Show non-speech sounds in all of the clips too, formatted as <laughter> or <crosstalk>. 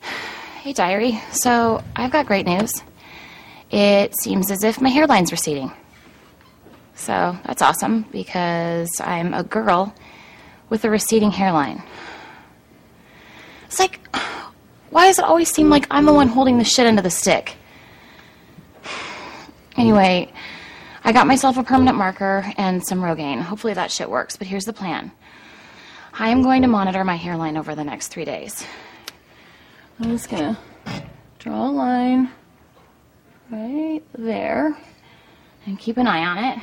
Hey, diary. So I've got great news. It seems as if my hairline's receding. So that's awesome because I'm a girl with a receding hairline. It's like, why does it always seem like I'm the one holding the shit end of the stick? Anyway, I got myself a permanent marker and some Rogaine. Hopefully that shit works, but here's the plan. I am going to monitor my hairline over the next three days. I'm just gonna draw a line right there and keep an eye on it.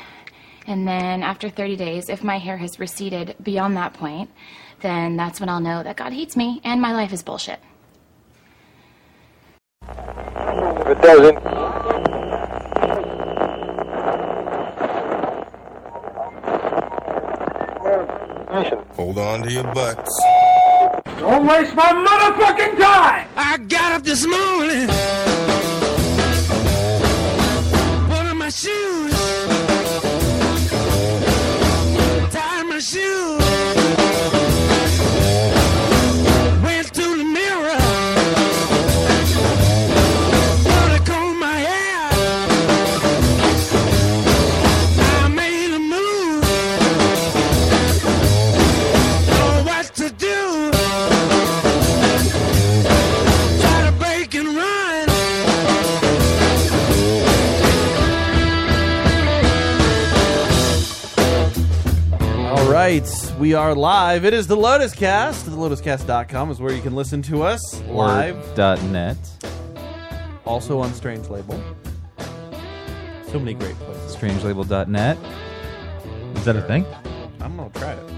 And then after 30 days, if my hair has receded beyond that point, then that's when I'll know that God hates me and my life is bullshit. If it doesn't, Hold on to your butts. Don't waste my motherfucking time! I got up this morning. Put on my shoes. Tied my shoes. Went to the mirror. Thought I combed my hair. I made a move. Know what to do. Try to break and run. All right, we are live. It is the Lotus Cast. The lotuscast.com is where you can listen to us live, dot net. also on Strange Label. So many great places. Strangelabel.net. Is that a thing? I'm going to try it.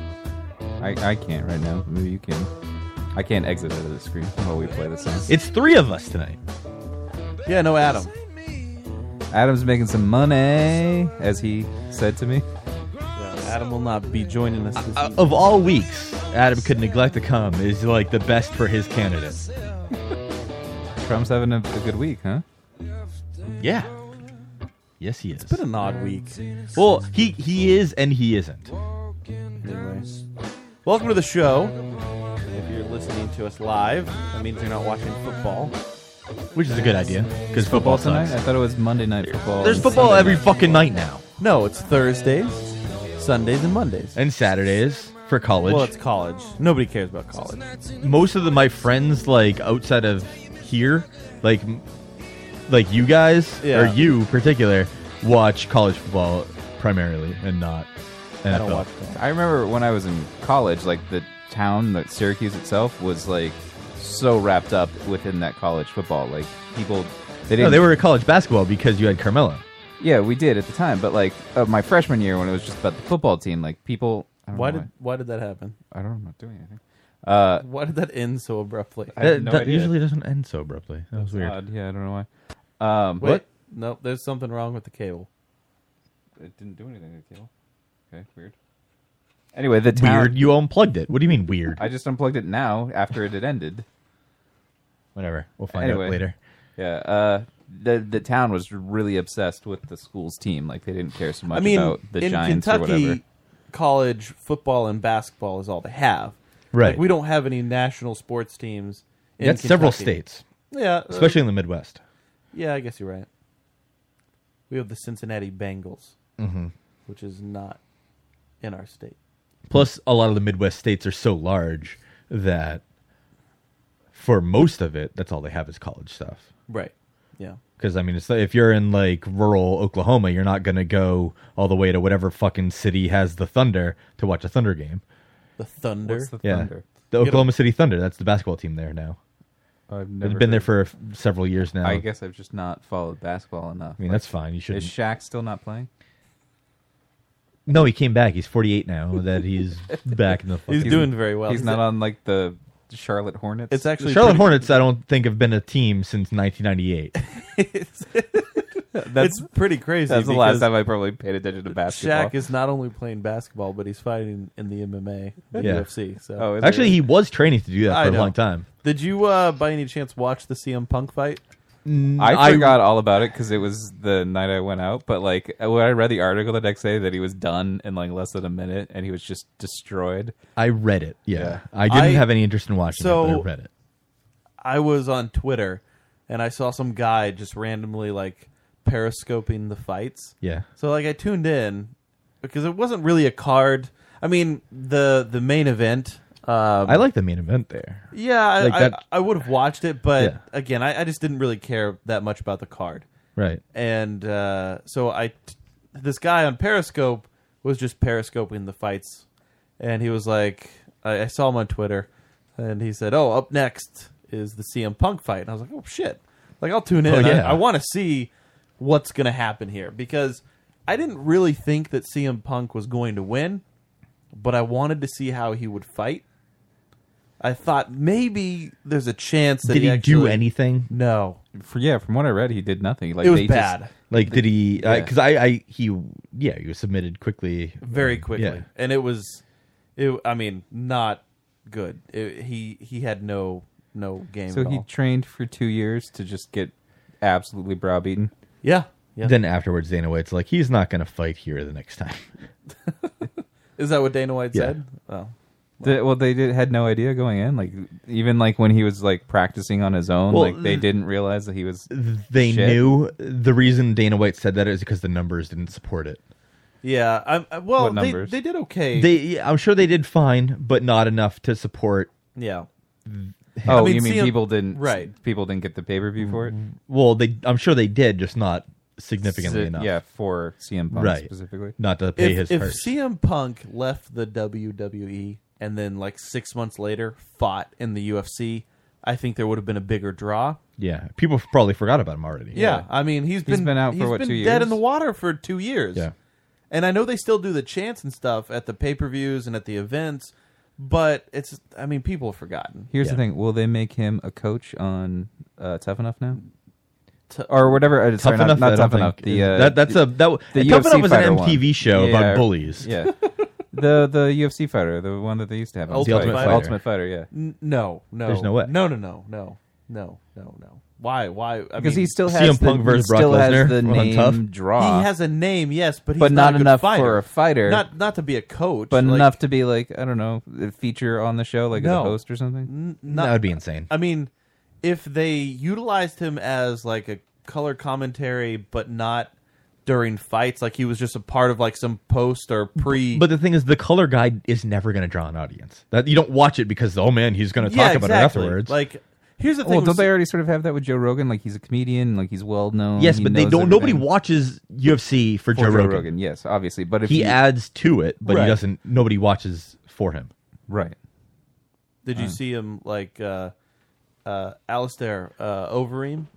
I, I can't right now. Maybe you can. I can't exit out of the screen while we play the song. It's three of us tonight. Yeah, no, Adam. Adam's making some money, as he said to me. Adam will not be joining us this Uh, evening. of all weeks, Adam could neglect to come is like the best for his candidate. Trump's having a, a good week, huh? Yeah. Yes, he is. It's been an odd week. Well, he he is and he isn't. Anyway. Welcome to the show. If you're listening to us live, that means you're not watching football. Which is a good idea because Football football tonight? I sucks. thought it was Monday night football. There's and football Sunday every night. fucking night now No, it's Thursdays, Sundays, and Mondays. and Saturdays for college. Well, it's college. Nobody cares about college. most of the, my friends like outside of here, like like you guys Yeah. or you in particular watch college football primarily and not NFL. I don't watch college. I remember when I was in college, like the town, like Syracuse itself, was like so wrapped up within that college football. Like people, they didn't. no, they were at college basketball because you had Carmelo. Yeah, we did at the time, but like uh, my freshman year when it was just about the football team, like people. I don't Why know did why did that happen? I don't know? I'm not doing anything. Uh, Why did that end so abruptly? I have That, no that idea. Uh, usually doesn't end so abruptly. That was weird. odd. Yeah, I don't know why. Um, Wait, what? Nope, there's something wrong with the cable. It didn't do anything to kill. Okay, weird. Anyway, the town. Weird. You unplugged it. What do you mean weird? I just unplugged it now after it had ended. Whatever. We'll find Anyway. out later. Yeah. Uh, the the town was really obsessed with the school's team. Like they didn't care so much I mean, about the in Giants Kentucky, or whatever. college football and basketball is all they have. Right. Like, we don't have any national sports teams. In That's several Kentucky. states, Yeah. uh, especially in the Midwest. yeah, I guess you're right. We have the Cincinnati Bengals, Mm-hmm. which is not in our state. Plus, a lot of the Midwest states are so large that for most of it, that's all they have is college stuff. Right. Yeah. Because I mean, it's like if you're in like rural Oklahoma, you're not gonna go all the way to whatever fucking city has the Thunder to watch a Thunder game. The Thunder. What's the Yeah, Thunder? the Oklahoma City Thunder. That's the basketball team there now. I've It's never been there heard- for f- several years now. I guess I've just not followed basketball enough. I mean, that's fine. You Is shouldn't. Shaq still not playing? no, he came back. He's 48 now. <laughs> That he's back in the. He's fucking- doing very well. He's not on like the Charlotte Hornets. It's The actually Charlotte pretty- Hornets. I don't think have been a team <laughs> since 1998. that's, it's pretty crazy. that's the last because- time I probably paid attention to basketball. Shaq is not only playing basketball, but he's fighting in the MMA, the Yeah. UFC. So, Oh, is Actually, it? he was training to do that I for a know. long time. did you uh, by any chance watch the CM Punk fight? Mm, I forgot all about it because it was the night I went out. But like uh, when I read the article the next day that he was done in like less than a minute and he was just destroyed. I read it. Yeah, Yeah. I didn't I- have any interest in watching it, but I So- read it. I was on Twitter and I saw some guy just randomly like periscoping the fights. Yeah. So like I tuned in because it wasn't really a card. I mean the the main event. Um, I like the main event there. Yeah, I, Like that- I, I would have watched it, but Yeah. again, I, I just didn't really care that much about the card. Right. And uh, so I, t- this guy on Periscope was just periscoping the fights, and he was like, I, I saw him on Twitter, and he said, "Oh, up next is the CM Punk fight," and I was like, "Oh shit!" Like I'll tune in. Oh, yeah. I, want to see what's going to happen here because I didn't really think that CM Punk was going to win, but I wanted to see how he would fight. I thought maybe there's a chance that Did he do actually- anything? No, For, yeah, from what I read, he did nothing. Like it was they just- bad. Like, did he? yeah. Because I, I, he, yeah, he was submitted quickly. very quickly, yeah. and it was, it. I mean, not good. It, he he had no no game. so at he all. trained for two years to just get absolutely browbeaten. yeah yeah. Then afterwards, Dana White's like, he's not going to fight here the next time. <laughs> Is that what Dana White Yeah. said? Oh. The- well, they did, had no idea going in. Like even like when he was like practicing on his own, Well, like they th- didn't realize that he was. They Shit. knew the reason Dana White said that is because the numbers didn't support it. Yeah, I, I, well, What they, numbers? they did okay. They, I'm sure they did fine, but not enough to support. yeah, Oh, mean, you mean CM people didn't? right. People didn't get the pay per view for it. Well, they, I'm sure they did, just not significantly Si- enough. Yeah, for CM Punk right. specifically. not to pay if, his if part. CM Punk left the WWE and then like six months later fought in the UFC, I think there would have been a bigger draw. yeah, people probably forgot about him already. Yeah, I mean he's been been out for, he's what, been two dead years? in the water for two years. Yeah. and I know they still do the chants and stuff at the pay per views and at the events, but it's I mean people have forgotten. Here's the Yeah. thing: Will they make him a coach on uh, Tough Enough now, or whatever? Uh, Tough sorry, not- enough. Not, I don't Tough Enough. think- The, uh, that, that's a that. the tough UFC enough was an fighter one. MTV show Yeah. about bullies. yeah. the the UFC fighter, the one that they used to have, on Ultimate Ultimate Fighter. Ultimate Fighter, yeah, N- no, no, There's no way. no, no, no, no, no, no, no. Why? Why? I because mean, he still has CM the, Punk he versus Brock still Lesnar has the on name Tough? draw. He has a name, yes, but he's But not, not a good enough fighter. for a fighter. Not not to be a coach, but like, enough to be like I don't know, a feature on the show, like as No. a host or something. that would be insane. I mean, if they utilized him as like a color commentary, but not during fights, like he was just a part of like some post or pre. But the thing is, the color guide is never going to draw an audience. That you don't watch it because oh man, he's going to yeah, talk about exactly. it afterwards. Oh, Like, here's the thing. Well, with- don't they already sort of have that with Joe Rogan? Like he's a comedian, like he's well known. yes, he but they knows don't. Nobody everything. watches UFC for, For Joe Rogan. Yes, obviously, but if He you- adds to it, but Right. he doesn't. Nobody watches for him. right. Did Hmm. you see him like uh uh Alistair uh Overeem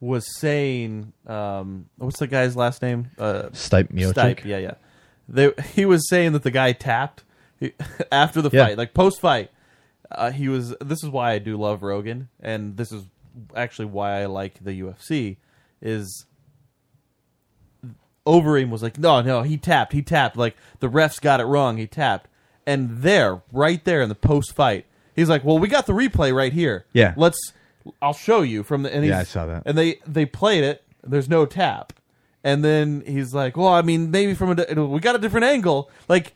was saying um what's the guy's last name? Uh Stipe Miocic. Stipe, yeah, yeah. They, <laughs> he was saying that the guy tapped he, <laughs> after the Yeah. fight, like post fight. Uh, he was. This is why I do love Rogan, and this is actually why I like the UFC. Is Overeem was like, no, no, he tapped, he tapped. Like the refs got it wrong, he tapped. And there, right there in the post fight, he's like, well, we got the replay right here. Yeah. let's. I'll show you from the. And Yeah, he's- I saw that. And they they played it. There's no tap. And then he's like, well, I mean, maybe from a di- we got a different angle. Like,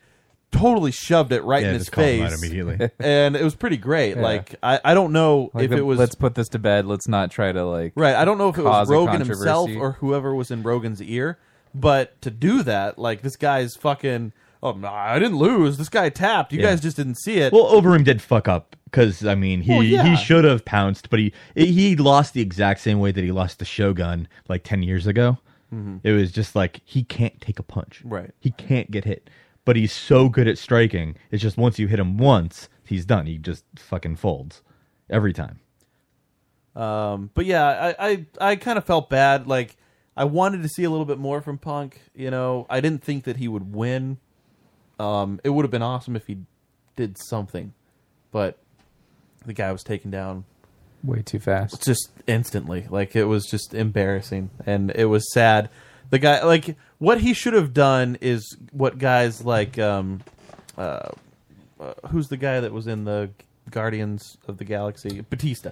totally shoved it right Yeah, in his just call him out face. immediately. <laughs> <laughs> and it was pretty great. Like, I, I don't know Like if the- it was let's put this to bed. Let's not try to like Right. I don't know if it was cause a Rogan himself controversy. or whoever was in Rogan's ear, but to do that, like this guy's fucking. Oh, no, I didn't lose. This guy tapped. You Yeah. guys just didn't see it. Well, Overeem did fuck up because I mean he Well, yeah. he should have pounced, but he he lost the exact same way that he lost the Shogun like ten years ago. It was just like he can't take a punch. Mm-hmm. Right. He can't get hit, but he's so good at striking. It's just once you hit him once, he's done. He just fucking folds every time. Um, but yeah, I I, I kind of felt bad. Like I wanted to see a little bit more from Punk. You know, I didn't think that he would win. Um, it would have been awesome if he did something, but the guy was taken down way too fast. just instantly. Like it was just embarrassing and it was sad. The guy like what he should have done is what guys like um uh, uh who's the guy that was in the Guardians of the Galaxy? Batista.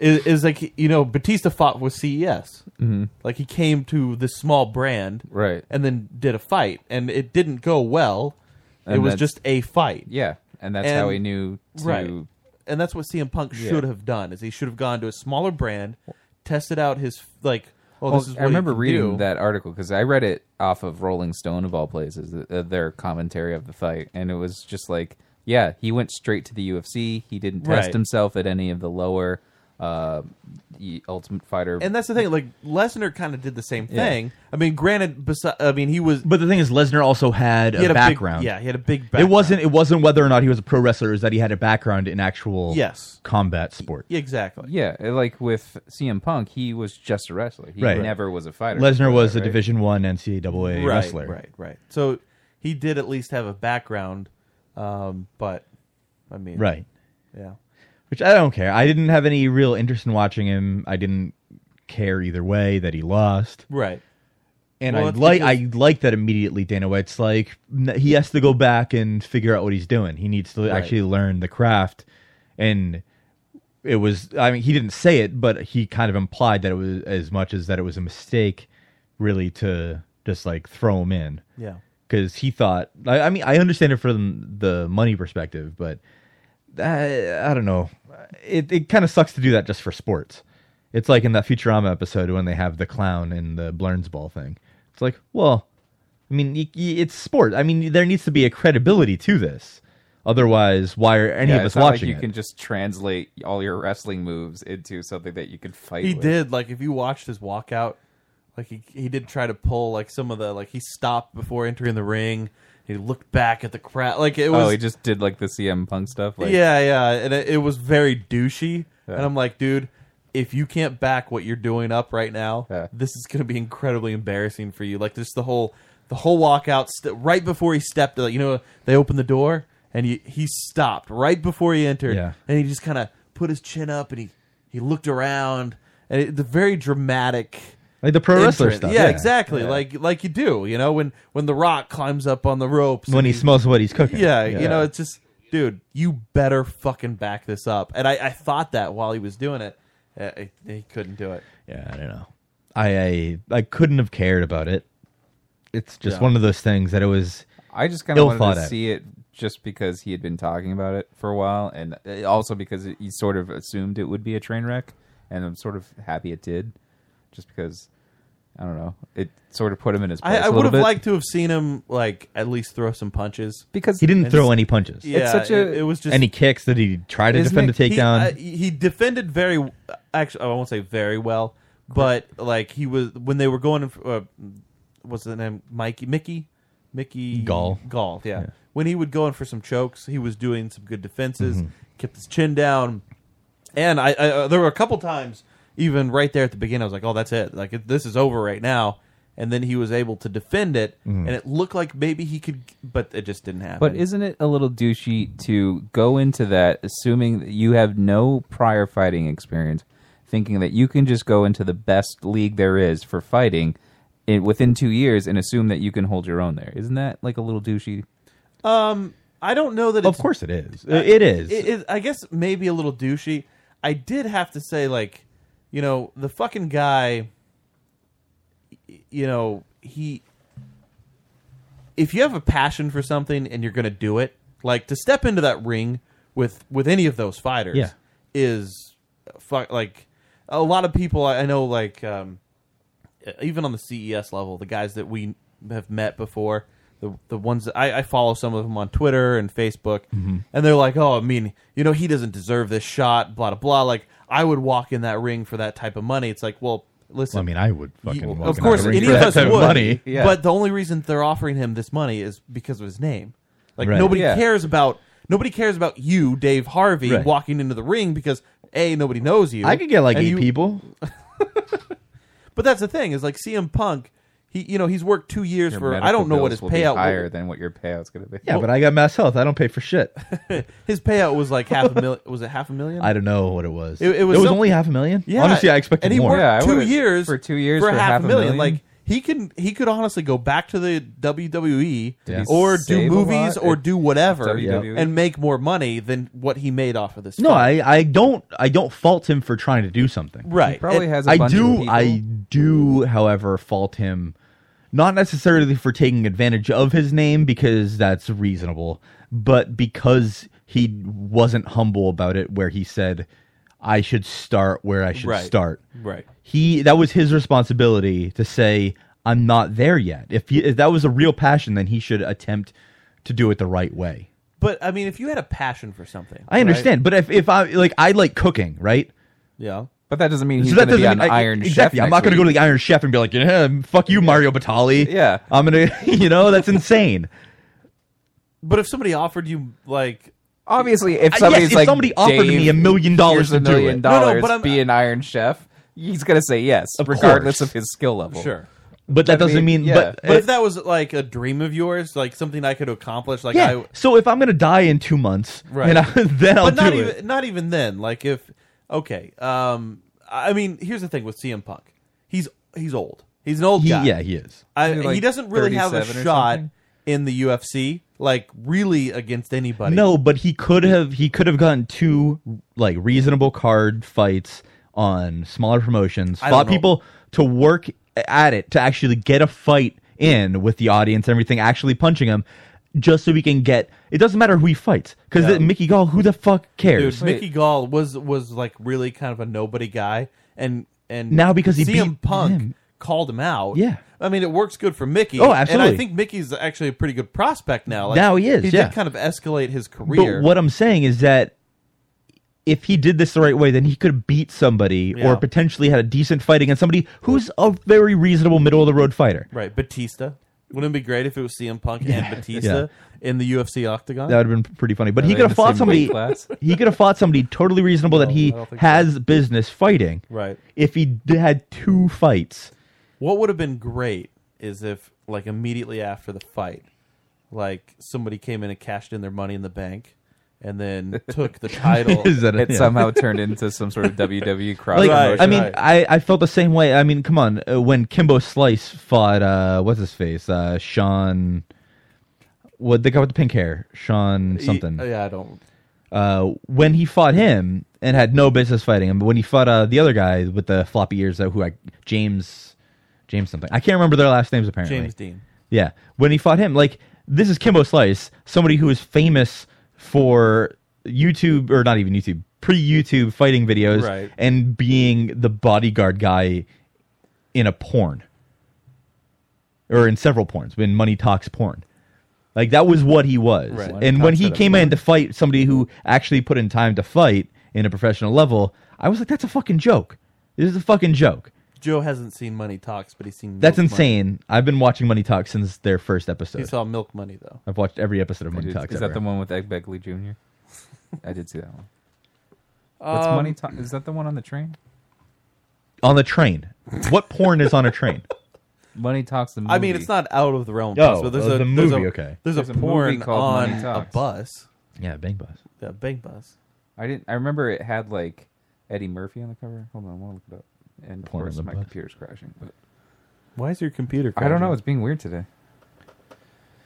Is, is like you know Batista fought with CES. Mm-hmm. Like he came to this small brand Right. and then did a fight and it didn't go well. it And was that's- just a fight. Yeah, and that's And- how he knew to Right. and that's what CM Punk Yeah. should have done. Is he should have gone to a smaller brand, tested out his like. Oh, Well, this is what I remember you can reading do. that article because I read it off of Rolling Stone of all places, th- uh, their commentary of the fight, and it was just like, yeah, he went straight to the UFC. He didn't test Right. himself at any of the lower uh, y- Ultimate Fighter. And that's the thing. Like Lesnar kind of did the same Yeah. thing. I mean, granted, besi- I mean he was But the thing is, Lesnar also had, He had a a big- background. yeah, he had a big It background. wasn't. It wasn't whether or not he was a pro wrestler. It was that he had a background in actual Yes. combat sport. exactly. yeah, uh, like with CM Punk, he was just a wrestler. He Right. never was a fighter. Lesnar was a right? Division One NCAA right, wrestler. Right, right. So he did at least have a background, um, but I mean, Right. Yeah. Which I don't care. I didn't have any real interest in watching him. I didn't care either way that he lost. Right. And Well, I it's like because- I like that immediately. Dana White's like n- he has to go back and figure out what he's doing. He needs to actually learn the craft. And it was I mean he didn't say it, but he kind of implied that it was as much as that it was a mistake, really to just like throw him in Yeah. because he thought. I, I mean I understand it from the money perspective, but I, I don't know. It it kind of sucks to do that just for sports. It's like in that Futurama episode when they have the clown and the Blurns ball thing. It's like, well, I mean, y- y- it's sport. I mean, there needs to be a credibility to this. Otherwise, why are any Yeah, of it's us not watching like you it? can just translate all your wrestling moves into something that you can fight. He with. did. Like, if you watched his walkout, like he he did try to pull like some of the like he stopped before entering the ring. He looked back at the crowd. Like it was. oh, he just did like the CM Punk stuff. Like, yeah, yeah. And it, it was very douchey. Yeah. And I'm like, dude. If you can't back what you're doing up right now, Yeah. this is going to be incredibly embarrassing for you. Like just the whole, the whole walkout st- right before he stepped. Like, you know, they opened the door and he he stopped right before he entered, Yeah. and he just kind of put his chin up and he he looked around, and it, the very dramatic like the pro wrestler entrance. stuff. Yeah, exactly. Like like you do, you know, when when the rock climbs up on the ropes. When and he smells what he's cooking. yeah, you know, it's just dude, you better fucking back this up. And I, I thought that while he was doing it, uh, he- he couldn't do it. Yeah, I don't know. I I, I couldn't have cared about it. It's just Yeah. one of those things that it was. I just kind of Ill wanted thought to out. see it just because he had been talking about it for a while, and uh, also because he sort of assumed it would be a train wreck, and I'm sort of happy it did, just because I don't know, it sort of put him in his place. I, I a would little have bit. liked to have seen him like at least throw some punches. because He didn't And throw just- any punches. Yeah, such a- it, it was just any kicks that he tried to Isn't defend a it- he- takedown. uh, He, defended very, actually, oh, I won't say very well, but like he was when they were going. in f- Uh, what's the name? Mikey, Mickey, Mickey Gall. Gall. Yeah. Yeah. When he would go in for some chokes, he was doing some good defenses, Mm-hmm. kept his chin down, and I, I uh, there were a couple times even right there at the beginning, I was like, "Oh, that's it! Like it, this is over right now." And then he was able to defend it, Mm-hmm. and it looked like maybe he could, but it just didn't happen. But isn't it a little douchey to go into that assuming that you have no prior fighting experience, thinking that you can just go into the best league there is for fighting in, within two years and assume that you can hold your own there? Isn't that like a little douchey? I don't know that. of it's uh, course it is. it is. It, it, I guess maybe a little douchey. I did have to say, like, you know, the fucking guy, y- you know, he. If you have a passion for something and you're going to do it, like to step into that ring with with any of those fighters Yeah. is uh, fuck like a lot of people I I know like um even on the CES level, the guys that we have met before, the the ones that I, I follow some of them on Twitter and Facebook, Mm-hmm. and they're like, "Oh, I mean, you know, he doesn't deserve this shot." Blah blah blah. Like, I would walk in that ring for that type of money. It's like, well, listen. Well, I mean, I would fucking. you- walk of in course, that ring any for of that us type would. of money. <laughs> Yeah. But the only reason they're offering him this money is because of his name. Like Right. nobody Yeah. cares about nobody cares about you, Dave Harvey, Right. walking into the ring because a nobody knows you. I could get like E and eight you- people. but that's the thing is like CM Punk, he you know he's worked two years Your for I medical don't know what bills his will be payout higher was. than what your payout's going to be. Yeah, but I got mass health. I don't pay for shit. His payout was like <laughs> half a million. Was it half a million? I don't know what it was. It- it was some- only half a million. yeah, honestly, I expected and he more. Worked Yeah, I two would've- years for two years for, for half, half a a million. million. Like he can he could honestly go back to the WWE Did he or do save a movies lot or at do whatever WWE? and make more money than what he made off of this. No, fight. I, I don't I don't fault him for trying to do something. right He probably And- has a I bunch of do people. I do, however, fault him not necessarily for taking advantage of his name because that's reasonable, but because he wasn't humble about it where he said I should start where I should Right. start. Right. He that was his responsibility to say I'm not there yet. If, he, if that was a real passion then he should attempt to do it the right way. But I mean, if you had a passion for something, I understand, but if if I like I like cooking, right? Yeah. But that doesn't mean he's So that going to be doesn't on mean- I- Iron Chef. exactly. next I'm not going to week. go to the Iron Chef and be like, yeah, fuck you, Mario Batali. Yeah. I'm gonna, <laughs> you <laughs> know, that's insane. But if somebody offered you like Obviously, if Uh, yes, somebody's if like somebody offered Dave, me a million dollars here's a to do million it." No, no, dollars, but I'm- be an Iron Chef. He's gonna say yes, Of regardless course. of his skill level. sure, But that I doesn't mean, mean, yeah. but, eh, but if that was like a dream of yours, like something I could accomplish, like yeah. I, so if I'm gonna die in two months, Right. and I, then I'll <laughs> but not do even it. not even then. Like if okay, um, I mean, here's the thing with CM Punk, he's he's old. He's an old He, guy. yeah, he is. I, Is he, like, he doesn't really have a 37 or shot something? in the UFC, like really against anybody. No, but he could have. He could have gotten two like reasonable card fights on smaller promotions, I fought don't know. people to work at it to actually get a fight in with the audience and everything, actually punching him. Just so we can get, it doesn't matter who he fights, because Yeah. Mickey Gall, who the fuck cares? dude, Mickey Gall was was like really kind of a nobody guy, and and Now because he CM beat Punk him. called him out. Yeah. I mean it works good for Mickey. Oh, absolutely. And I think Mickey's actually a pretty good prospect now. Like, Now he is, He yeah. did kind of escalate his career. But what I'm saying is that if he did this the right way, then he could have beat somebody Yeah. or potentially had a decent fight against somebody who's a very reasonable middle of the road fighter. right, Batista. Wouldn't it be great if it was CM Punk and Batista in the UFC octagon? That would have been pretty funny. But Are he they could in have the fought same weight somebody. <laughs> class? he could have fought somebody totally reasonable that he I don't think so. has business fighting. Right. If he d- had two fights, What would have been great is if, like, immediately after the fight, like somebody came in and cashed in their money in the bank, and then took <laughs> the title. is that a- It yeah. somehow turned into some sort of <laughs> WWE cross Like, Right, I mean, right. I, I felt the same way. I mean, come on, uh, when Kimbo Slice fought, uh, what's his face, uh, Sean, what the guy with the pink hair, Sean something. oh, Yeah, I don't. uh, when he fought him and had no business fighting him, but when he fought uh, the other guy with the floppy ears, though, who I James James something, I can't remember their last names apparently. James Dean. Yeah, when he fought him, like this is Kimbo Slice, somebody who is famous for YouTube or not even YouTube, pre-YouTube fighting videos, Right. and being the bodyguard guy in a porn or in several porns when Money Talks porn. Like that was what he was, Right. Money and when Talks he had a came in to fight somebody who actually put in time to fight in a professional level, I was like, "That's a fucking joke. This is a fucking joke." Joe hasn't seen Money Talks, but he's seen. That's Milk Money. insane. I've been watching Money Talks since their first episode. He saw Milk Money though. I've watched every episode of Money Is, Talks. is that ever. the one with Egg Begley Jr.? I did see that one. What's Um, money talk? Is that the one on the train? on the train? What porn is on a train? Money talks the movie. I mean, it's not out of the realm. Oh, but there's oh, a the there's a- movie, okay. There's, There's a a porn movie called on Money a Talks. bus, Yeah, Bang Bus. a big bus. I didn't. I remember it had like Eddie Murphy on the cover. Hold on, I want to look it up. And of Porn on course, the my bus. computer's crashing. But Why is your computer? I don't know. It's being weird today.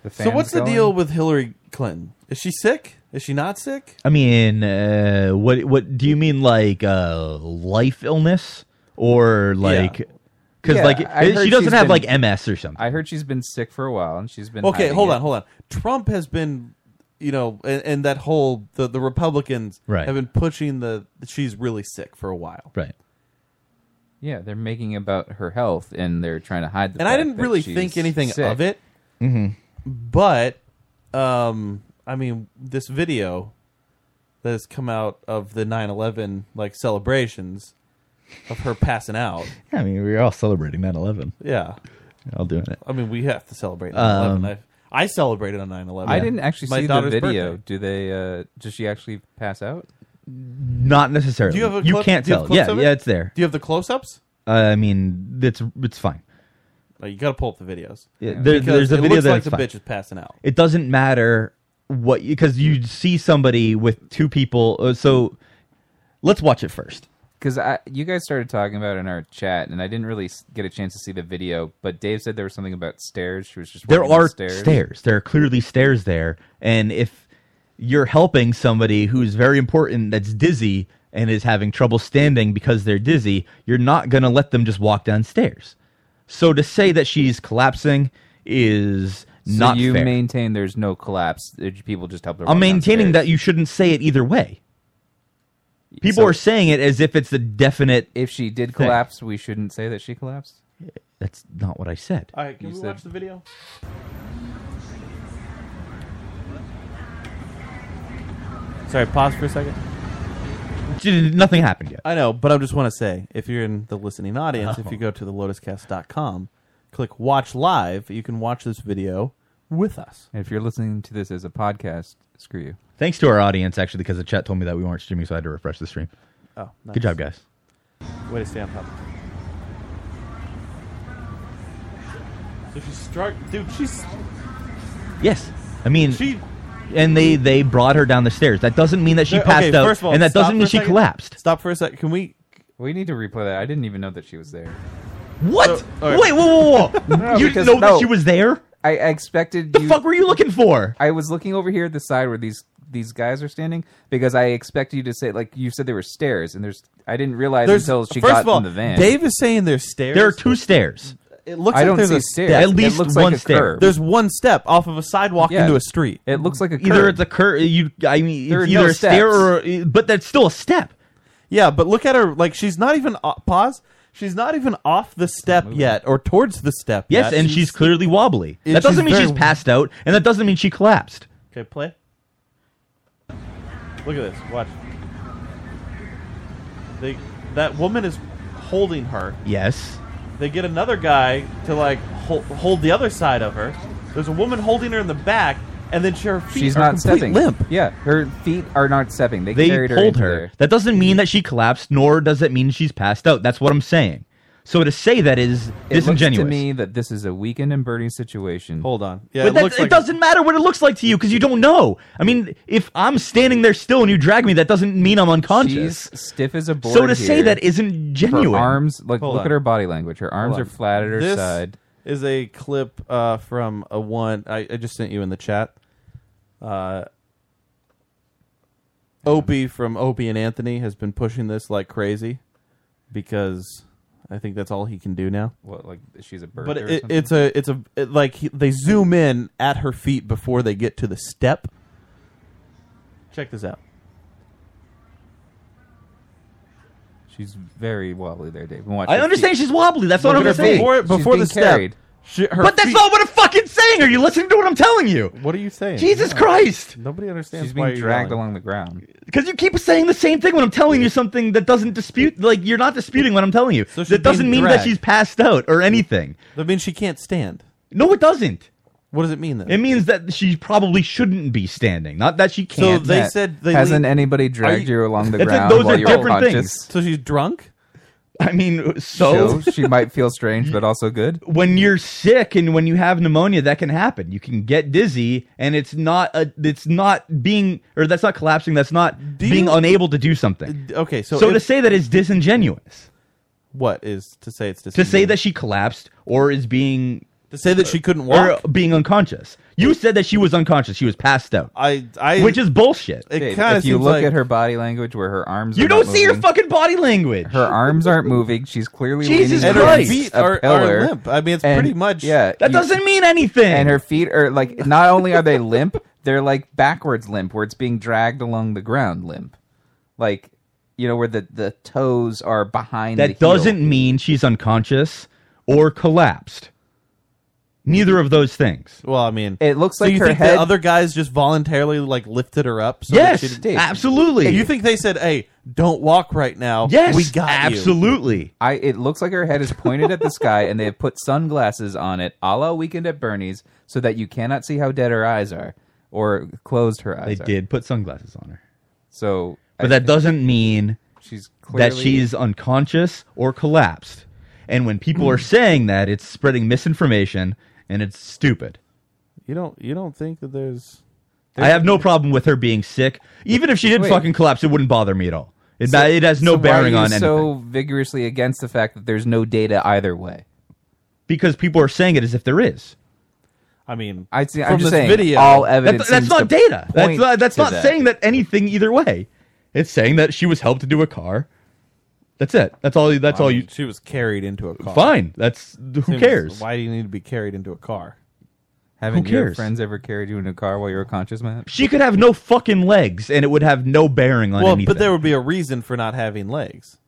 The So what's fan's the going. deal with Hillary Clinton? Is she sick? Is she not sick? I mean, uh, what what do you mean like uh, life illness or like because Yeah, like I heard she doesn't she's have been- like MS or something. I heard she's been sick for a while, and she's been Okay, hiding hold it. on, hold on. Trump has been, you know, and, and that whole the the Republicans Right. have been pushing the she's really sick for a while. right. Yeah, they're making about her health, and they're trying to hide. The and I fact didn't that really she's think anything sick. of it. Mm-hmm. But, um, I mean, this video that has come out of the 9/11 like celebrations of her passing out. Yeah, I mean, we are all celebrating 9/11. Yeah, All doing it. I mean, we have to celebrate 9/11. Um, I, I celebrated on 9/11. I didn't actually My see the daughter's video. birthday. Do they? Uh, does she actually pass out? Not necessarily. Do you have a clip- can't do you have tell. clips yeah, of it? yeah, it's there. Do you have the close-ups? Uh, I mean, it's it's fine. Oh, you got to pull up the videos. Yeah, there, Because there's a it video looks that like it's the fine. bitch is passing out. it doesn't matter what because you see somebody with two people. uh, So let's watch it first. Because you guys started talking about it in our chat, and I didn't really s- get a chance to see the video. But Dave said there was something about stairs. She was just there walking down are stairs. stairs. There are clearly stairs there, and if you're helping somebody who's very important that's dizzy and is having trouble standing because they're dizzy, you're not going to let them just walk downstairs. So to say that she's collapsing is So not you fair. maintain there's no collapse. that People just help their. I'm way maintaining downstairs. that you shouldn't say it either way. People So- are saying it as if it's a definite. If she did Thing. collapse, we shouldn't say that she collapsed. That's not what I said. All right, can You we said- watch the video? Sorry, pause for a second. Nothing happened yet. I know, but I just want to say, if you're in the listening audience, Oh. if you go to the lotuscast.com, click watch live, you can watch this video with us. If you're listening to this as a podcast, screw you. Thanks to our audience, actually, because the chat told me that we weren't streaming, so I had to refresh the stream. Oh, nice. Good job, guys. Way to stay on top. So she struck, dude. She's Yes, I mean, she. and they they brought her down the stairs. That doesn't mean that she Uh, Okay, passed out, first of all, and that stop doesn't for mean a she second. collapsed. Stop for a sec. Can we? We need to replay that. I didn't even know that she was there. What? So- all right. Wait, <laughs> whoa, whoa, whoa! you didn't because- know that no. she was there? I, I expected The you. fuck were you looking for? I was looking over here at the side where these these guys are standing because I expected you to say like you said there were stairs and there's I didn't realize There's until she first got of all, in the van. Dave is saying there's stairs. There are two stairs. It looks I like don't there's see a stairs. At It least looks one like a stair. curb. There's one step off of a sidewalk Yeah. into a street. It looks like a curb. Either it's a curve. You, I mean, There are it's no either a stair or, steps. but that's still a step. Yeah, but look at her. Like she's not even o- pause. She's not even off the step yet, or towards the step. Yes, yet. and she's, clearly wobbly. And That doesn't she's mean very- she's passed out, and that doesn't mean she collapsed. okay. Play. Look at this. Watch. They that woman is holding her. Yes. They get another guy to like hold, hold the other side of her. There's a woman holding her in the back, and then she, her feet She's are not complete stepping. limp. Yeah, her feet are not stepping. They, They carried her pulled into her. there. That doesn't mean that she collapsed, nor does it mean she's passed out. That's what I'm saying. So to say that is It disingenuous. looks to me that this is a weekend and burning situation. Hold on. Yeah, but it that, looks it like doesn't matter what it looks like to you because you don't know. I mean, if I'm standing there still and you drag me, that doesn't mean I'm unconscious. She's stiff as a board. So to say here. that isn't genuine. Her arms, like, Hold look on. at her body language. Her arms Hold are on. flat at her This side. is a clip uh, from a one I, I just sent you in the chat. Uh, Opie from Opie and Anthony has been pushing this like crazy because I think that's all he can do now. What, like she's a bird? But it, it's a it's a it, like he, they zoom in at her feet before they get to the step. Check this out. she's very wobbly there, Dave. Watch I her understand feet. she's wobbly. That's what Look I'm at her saying. feet. Before She's before being the step, carried. she, her But that's feet- not what I'm fucking saying. Are you listening to what I'm telling you? What are you saying? Jesus No. Christ! Nobody understands. She's why being you're dragged yelling. along the ground. Because you keep saying the same thing when I'm telling you something that doesn't dispute. Like you're not disputing what I'm telling you. So she's that doesn't being mean that dragged. she's passed out or anything. That means she can't stand. No, it doesn't. What does it mean then? It means that she probably shouldn't be standing. Not that she can't. they- Matt, said they hasn't leave- anybody dragged you- you, along the That's it. ground Those while are you're different unconscious? so she's drunk. I mean, so So <laughs> she might feel strange, but also good. when you're sick and when you have pneumonia, that can happen. You can get dizzy, and it's not a, it's not being or that's not collapsing. That's not Do being you- unable to do something. Okay, so, So, if- to say that is disingenuous. what is to say it's To say that she collapsed or is being to say that she couldn't or walk. being unconscious. You said that she was unconscious. She was passed out, I I which is bullshit. it Dave, kind of if you seems look like at her body language, where her arms You are don't not see her moving, fucking body language. her arms aren't moving. She's clearly Jesus leaning and her Christ. against feet a are, pillar. are limp. I mean, it's And- pretty much yeah. you- that doesn't mean anything. and her feet are like not only are they limp, <laughs> they're like backwards limp, where it's being dragged along the ground limp, like you know where the the toes are behind. the that heel. doesn't mean she's unconscious or collapsed. Neither of those things. Well, I mean, It looks so like you her think head- the other guys just voluntarily like lifted her up. So that yes, she didn't- Dave. absolutely. you think they said, "Hey, don't walk right now"? yes, we got you. absolutely. I it looks like her head is pointed at the sky, and they have put sunglasses on it, a la Weekend at Bernie's, so that you cannot see how dead her eyes are or closed her They eyes. are. did put sunglasses on her, So, but I that think doesn't mean she's clearly that she's unconscious or collapsed. And when people are saying that, it's spreading misinformation and it's stupid. You don't. You don't think that there's. I have no problem with her being sick. Even if she did Wait. fucking collapse, it wouldn't bother me at all. It, ma- it has no So why bearing are you on anything. So vigorously against the fact that there's no data either way. because people are saying it as if there is. I mean, I see. From I'm just this saying video- all That- That, evidence. that's seems not to data. That's point not, that's to not that. saying that anything either way. It's saying that she was helped into a car. That's it. That's all. you- That's all you. She was carried into a car. Fine. That's who Seems- cares. Why do you need to be carried into a car? Haven't Who your cares? friends ever carried you in a car while you were conscious, Matt? She could have no fucking legs, and it would have no bearing on well, anything. but there would be a reason for not having legs.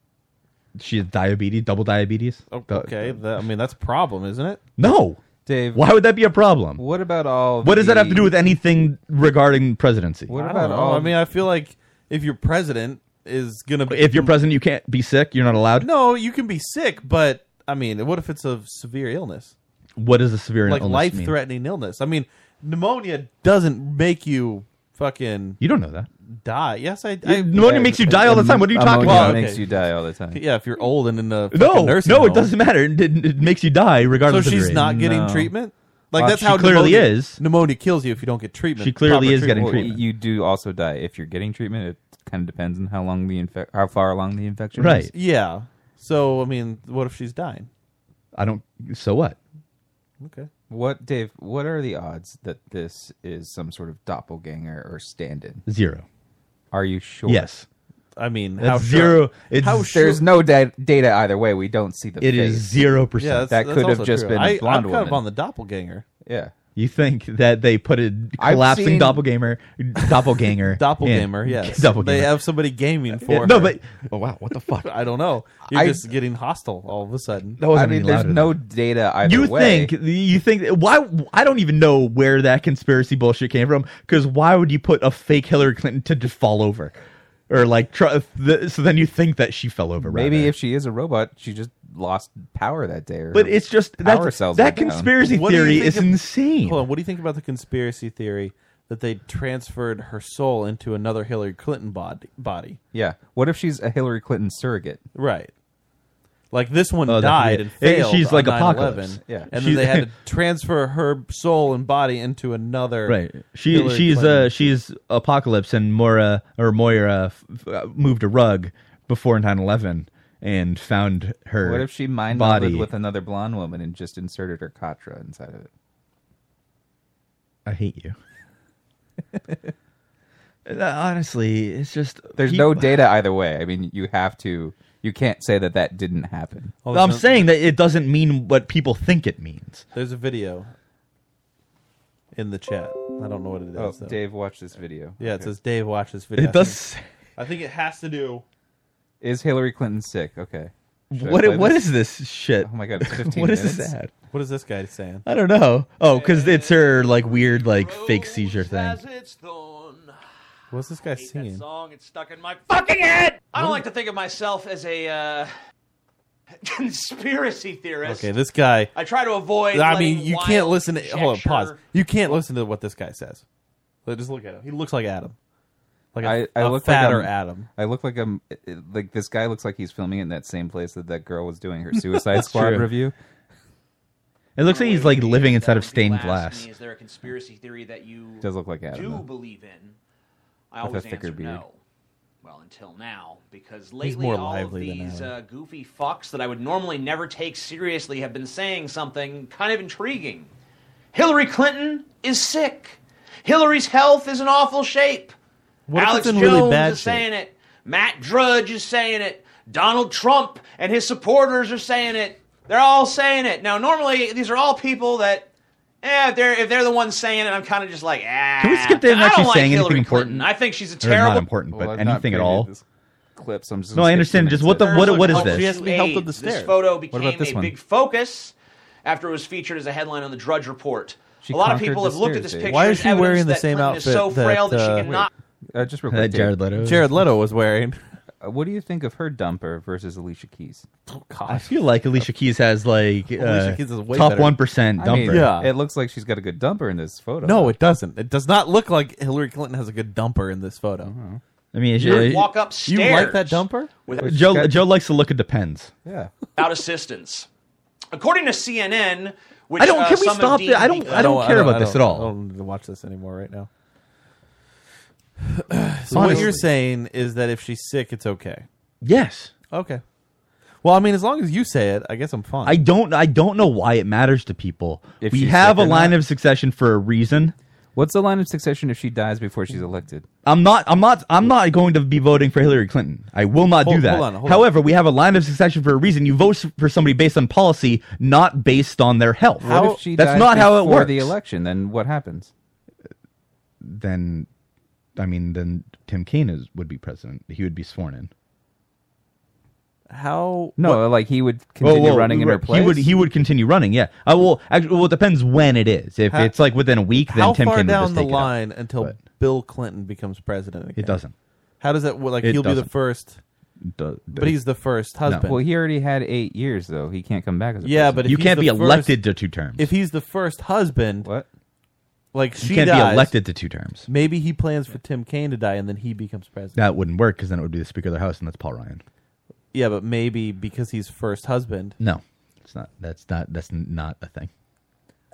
she has diabetes, double diabetes. Oh, Okay, that, I mean that's a problem, isn't it? No, Dave, why would that be a problem? what about all? What does that have to the- do with anything regarding presidency? What I about don't know. all? I mean, I feel like if your president is gonna be, If you're president, you can't be sick. You're not allowed. no, you can be sick, but I mean, what if it's a severe illness, What is a severe like illness mean? life-threatening illness? I mean, pneumonia doesn't make you fucking You don't know that. die. Yes, I. I Pneumonia makes you die all the time. What are you talking Ammonia about? okay. Makes you die all the time. yeah, if you're old and in a No, fucking no, nursing home. it doesn't matter. It, it, it makes you die So regardless. of your she's age. not getting No. treatment. Like Well, that's Uh, she how clearly pneumonia, is. Pneumonia kills you if you don't get treatment. She clearly proper is getting Well, treatment. you do also die if you're getting treatment. It kind of depends on how long the infec- how far along the infection is. Right. Yeah. So I mean, what if she's dying? I don't. So what? Okay. What, Dave? What are the odds that this is some sort of doppelganger or stand-in? Zero. Are you sure? Yes. I mean, That's how sure- zero. It's, How sure? There's no da- data either way. We don't see the It face. is zero percent. Yeah, that's, That that's could have also just true. been a I, I'm blonde kind of woman. on the doppelganger. yeah. You think that they put a I've collapsing seen- doppelganger, <laughs> doppelganger, in- Doppelgamer. <laughs> Yes. <laughs> doppelganger. They have somebody gaming for Yeah, no, her. but oh wow, what the <laughs> fuck? I don't know. You're I- just getting hostile all of a sudden. That I wasn't mean, any there's louder no than data that. either You way. think you think why? I don't even know where that conspiracy bullshit came from. Because why would you put a fake Hillary Clinton to just fall over, or like try, the, so? Then you think that she fell over. Maybe rather. if she is a robot, she just lost power that day. Or but it's just power that cells that went down. conspiracy What do you theory think is of- insane. Hold on. What do you think about the conspiracy theory that they transferred her soul into another Hillary Clinton bod- body? yeah. What if she's a Hillary Clinton surrogate? Right. Like this one Oh, that- died and yeah. It- failed. she's on like 9/11, Apocalypse. Yeah. and then She's- they had <laughs> to transfer her soul and body into another. Right. She Hillary she's Clinton. uh she's apocalypse and Moira or Moira f- uh, moved a rug before 9/11 and found her. What if she mind body? melded with another blonde woman and just inserted her katra inside of it? I hate you. <laughs> Uh, Honestly, it's just There's you- no data either way. I mean, you have to. You can't say that that didn't happen. Oh, there's I'm no- saying that it doesn't mean what people think it means. There's a video in the chat. I don't know what it is. Oh, though. Dave, watch this video. Yeah, it Okay. says Dave watch this video. It does. I think it has to do. Is Hillary Clinton sick? Okay. Should I What play what this? is this shit? Oh my <laughs> God, it's 15 What is this minutes? ad? What is this guy saying? I don't know. Oh, because it's her like weird like fake seizure thing. What's this guy hate that singing? song. It's stuck in my fucking head. I don't like to think of myself as a uh, conspiracy theorist. Okay, this guy. I try to avoid. I letting mean, you wild can't listen to. Hold on, conjecture- pause. You can't listen to what this guy says. Like, Just look at him. He looks like Adam. Like a I, I a look fatter like I'm- Adam. I look like I'm it- it- like this guy looks like he's filming in that same place that that girl was doing <laughs> her Suicide Squad true. review. It looks like he's like living inside of If you stained ask glass. me, Is there a conspiracy theory that you Does look like Adam, do though. believe in? I With a always thicker answer beard. no. Well, until now, because lately more all of lively than these Adam. uh, goofy fucks that I would normally never take seriously have been saying something kind of intriguing. Hillary Clinton is sick. Hillary's health is in awful shape. What if Alex it's in Jones really bad is shape? saying it. Matt Drudge is saying it. Donald Trump and his supporters are saying it. They're all saying it. Now, normally these are all people that, eh, if they're if they're the ones saying it, I'm kind of just like, ah. Can we skip to him I don't actually like saying anything Hillary Clinton. important? I think she's a Or not terrible. important, but Well, I've not anything at created all. this Clip. So I'm just No, I understand. Just what the There's what a what is help this? to She has to be AIDS. helped up the This stairs. photo about became this a one? big focus after it was featured as a headline on the Drudge Report. She a lot of conquered people the have looked at stairs, this Dave. picture. Why is as she evidence wearing the that same Clinton Is so outfit that, frail that, uh, she cannot. uh, just real That quick, Dave. Jared Leto. Jared Leto was wearing. Uh, What do you think of her dumper versus Alicia Keys? I feel like Alicia Keys has like uh, Keys is way top better. <laughs> one percent I mean, dumper. Yeah. it looks like she's got a good dumper in this photo. No, it doesn't. It does not look like Hillary Clinton has a good dumper in this photo. I mean, it's- You walk You upstairs. like that dumper? Without, Joe got- Joe likes to look at depends. yeah. without assistance, according to CNN. Which, I don't. uh, Can we some have stop? deemed The, I don't. the- I don't care about this at I all. don't need to watch this anymore right <clears throat> now. so what Honestly. you're saying is that if she's sick, it's okay. Yes, Okay. Well, I mean, as long as you say it, I guess I'm fine. I don't. I don't know why it matters to people. If we she's have sick a or line not. of succession for a reason. What's the line of succession if she dies before she's elected? I'm not. I'm not. I'm not going to be voting for Hillary Clinton. I will not Hold- do that. hold on, hold on. However, we have a line of succession for a reason. You vote for somebody based on policy, not based on their health. what if she That's dies not how it before works. the election? Then what happens? then, I mean, then Tim Kaine is would be president. He would be sworn in. How? No, like he would continue Well, well, running in right, her place. He would. He would continue running. Yeah. I will. Actually, well, it depends when it is. If How- it's like within a week, then how Tim far Kaine down would just the take it out. line until But- Bill Clinton becomes president? Again? It doesn't. How does that work? Like It he'll be the doesn't. first, Do- but he's the first husband. well, he already had eight years though. He can't come back as a yeah, president. but if you he's can't the be first- elected to two terms. If he's the first husband, what? like she you can't dies, be elected to two terms. Maybe he plans for Tim Kaine to die, and then he becomes president. That wouldn't work because then it would be the Speaker of the House, and that's Paul Ryan. Yeah, but maybe because he's first husband, No, it's not. That's not. That's n- not a thing.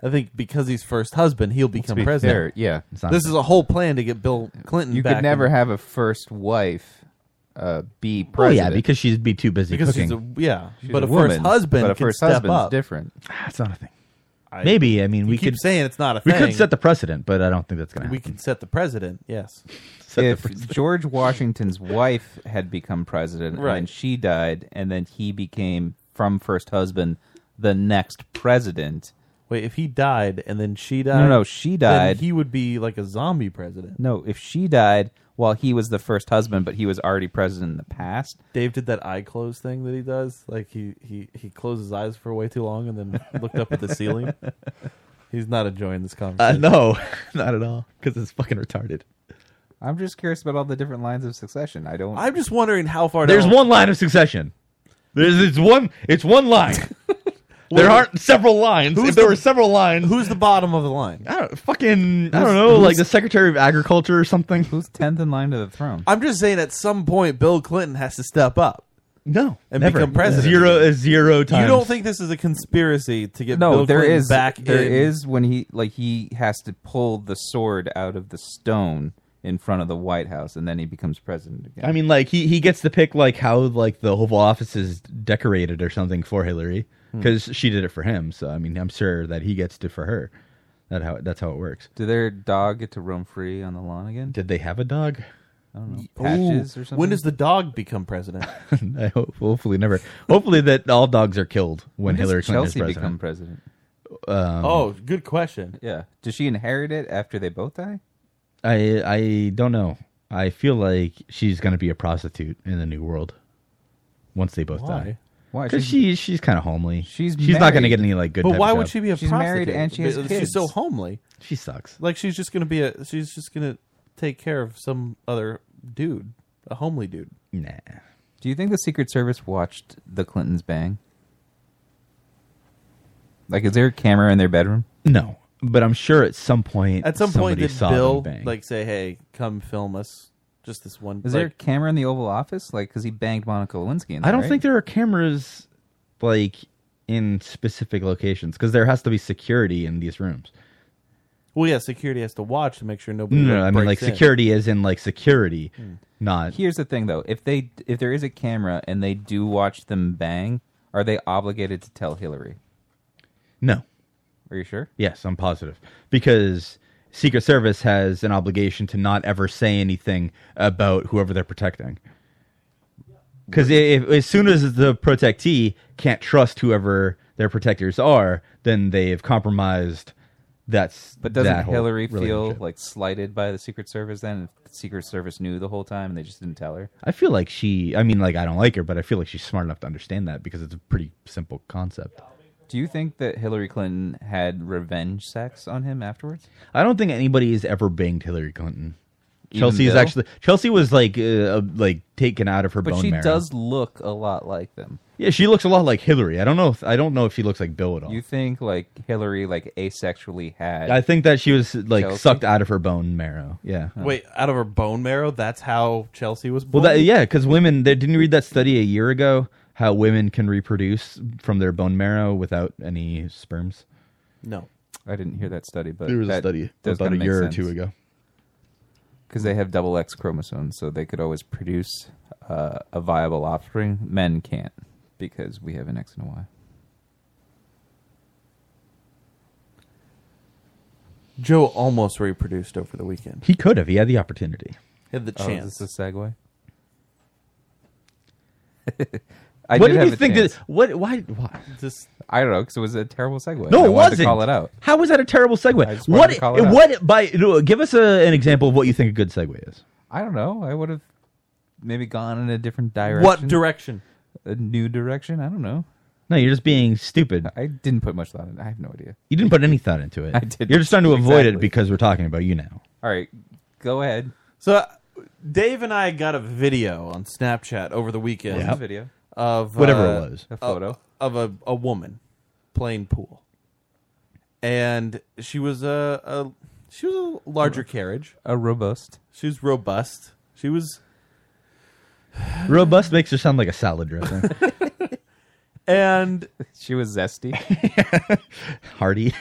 I think because he's first husband, he'll To become be fair, president. yeah. It's not. This a is a whole plan to get Bill Clinton. You back could never in- have a first wife uh, be oh president. yeah, because she'd be too busy because cooking. she's a yeah, She's but a, woman, first husband But a can first step husband's up. different. That's Ah, not a thing. Maybe. I mean, we We keep could saying it's not a we thing. could set the precedent, but I don't think that's going to we happen. could set the president. Yes, Set <laughs> the if precedent. George Washington's wife had become president and then Right. she died, and then he became from first husband the next president. wait, if he died and then she died, No, no, she died. Then he would be like a zombie president. No, if she died while he was the first husband, but he was already president in the past, Dave did that eye close thing that he does. Like he he he closed his eyes for way too long and <laughs> then looked up at the ceiling. He's not enjoying this Uh, conversation. no, <laughs> not at all. Because it's fucking retarded. I'm just curious about all the different lines of succession. I don't. I'm just wondering how far There's down- one line of succession. There's it's one. It's <laughs> one line. <laughs> there aren't several lines. who's If there the- were several lines, Who's the bottom of the line? I don't fucking. I Who's- don't know. Like who's- the Secretary of Agriculture or something. Who's tenth in line to the throne? I'm just saying at some point Bill Clinton has to step up. No, And become president. Zero, zero times. You don't think this is a conspiracy to get no, Bill there Clinton is back there in? is when he like he has to pull the sword out of the stone in front of the White House, and then he becomes president again. I mean, like he, he gets to pick like how like the Oval Office is decorated or something for Hillary because she did it for him. So I mean, I'm sure that he gets to for her. That how that's how it works. Did their dog get to roam free on the lawn again? Did they have a dog? <laughs> I don't know. Ooh, Patches or something. When does the dog become president? I hope, hopefully never. Hopefully that all dogs are killed when, When does Hillary Clinton Chelsea is president. become president? Um, oh, good question. Yeah. Does she inherit it after they both die? I I don't know. I feel like she's gonna be a prostitute in the new world once they both Why? die. Why? Because She's- she she's kind of homely. She's not gonna married. get any like good. But type why of would job. she be a She's married prostitute? and she has Because kids. She's so homely. She sucks. Like she's just gonna be a. She's just gonna take care of some other dude, a homely dude. Nah. Do you think the Secret Service watched the Clintons bang? Like, is there a camera in their bedroom? No. But I'm sure at some point At some point, somebody did saw them Bill bang. like say, "Hey, come film us"? Just this one. Is there a like, camera in the Oval Office? Like, because he banged Monica Lewinsky. In there, I don't right? think there are cameras like in specific locations because there has to be security in these rooms. Well, yeah, security has to watch to make sure nobody. No, no, I mean like breaks in. Hmm. security is in like security, not Here's the thing, though. If they, if there is a camera and they do watch them bang, are they obligated to tell Hillary? no. Are you sure? Yes, I'm positive because Secret Service has an obligation to not ever say anything about whoever they're protecting. Because if as soon as the protectee can't trust whoever their protectors are, then they've compromised. That's But doesn't that whole Hillary feel relationship. like slighted by the Secret Service then? If the Secret Service knew the whole time and they just didn't tell her. I feel like she. I mean, like I don't like her, but I feel like she's smart enough to understand that because it's a pretty simple concept. Do you think that Hillary Clinton had revenge sex on him afterwards? I don't think anybody has ever banged Hillary Clinton. Even Chelsea is Bill? actually Chelsea was like uh, uh, like taken out of her But bone she marrow. does look a lot like them. Yeah, she looks a lot like Hillary. I don't know. If, I don't know if she looks like Bill at all. You think like Hillary like asexually had I think that she was like Chelsea? sucked out of her bone marrow. Yeah. Wait, out of her bone marrow. That's how Chelsea was Well, born. that, yeah, because women. They didn't you read that study a year ago how women can reproduce from their bone marrow without any sperms. No. I didn't hear that study, but ago. because they have double X chromosomes, so they could always produce uh, a viable offspring. Men can't because we have an X and a Y. Joe almost reproduced over the weekend. He could have. He had the opportunity. Had the Oh, chance. is this a segue? <laughs> I What did did have you a think that- chance. What? Why? Why? This I don't know because it was a terrible segue. No, I it wanted wasn't. To call it out. How was that a terrible I segue? just wanted What? to call it out. what? By no, give us a, an example of what you think a good segue is. I don't know. I would have maybe gone in a different direction. What direction? A new direction. I don't know. No, you're just being stupid. I didn't put much thought in. it. I have no idea. You didn't put any thought into <laughs> it. I didn't. You're just trying to avoid it Exactly. because we're talking about you now. All right, go ahead. So uh, Dave and I got a video on Snapchat over the weekend. Yep. Video? of Whatever uh, it was. A photo. of, of a, a woman playing pool, and she was a, a she was a larger carriage. A robust. She was robust. She was Robust makes her sound like a <laughs> salad dressing. and She was zesty. <laughs> Hearty.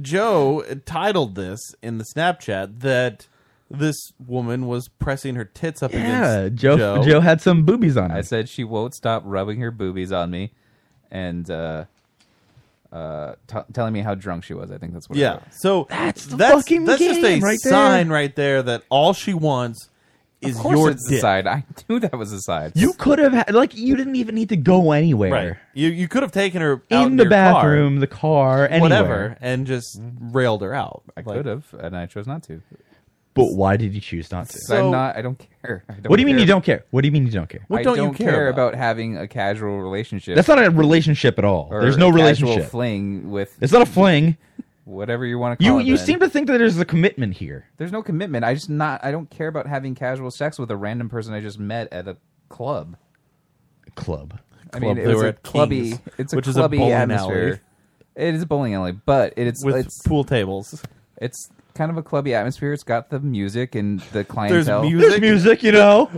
Joe titled this in the Snapchat that this woman was pressing her tits up Yeah, against Joe, Joe. had some boobies on I him. said she won't stop rubbing her boobies on me, and uh, uh, t- telling me how drunk she was. I think that's what. it Yeah. was. So That's the that's, fucking that's just a game right there. sign right there that all she wants is Of course your it's a dick. side. I <laughs> knew that was a side. You could have had like you didn't even need to go anywhere. Right. You you could have taken her out In the your car, bathroom, the car, anywhere. whatever, and just Mm-hmm. railed her out. I Like, could have, and I chose not to. But why did you choose not to? 'Cause So- I'm not. I don't care. I don't what do you mean care. you don't care? What do you mean you don't care? What I don't you care about? about? having a casual relationship? That's not a relationship at all. or There's no a casual relationship. Fling with It's not a fling. whatever you want to call You it. you then. seem to think that there's a commitment here. There's no commitment. I just not. I don't care about having casual sex with a random person I just met at a club. Club. I mean, Club. it They was were a at clubby. King's, it's a which is a clubby bowling atmosphere. alley. It is a bowling alley, but it's with it's pool tables. it's kind of a clubby atmosphere. It's got the music and the There's clientele. music. There's music, you know.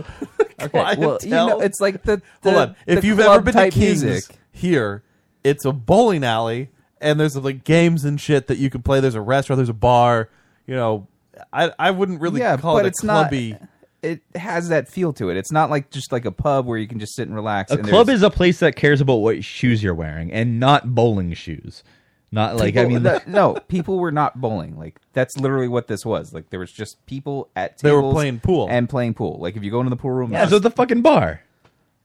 Okay, well, you know, clientele. it's like the, the Hold on. If the you've ever club been to type Kings music. here, it's a bowling alley, and there's like games and shit that you can play. There's a restaurant. There's a bar. You know, I I wouldn't really yeah, call but it a it's clubby. not. It has that feel to it. It's not like just like a pub where you can just sit and relax. A and club there's- is a place that cares about what shoes you're wearing and not bowling shoes. Not like I People- <laughs> mean the- no, people were not bowling. Like that's literally what this was. Like there was just people at tables They were playing pool. and playing pool. Like if you go into the pool room, Yeah, so the fucking bar.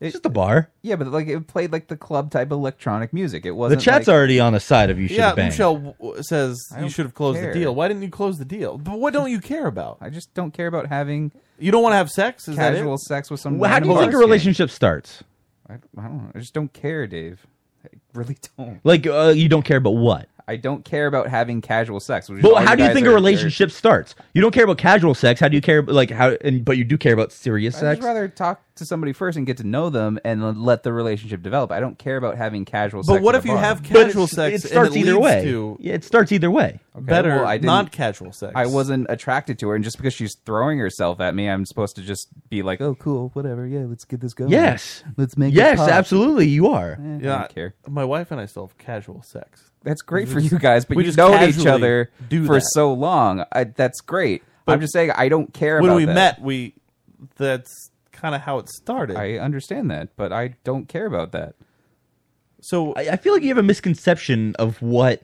It's just a bar. yeah, but like it played like the club type electronic music. It The wasn't. chat's like, already on the side of you should Yeah, bang. Michelle w- w- says you don't should have closed care. the deal. Why didn't you close the deal? But what don't you care about? I just don't care about having You don't want to have sex? Is casual that it? sex with some. Well, how do random you think a bar skank. relationship starts? I, I don't know. I just don't care, Dave. I really don't. Like uh, you don't care about what? I don't care about having casual sex. Which is all But how do you guys think are- a are- relationship starts? You don't care about casual sex. How do you care about like how? And but you do care about serious I'd sex. just rather talk to somebody first and get to know them and l- let the relationship develop. I don't care about having casual sex. But what at a if you bar. have But casual it's- sex It starts and it either leads way. to Yeah, it starts either way. better well, I didn't- non-casual sex? I wasn't attracted to her, and just because she's throwing herself at me, I'm supposed to just be like, "Oh, cool, whatever. Yeah, let's get this going. Yes. let's make Yes, it pop." absolutely. You are. Eh, I Yeah, don't care. My wife and I still have casual sex. That's great for you guys, but we you just known each casually other do for that. so long. I, that's great. I'm just saying, I don't care When about we that. met, we that's kind of how it started. I understand that, but I don't care about that. so I, I feel like you have a misconception of what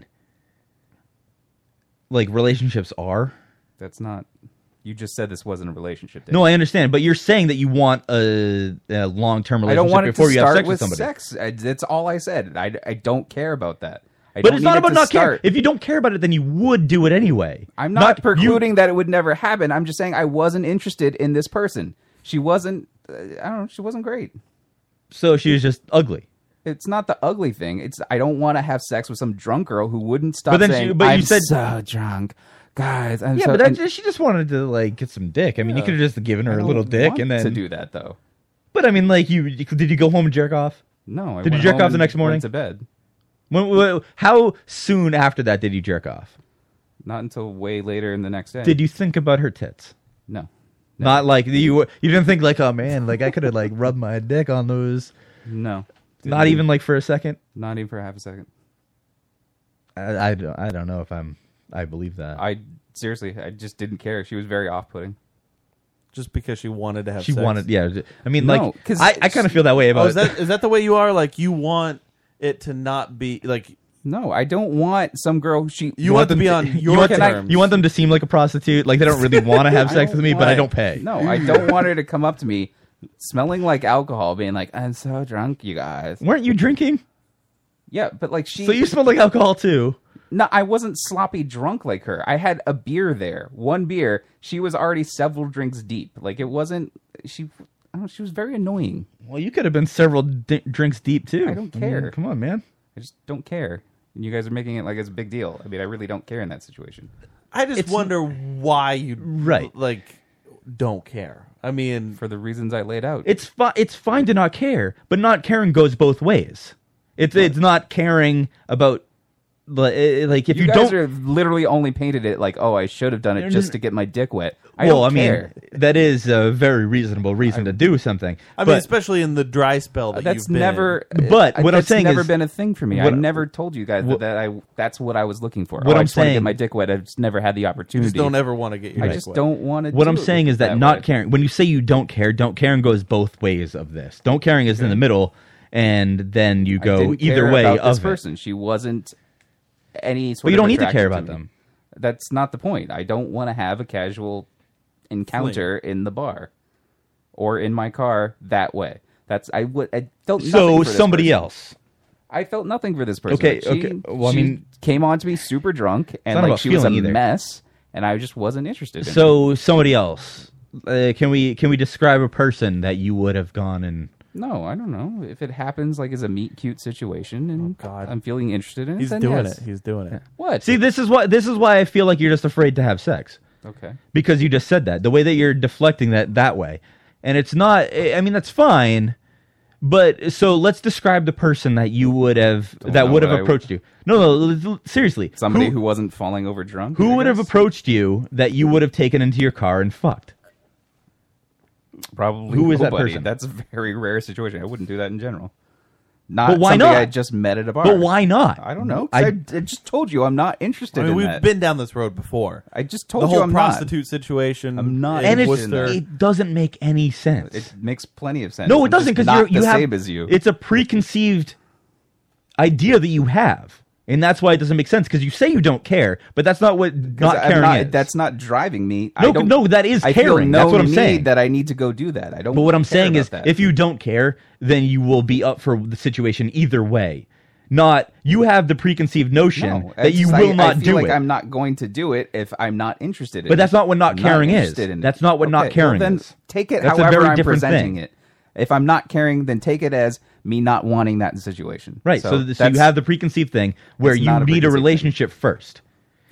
like relationships are. That's not. You just said this wasn't a relationship. Dave. No, I understand, but you're saying that you want a, a long-term relationship I don't want it before to you have start sex with with somebody. sex. I, that's all I said. I, I don't care about that. I But don't it's need not it about to not start. caring. If you don't care about it, then you would do it anyway. I'm not, you- precluding that it would never happen. I'm just saying I wasn't interested in this person. She wasn't. Uh, I don't know. She wasn't great. So she was just ugly. It's not the ugly thing. It's I don't want to have sex with some drunk girl who wouldn't stop But then saying, she- but you "I'm said- so drunk, guys." I'm Yeah, so, but that, and she just wanted to like get some dick. I mean, you could have just given I her a don't little dick want and then. to do that though. But I mean, like you, you- did you go home and jerk off? No, I Did you went jerk home off the and next morning? Went to bed. When, when- how soon after that did you jerk off? Not until way later in the next day. Did you think about her tits? No, Not like you were- you didn't think like, oh man, like I could have like rubbed my dick on those. no, Not even like for a second. not even for half a second. I, I don't. I don't know if I'm. I believe that. I seriously, I just didn't care. She was very off-putting. just because she wanted to have she sex. wanted. Yeah. I mean, No, like, 'cause I, I kind of feel that way Oh, about. is that is that the way you are? Like you want it to not be like No, I don't want some girl. Who she You want want them them to- to be on you your want them- terms. you want them to seem like a prostitute, like they don't really wanna have sex with me, but <laughs> I don't pay. No, I don't want her to come up to me smelling like alcohol, being like, "I'm so drunk, you guys." Weren't you drinking? Yeah, but like she. So you smelled like alcohol too. No, I wasn't sloppy drunk like her. I had a beer there, one beer. She was already several drinks deep. Like it wasn't. She, I don't. She was very annoying. Well, you could have been several di- drinks deep too. I don't mean, care. come on, man. I just don't care. And you guys are making it like it's a big deal. I mean, I really don't care in that situation. I just wonder why you Right. like don't care. I mean, for the reasons I laid out. It's fi- it's fine to not care, but not caring goes both ways. It's it's not caring about li- eh, like if you, you, guys don't are literally only painted it like, oh, I should have done it They're just n- to get my dick wet. I well, I don't mean, care. that is a very reasonable reason to do something. I mean, but especially in the dry spell that Uh, that's you've been never. in. But I- what I'm that's saying never is- been a thing for me. I what- never told you guys what- that I. That's what I was looking for. What oh, I I'm just wanna saying- get my dick wet. I just never had the in. opportunity. Just don't ever want to get your. I dick just wet. don't want to. what do I'm it saying is that, that not way. caring. When you say you don't care, don't caring goes both ways of this. Don't caring is in the middle, and then you I go didn't either care way about of this it. person. She wasn't any sort. But you of don't need to attraction care about me. them. That's not the point. I don't want to have a casual encounter in the bar or in my car that way. That's I would I felt nothing So for this somebody person. else. I felt nothing for this person. Okay, Like, she, okay. Well, I she mean- came on to me super drunk and not like about she was a feeling either. mess, and I just wasn't interested. in her. So somebody else. Uh, can we can we describe a person that you would have gone and no, I don't know if it happens like as a meet cute situation, and Oh, God. I'm feeling interested in it. He's then doing yes. it. He's doing it. What? see? This is why this is why I feel like you're just afraid to have sex. okay. because you just said that the way that you're deflecting that that way and it's not i I mean that's fine but so let's describe the person that you would have that know would what have I- approached you no no l- l- seriously Somebody who, who, wasn't falling over drunk. who I would have guess? approached you that you would have taken into your car and fucked Probably Who is that nobody. person? That's a very rare situation. I wouldn't do that in general. Not But why somebody not? I just met at a bar. but why not I don't know. 'cause I, I, I just told you I'm not interested I mean, in we've that. been down this road before. I just the told you whole I'm prostitute situation. I'm not in and it's, Worcester. it doesn't make any sense not. It makes plenty of sense. no I'm it doesn't just because not you're you the have same as you. it's a preconceived idea that you have and that's why it doesn't make sense because you say you don't care but that's not what not I'm caring not- is That's not driving me. I No, don't, no, that is I feel caring. No That's what I'm need saying. That I need to go do that. I don't. But what I'm care saying about is, that. if you don't care, then you will be up for the situation either way. Not you have the preconceived notion No, that it's you just- I, will not I feel do like it. I'm not going to do it if I'm not interested in it. But that's not what not I'm caring is. interested in it. That's not what not Okay, caring well, then is. Take it That's a however very I'm different presenting thing. it. If I'm not caring, then take it as me not wanting that situation. right. So, th- so that's- you have the preconceived thing where It's you not a need a preconceived thing. relationship first.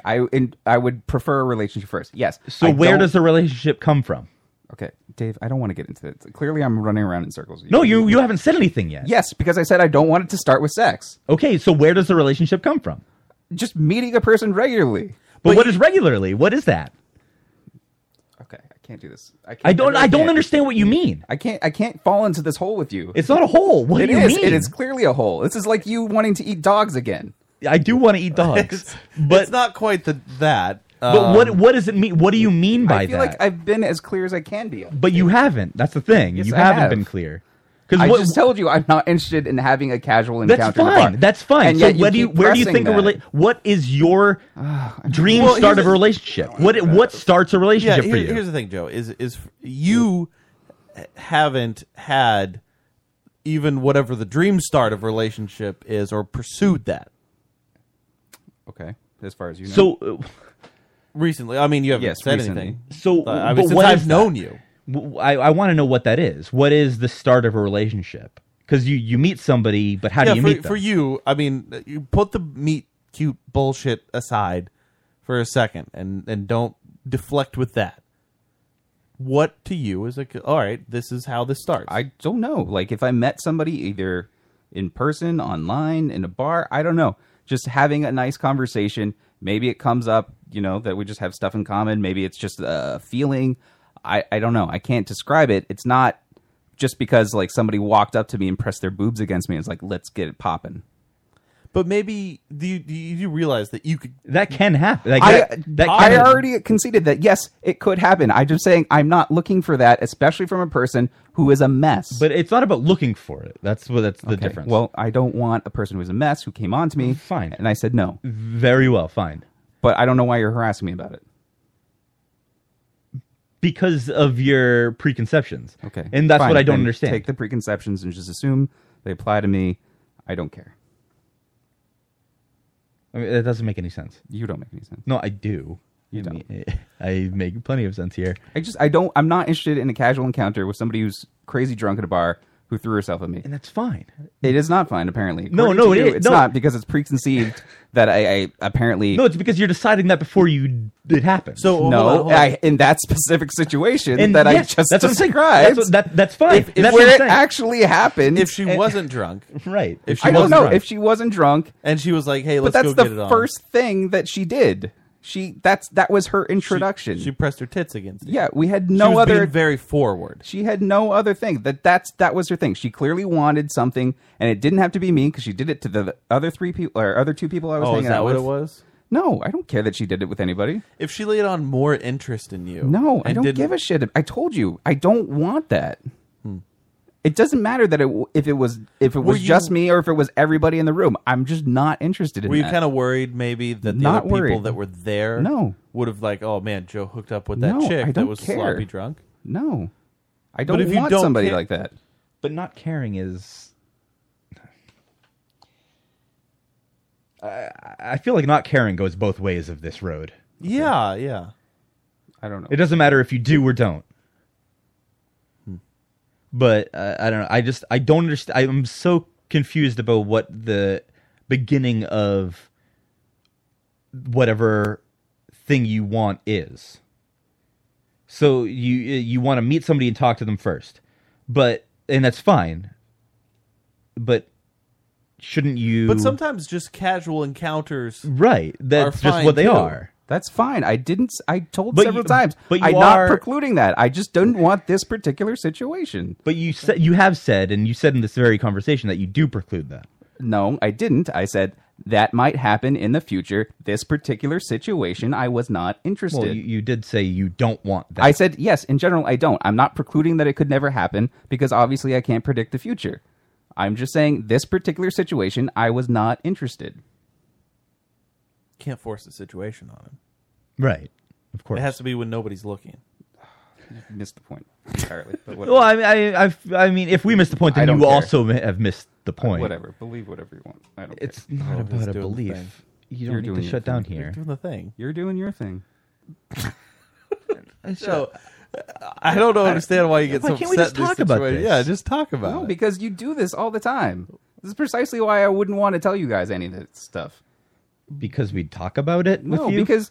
I in, I would prefer a relationship first. Yes. So I where don't- does the relationship come from? Okay, Dave. I don't want to get into it. Clearly, I'm running around in circles. No, you you haven't said anything yet. Yes, because I said I don't want it to start with sex. Okay. So where does the relationship come from? Just meeting a person regularly. But, what is regularly? What is that? Okay, I can't do this. I, can't, I don't really I don't can't. understand what you mean. I can't. I can't fall into this hole with you. It's not a hole. What It do you is. mean? It is clearly a hole. This is like you wanting to eat dogs again. I do want to eat <laughs> dogs, it's, but it's not quite the that. But Um, what what does it mean? What do you mean by I feel that? like I've been as clear as I can be. but you haven't. That's the thing. Yes, you I haven't have. been clear. Because I what? just told you I'm not interested in having a casual encounter. that's in a bar. fine. That's fine. And so yet you what do you, keep where do you pressing think a that. rela- What <sighs> is your dream Well, start here's of a the- relationship? What what starts a Yeah, relationship here- for you? here's the thing, Joe. Is is you haven't had even whatever the dream start of relationship is, or pursued that Okay, as far as you know. so recently. I mean, you haven't Yes, said recently. anything. so Uh, I but mean, since what I've is known that? you, W- I, want to know what that is. What is the start of a relationship? Because you you meet somebody, but how yeah. do you for, meet them? for you, I mean, you put the meat cute bullshit aside for a second, and and don't deflect with that. What to you is like? All right, this is how this starts. I don't know. Like if I met somebody either in person, online, in a bar, I don't know. Just having a nice conversation. Maybe it comes up, you know, that we just have stuff in common. Maybe it's just a feeling. I, I don't know. I can't describe it. It's not just because like somebody walked up to me and pressed their boobs against me. It's like, let's get it popping. But maybe do you, do you do realize that you could that can happen? Like, I, that- uh, that I can- already conceded that yes, it could happen. I'm just saying I'm not looking for that, especially from a person who is a mess. But it's not about looking for it. That's what that's the Okay, difference. Well, I don't want a person who is a mess who came on to me. Fine. And I said no. very well, fine. But I don't know why you're harassing me about it. Because of your preconceptions. Okay. And that's Fine, what I don't then understand. Take the preconceptions and just assume they apply to me. I don't care. I mean, that doesn't make any sense. You don't make any sense. No, I do. You I don't. mean, <laughs> I make plenty of sense here. I just I don't I'm not interested in a casual encounter with somebody who's crazy drunk at a bar who threw herself at me. And that's fine. It is not fine, apparently. No, According no, to it you, is- it's no. not because it's preconceived that I, I apparently No, it's because you're deciding that before you it happens. So hold on, no. hold on. I, in that specific situation and that yes, I just that's what I'm saying. described, That's, what, that, that's fine. if, if that's where what it I'm saying. actually happened, if she wasn't <laughs> drunk right. if she I don't wasn't know drunk, if she wasn't drunk, and she was like, "Hey, let's but that's go the get it on." first thing that she did. She that's that was her introduction. she, she pressed her tits against. it. yeah, we had She no was other being very forward. She had no other thing. That that's that was her thing. She clearly wanted something, and it didn't have to be me because she did it to the other three people or other two people I was Oh, hanging is that out what with. it was? No, I don't care that she did it with anybody. If she laid on more interest in you, No, I and don't didn't- give a shit. I told you, I don't want that. It doesn't matter that it w- if it was if it was Hmm. you- just me or if it was everybody in the room. I'm just not interested in Were you that. kind of worried maybe that the other Not people worried. that were there No. would have like, oh man, Joe hooked up with that No, I chick that don't was care. sloppy drunk. no, I don't if you want don't somebody care- like that. But not caring is. <sighs> I, I feel like not caring goes both ways of this road. Yeah, yeah. I don't know. It doesn't matter if you do or don't. Hmm. But uh, I don't know. I just I don't understand. I'm so confused about what the beginning of whatever thing you want is. So you you want to meet somebody and talk to them first, but and that's fine. But shouldn't you? But sometimes just casual encounters. right? That's just fine, what they too. are. That's fine. I didn't. s- I told But several you- times. but you I'm not are- precluding that. I just didn't want this particular situation. But you said you have said, and you said in this very conversation that you do preclude that. No, I didn't. I said that might happen in the future. This particular situation, I was not interested. Well, you, you did say you don't want that. I said yes. In general, I don't. I'm not precluding that it could never happen because obviously I can't predict the future. I'm just saying this particular situation, I was not interested. Can't force a situation on him. right, of course. It has to be when nobody's looking. Missed the point entirely. <laughs> But whatever. well, I mean, I, I've, I mean, if we missed the point, I then don't you care. Uh, also ma- have missed the point. whatever. Believe whatever you want. I don't It's care. not Oh, he's about doing a the thing. belief. You don't You're need doing to your shut down thing. here. Doing the thing. You're doing your thing. So I don't understand why you get Why so upset. can't we just in talk about situation. this? Yeah, just talk about No, it. because you do this all the time. This is precisely why I wouldn't want to tell you guys any of this stuff. Because we talk about it No, with you. because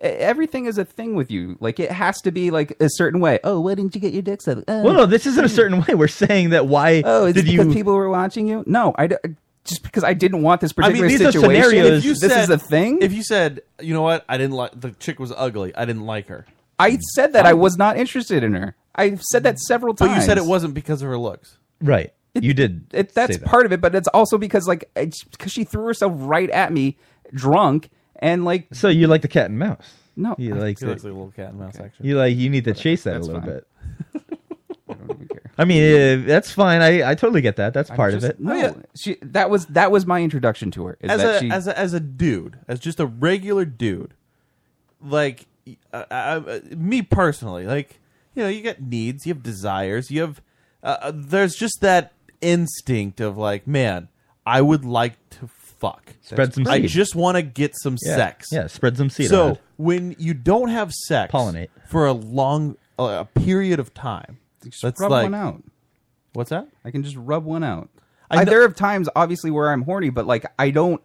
e- everything is a thing with you. Like it has to be like a certain way. Oh, why didn't you get your dick sucked? Oh, well, no, this isn't a certain way. We're saying that. Why oh, it's did because you? people were watching you. No, I d- just because I didn't want this mean, particular these are situation. scenarios- If you this is said- a thing. If you said, you know what, I didn't like the chick was ugly. I didn't like her. I said that I was not interested in her. I've said that several But times. you said it wasn't because of her looks. Right, you did. It, that's say that. part of it, but it's also because like because she threw herself right at me, drunk, and like So you like the cat and mouse? No, you I- like She looks like a the, little cat and mouse. Actually, you like you need to chase that That's a little fine. bit. <laughs> I don't even care. I mean, uh, that's fine. I, I totally get that. That's part Just- of it. No, Oh, yeah. she that was that was my introduction to her. Is as that a she, as a as a dude, as just a regular dude, like uh, I, I, me personally, like you know, you got needs, you have desires, you have. Uh, uh, there's just that instinct of like, man, I would like to fuck. Spread some I seed. just want to get some Yeah. sex. Yeah, spread some seed. so around. when you don't have sex, Pollinate. for a long uh, a period of time. Just That's rub like one out. what's that? I can just rub one out. I I know- there are times, obviously, where I'm horny, but like I don't.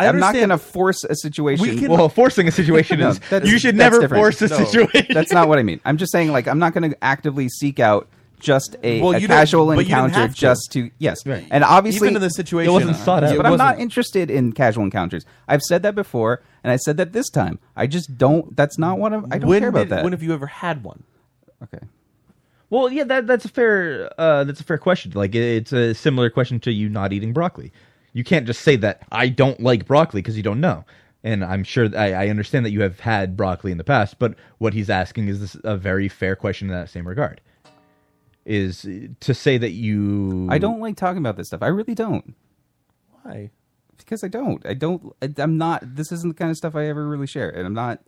I am not understand- going to force a situation. We can- <laughs> Well, forcing <laughs> a situation No, is that's- you should that's never different. force a No. situation. that's not what I mean. I'm just saying, like, I'm not going to actively seek out just a, Well, a you don't- casual but you didn't encounter have to. just to yes. Right. And obviously, Even in the situation, wasn't sought uh, out. it but I'm not wasn't- interested in casual encounters. I've said that before, and I said that this time. I just don't. That's not what I'm. I don't when care about did- that. When have you ever had one? okay. <laughs> Well, yeah, that that's a fair uh, that's a fair question. Like it- it's a similar question to you not eating broccoli. You can't just say that I don't like broccoli because you don't know. And I'm sure I, I understand that you have had broccoli in the past, but what he's asking is this a very fair question in that same regard. Is to say that you I don't like talking about this stuff. I really don't. Why? Because I don't. I don't. I- I'm not. This isn't the kind of stuff I ever really share, and I'm not.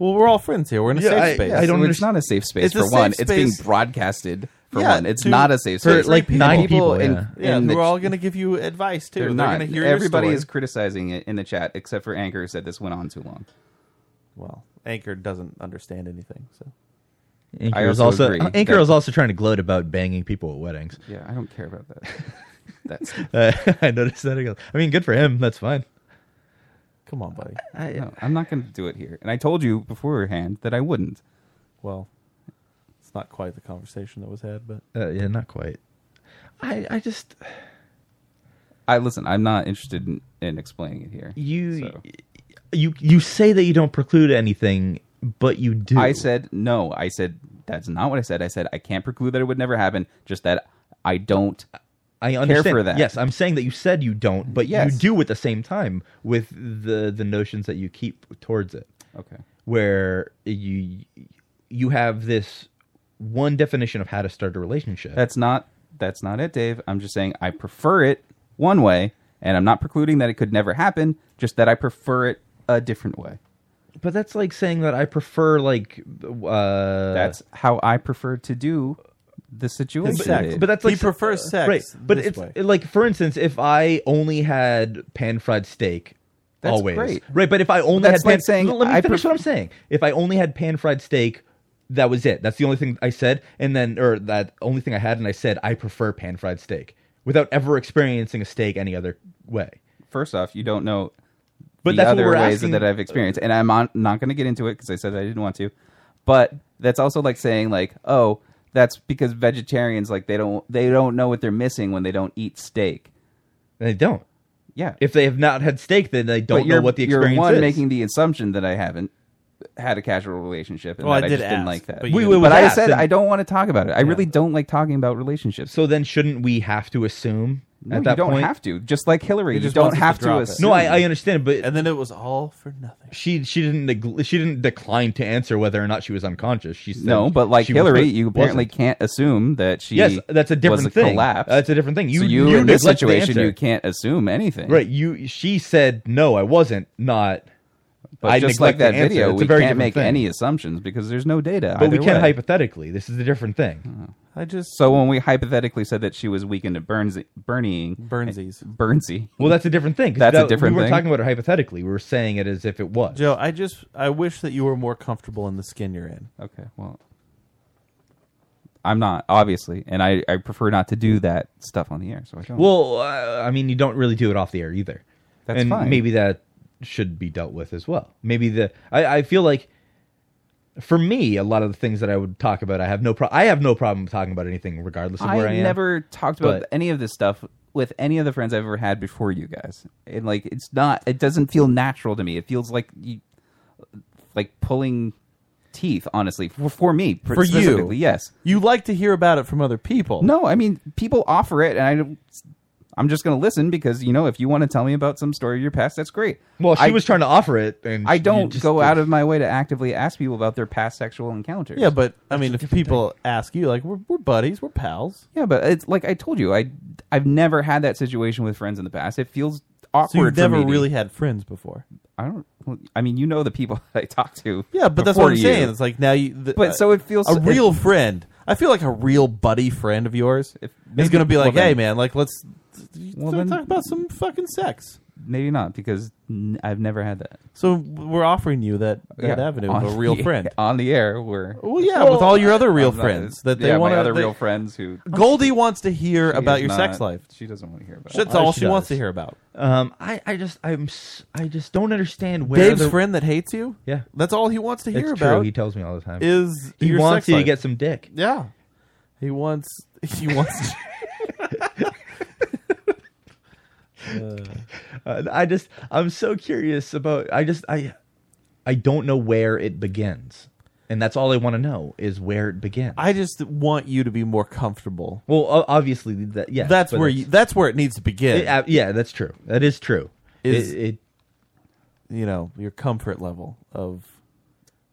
Well, we're all friends here. We're in a Yeah, safe I- space. I don't It's underst- not a safe space, It's a for safe one. It's being space- broadcasted, for one. It's to- not a safe For, space. like, People- nine people, yeah. yeah, in the we're all ch- going to give you advice too. They're They're, not. going to hear your Everybody story. is criticizing it in the chat, except for Anchor, who said this went on too long. Well, Anchor doesn't understand anything. So Anchor I was also also agree Anchor that- was also trying to gloat about banging people at weddings. Yeah, I don't care about that. <laughs> That's Uh, <laughs> I noticed that. again. I mean, good for him. That's fine. Come on, buddy. I, am not going to do it here. And I told you beforehand that I wouldn't. Well, it's not quite the conversation that was had, but Uh, yeah, not quite. I I just I listen. I'm not interested in, in explaining it here. You you you say that you don't preclude anything, but you do. I said no. I said that's not what I said. I said I can't preclude that it would never happen. Just that I don't. I understand. care for that. Yes, I'm saying that you said you don't, but Yes. you do at the same time with the the notions that you keep towards it. Okay. Where you you have this one definition of how to start a relationship. That's not. That's not it, Dave. I'm just saying I prefer it one way, and I'm not precluding that it could never happen. Just that I prefer it a different way. But that's like saying that I prefer like uh That's how I prefer to do the situation. But- But that's like uh, right? But this it's way. like, for instance, if I only had pan fried steak, That's always great. right? But if I only That's had pan, like saying L- let me I finish pref- what I'm saying. If I only had pan fried steak, that was it. That's the only thing I said, and then or that only thing I had, and I said I prefer pan fried steak without ever experiencing a steak any other way. first off, you don't know But the that's what other we're ways asking- that I've experienced, and I'm on, not going to get into it because I said I didn't want to. But that's also like saying like, oh, that's because vegetarians like they don't they don't know what they're missing when they don't eat steak. They don't. Yeah. If they have not had steak, then they don't But know you're- what the experience you're one is. making the assumption that I haven't had a casual relationship and Well, that I I did just ask, didn't like that. but you We- didn't- we but was I asked, said and- I don't want to talk about it. I really don't like talking about relationships. so then, shouldn't we have to assume No, at you that don't point? have to. Just like Hillary, They you just don't want us to have to, drop it. assume. No, I, I understand, but and then it was all for nothing. she she didn't neg- she didn't decline to answer whether or not she was unconscious. She said No, but like she Hillary, was- you apparently wasn't. can't assume that she Yes, that's a different was a thing. Collapse. That's a different thing. You- so you, you in this neglect the situation, answer. you can't assume anything. right. You she said no, I wasn't. Not But I just like neglect that to answer. video, It's a we very can't different make thing. any assumptions because there's no data. But we either can way. Uh-huh. hypothetically. This is a different thing. I just So when we hypothetically said that she was weakened at Burns, Bernieing, Burnsies. Burnsy. Well, that's a different thing. 'cause That's that- a different We were thing. talking about it hypothetically. We were saying it as if it was. Joe, I just I wish that you were more comfortable in the skin you're in. Okay, well, I'm not obviously, and I, I prefer not to do that stuff on the air. So I don't. Well, uh, I mean, you don't really do it off the air either. That's and fine. maybe that should be dealt with as well. Maybe the I, I feel like for me, a lot of the things that I would talk about, I have no pro- I have no problem talking about anything regardless of I, where I am. never talked about But- any of this stuff with any of the friends I've ever had before you guys. And like it's not it doesn't feel natural to me. It feels like you like pulling teeth, honestly. For, for me, For you, specifically, yes. You like to hear about it from other people. No, I mean people offer it and I don't I'm just going to listen because you know if you want to tell me about some story of your past, that's great. Well, she I, was trying to offer it, and I you don't just- go out of my way to actively ask people about their past sexual encounters. Yeah, but I mean, if people ask you, like, we're, we're buddies, we're pals. Yeah, but it's like I told you, I I've never had that situation with friends in the past. It feels awkward. So you've for never me to- really had friends before. I don't. well, I mean, you know the people <laughs> that I talk to. Yeah, but that's before what I'm you. saying. It's like now you. The, uh, But so it feels- a it- real friend. I feel like a real buddy friend of yours is maybe- going to be well, like, then- "Hey, man, like let's Well, let's then- talk about some fucking sex." Maybe not because n- I've never had that. So we're offering you that, that Yeah, avenue on <laughs> of a real the- friend. on the air. Where Well, yeah, with all <laughs> your other real friends that they yeah, want my other real friends who Goldie wants to hear She about is your sex not- life. She doesn't want to hear about. That's it. all she she wants does. to hear about. Um, I, I just I'm s- I just don't understand where Dave's the- friend that hates you. Yeah. that's all he wants to hear It's about. true. He tells me all the time. is he your wants sex you to life. get some dick. Yeah, he wants. <laughs> He wants. Uh, I just I'm so curious about. I just I I don't know where it begins. and that's all I want to know is where it began. I just want you to be more comfortable. Well, o- obviously that yeah. that's where you, that's where it needs to begin. It- uh, yeah, that's true. That is true. Is- it, it- you know your comfort level of.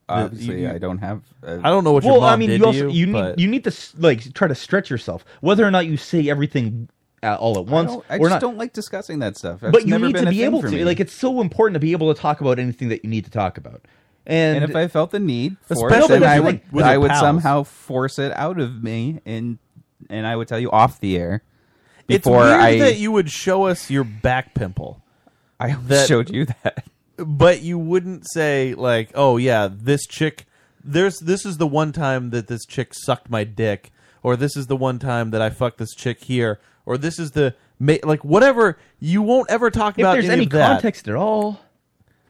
Obviously, you- I don't have. a- I don't know what well, your mom I mean, did you to also you, you but- need you need to s- like try to stretch yourself, whether or not you say everything uh, all at I, once don't, I or just not. don't like discussing that stuff. That's but you never need been to a be thing able for to. me. Like, it's so important to be able to talk about anything that you need to talk about. And, and if I felt the need for Especially it, then with I your- would with your I would pals. somehow force it out of me, and and I would tell you off the air it's before weird I that you would show us your back pimple, I <laughs> that- showed you <laughs> that. but you wouldn't say like, "Oh yeah, this chick." There's this is the one time that this chick sucked my dick, or this is the one time that I fucked this chick here, or this is the ma- like whatever. You won't ever talk if about there's any, any of that. context at all,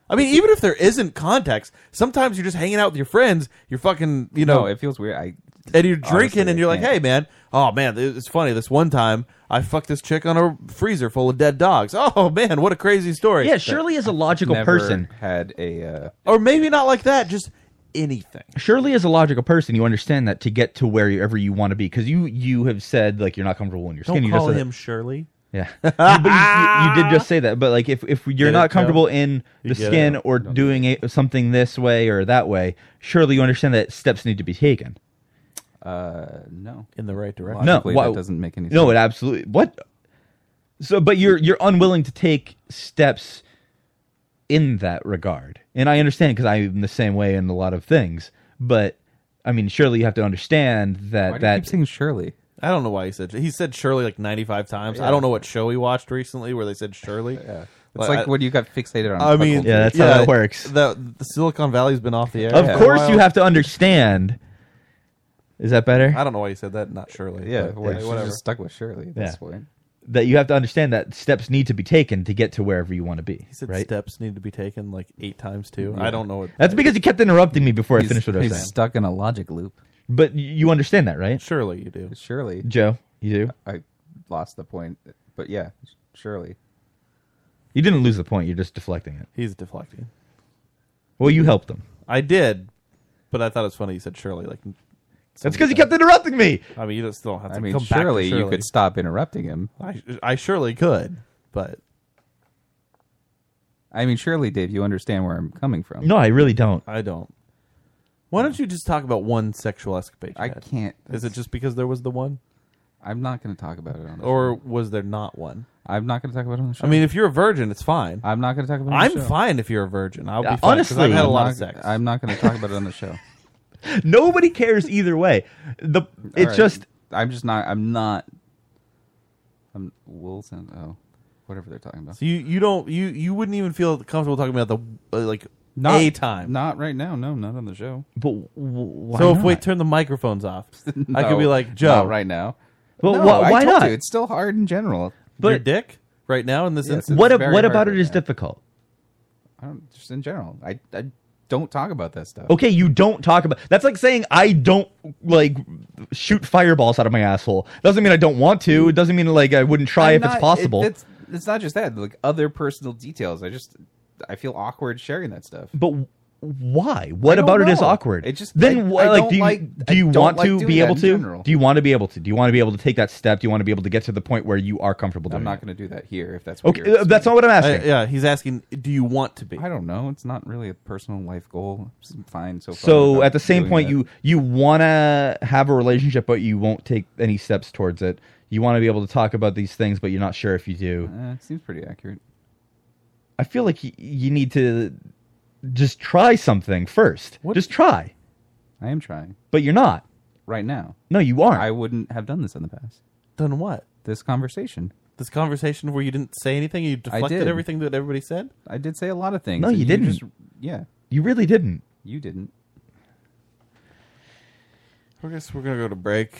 I mean, even if there isn't context, sometimes you're just hanging out with your friends. You're fucking, you know, No, it feels weird. I and you're drinking, Honestly, and you're like, yeah. "Hey, man, oh man, th- it's funny. This one time, I fucked this chick on a freezer full of dead dogs. <laughs> Oh man, what a crazy story." yeah, surely as a logical never person, had a uh, or maybe not like that. Just anything. surely as a logical person, you understand that to get to wherever you want to be, because you you have said like you're not comfortable in your skin. Don't you just call said that. him Shirley. <laughs> Yeah, but you, you, you did just say that. But like, if if you're Get not it, comfortable in the get it, skin no, or doing it, something this way or that way, surely you understand that steps need to be taken. uh, no. in the right direction. No, Logically, why- that doesn't make any No, sense. it absolutely what. So, but you're you're unwilling to take steps in that regard, and I understand because I'm the same way in a lot of things. But I mean, surely you have to understand that Why do you that keep saying Shirley? I don't know why he said he said Shirley like ninety five times. I don't know what show he watched recently where they said Shirley. yeah. It's like, when you got fixated on. I mean, cuckold. Yeah, that's how that works. The, the Silicon Valley's been off the air. of for a course you while. have to understand. Is that better? I don't know why you said that. Not Shirley. <laughs> yeah, but, we're hey, just whatever. stuck with Shirley at Yeah. this point. that you have to understand that steps need to be taken to get to wherever you want to be. He said right? steps need to be taken like eight times too. I don't know what. That's because you kept interrupting me before I He's, finished what I was he's saying. stuck in a logic loop. But y- you understand that, right, Surely you do. Shirley, Joe? You do. I lost the point, but yeah, Shirley. You didn't lose the point. You're just deflecting it. He's deflecting. Well, you helped them. I did, but I thought it was funny. You said Shirley. Like That's because you kept interrupting me. I mean, you just don't have to I mean, come back. to surely you Shirley. could stop interrupting him. I, I surely could, but I mean, surely, Dave, you understand where I'm coming from. No, I really don't. I don't. Why don't you just talk about one sexual escapade? you I had? can't. Is it just because there was the one, I'm not going to talk about it on. The or show. was there not one? I'm not going to talk about it on the show. I mean, if you're a virgin, it's fine. I'm not going to talk about it. On I'm the show. fine if you're a virgin. I'll be fine, 'cause honestly, I've had a I'm lot not, of sex. I'm not going to talk about it on the show. <laughs> Nobody cares either way. The it's Alright. just I'm just not. I'm not. I'm Wilson. Oh, whatever they're talking about. so you, you don't you you wouldn't even feel comfortable talking about the uh, like Not a time. Not right now. No, not on the show. but w- why so if not? we turn the microphones <laughs> off, I could No, be like Joe, not right now. Well, no, why- I why told not? you, it's still hard in general. your but dick right now in this Yes. instance. what it's ab- very what hard about right it is now. difficult? I don't just in general. I I don't talk about that stuff. Okay, you don't talk about. That's like saying I don't like shoot fireballs out of my asshole. Doesn't mean I don't want to. It doesn't mean like I wouldn't try I'm if not- it's possible. it- it's, it's not just that. Like other personal details. I just I feel awkward sharing that stuff. But w- why? What don't about it is know. awkward? It just- I- then wh- I like don't do you like- do I you don't want like to doing be that able in to? general. Do you want to be able to? Do you want to be able to take that step? Do you want to be able to get to the point where you are comfortable doing? I'm not it? going to do that here if that's what Okay, you're uh, that's not what I'm I- asking. yeah, he's asking, do you want to be? I don't know. It's not really a personal life goal. It's fine so far. so without at the same doing point, that. you you want to have a relationship, but you won't take any steps towards it. You want to be able to talk about these things, but you're not sure if you do. Eh, seems pretty accurate. I feel like y- you need to just try something first. Just try, I am trying but you're not. right now. No, you aren't. I wouldn't have done this in the past. Done what? This conversation, This conversation where you didn't say anything, you deflected did. everything that everybody said. I did say a lot of things. No, and you didn't. Just, yeah, you really didn't. you didn't. I guess we're gonna go to break.